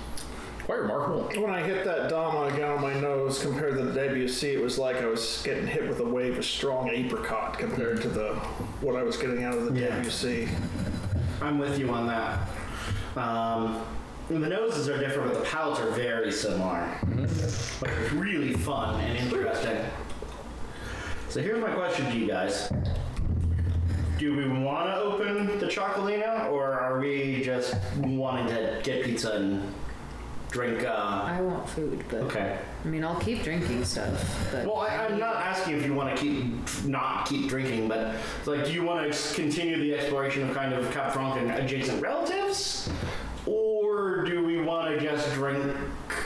Speaker 3: quite remarkable.
Speaker 4: When I hit that Dama again on my nose compared to the Debussy, it was like I was getting hit with a wave of strong apricot compared to the what I was getting out of the
Speaker 2: Yeah.
Speaker 4: Debussy.
Speaker 2: I'm with you on that. Um, and the noses are different, but the palates are very similar. But it's really fun and interesting. So here's my question to you guys. Do we want to open the Chocolina, or are we just wanting to get pizza and drink? Uh...
Speaker 5: I want food, but
Speaker 2: Okay.
Speaker 5: I mean, I'll keep drinking stuff. But
Speaker 2: Well, I, I'm not asking if you want to keep not keep drinking, but like, do you want to continue the exploration of kind of Cap Franc and adjacent relatives, or do we want to just drink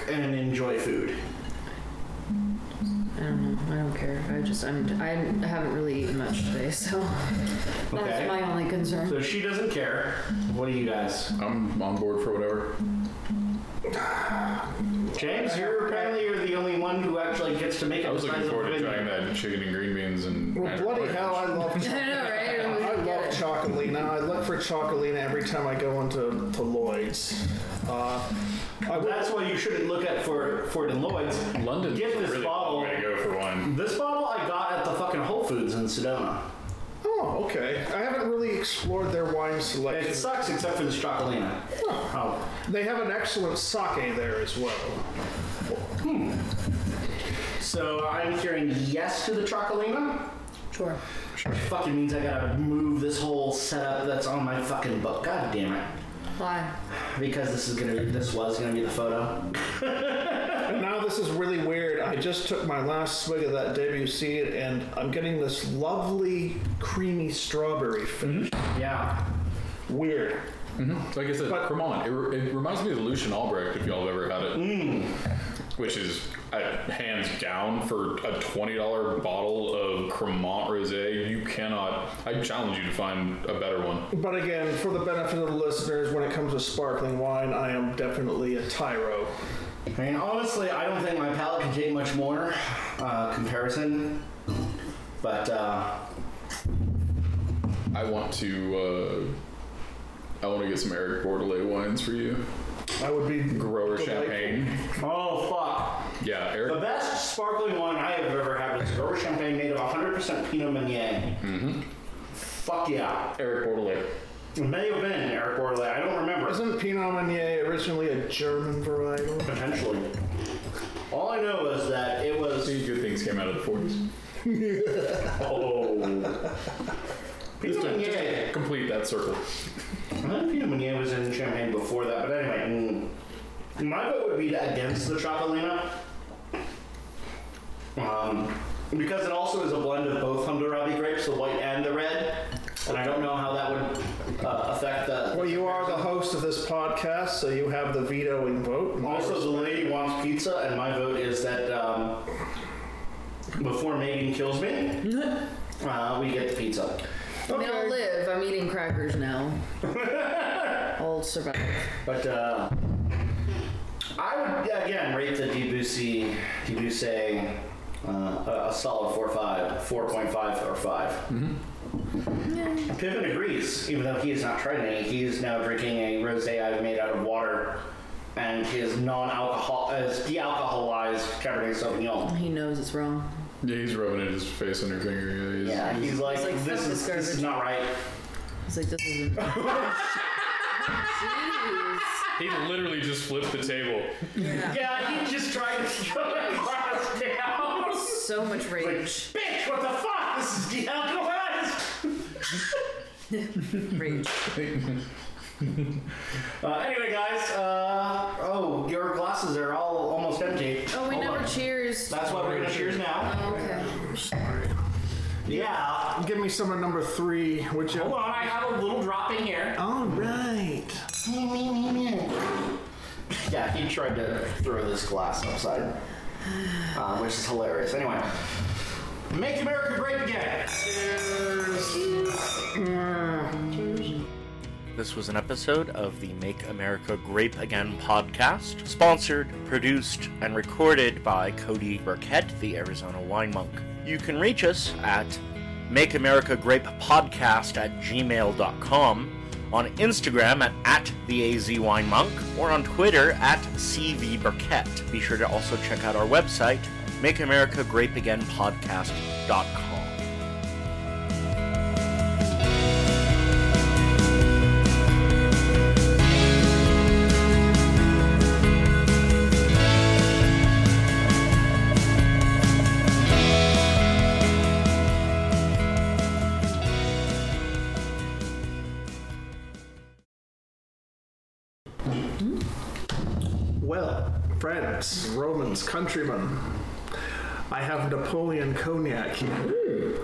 Speaker 2: and enjoy food?
Speaker 5: I don't know. I don't care. I just I'm I haven't really eaten much today, so
Speaker 2: Okay.
Speaker 5: that's my only concern.
Speaker 2: So she doesn't care. What do you guys?
Speaker 3: I'm on board for whatever.
Speaker 2: James, you're apparently you're the only one who actually gets to make it.
Speaker 3: I was looking
Speaker 2: besides
Speaker 3: forward to
Speaker 2: the-
Speaker 3: trying that chicken and green beans and.
Speaker 4: Well, bloody hell, I love
Speaker 5: I know, right? I
Speaker 4: I
Speaker 5: don't
Speaker 4: love
Speaker 5: get it.
Speaker 4: Chocolina. I look for Chocolina every time I go into to Lloyd's. Uh, I would,
Speaker 2: That's why you shouldn't look at for for it in Lloyd's.
Speaker 3: London's
Speaker 2: Get this
Speaker 3: really a
Speaker 2: bottle.
Speaker 3: long way to go for wine.
Speaker 2: This bottle I got at the fucking Whole Foods in Sedona.
Speaker 4: oh, Oh, okay. I haven't really explored their wine
Speaker 2: It
Speaker 4: selection.
Speaker 2: sucks except for the Stracolina. Oh.
Speaker 4: They have an excellent sake there as well.
Speaker 2: So I'm hearing yes to the Trocolina.
Speaker 5: Sure.
Speaker 2: Which fucking means I gotta move this whole setup that's on my fucking book. God damn it.
Speaker 5: Why?
Speaker 2: Because this is gonna this was gonna be the photo.
Speaker 4: And now this is really weird. I just took my last swig of that WC and I'm getting this lovely creamy strawberry finish.
Speaker 2: Mm-hmm. Yeah.
Speaker 4: Weird.
Speaker 3: Like I said,
Speaker 4: But-
Speaker 3: Cremant. It, re- it reminds me of the Lucian Albrecht, if y'all have ever had it. Which is uh, hands down for a twenty dollar bottle of Cremant rosé. You cannot. I challenge you to find a better one.
Speaker 4: But again, for the benefit of the listeners, when it comes to sparkling wine, I am definitely a tyro.
Speaker 2: I mean honestly I don't think my palate can take much more uh, comparison. But uh,
Speaker 3: I want to. Uh, I want to get some Eric Bordelais wines for you.
Speaker 4: I would be
Speaker 3: Grower
Speaker 4: delightful.
Speaker 3: champagne.
Speaker 2: oh fuck.
Speaker 3: Yeah,
Speaker 2: The
Speaker 3: Eric.
Speaker 2: best sparkling wine I have ever had is Grower Champagne made of 100% Pinot Meunier. Mm-hmm. Fuck yeah.
Speaker 3: Eric Bordelais.
Speaker 2: It may have been Eric Bordelais. I don't remember.
Speaker 4: Isn't Pinot Meunier originally a German varietal?
Speaker 2: Potentially. All I know is that it was.
Speaker 3: See, good things came out of the forties.
Speaker 2: Oh. Peter
Speaker 3: Just to, just to
Speaker 2: Meunier.
Speaker 3: complete that circle.
Speaker 2: I think Peter Meunier was in Champagne before that, but anyway. mm. My vote would be against the Chocolina. Um, because it also is a blend of both Hammurabi grapes, the white and the red. And I don't know how that would uh, affect the.
Speaker 4: Well, you are the host of this podcast, so you have the vetoing vote.
Speaker 2: Also, the lady wants pizza, and my vote is that um, before Megan kills me, uh, we get the pizza.
Speaker 5: I mean, I'll
Speaker 4: Okay.
Speaker 5: live. I'm eating crackers now. I'll survive.
Speaker 2: But uh, I would again rate the Debussy Debussy uh, a, a solid four five, four point five or 5 Pippin agrees, even though he has not tried any. He is now drinking a rosé I've made out of water and his non-alcohol, as de-alcoholized Cabernet Sauvignon.
Speaker 5: He knows it's wrong.
Speaker 3: Yeah, he's rubbing it in his face and her finger. Yeah, he's-
Speaker 2: Yeah, he's like,
Speaker 5: It's like,
Speaker 2: this
Speaker 5: fuck
Speaker 2: is
Speaker 5: this
Speaker 2: this is
Speaker 5: garbage.
Speaker 2: not right.
Speaker 5: It's like this isn't. Jeez.
Speaker 3: He literally just flipped the table.
Speaker 2: Yeah, he just tried to throw the glass down.
Speaker 5: So much rage.
Speaker 2: Bitch, what the fuck? This is de-alcoholized.
Speaker 5: Rage.
Speaker 2: Uh, anyway, guys. Uh, oh, your glasses are all almost empty.
Speaker 5: Oh, we
Speaker 2: Hold
Speaker 5: never
Speaker 2: on.
Speaker 5: cheers.
Speaker 2: That's why we're gonna cheers now.
Speaker 5: Oh, okay.
Speaker 2: Yeah.
Speaker 4: Give me some of number three, which
Speaker 2: Hold on, I have a little drop in here.
Speaker 4: Oh, All right.
Speaker 2: Yeah, he tried to throw this glass upside, uh, which is hilarious. Anyway, make America great again.
Speaker 10: This was an episode of the Make America Grape Again podcast, sponsored, produced, and recorded by Cody Burkett, the Arizona Wine Monk. You can reach us at Make America Grape Podcast at gmail.com, on Instagram at, at the AZ Wine Monk, or on Twitter at CV Burkett. Be sure to also check out our website, makeamericagreatagainpodcast.com.
Speaker 4: Well, friends, Romans, countrymen, I have Napoleon cognac here.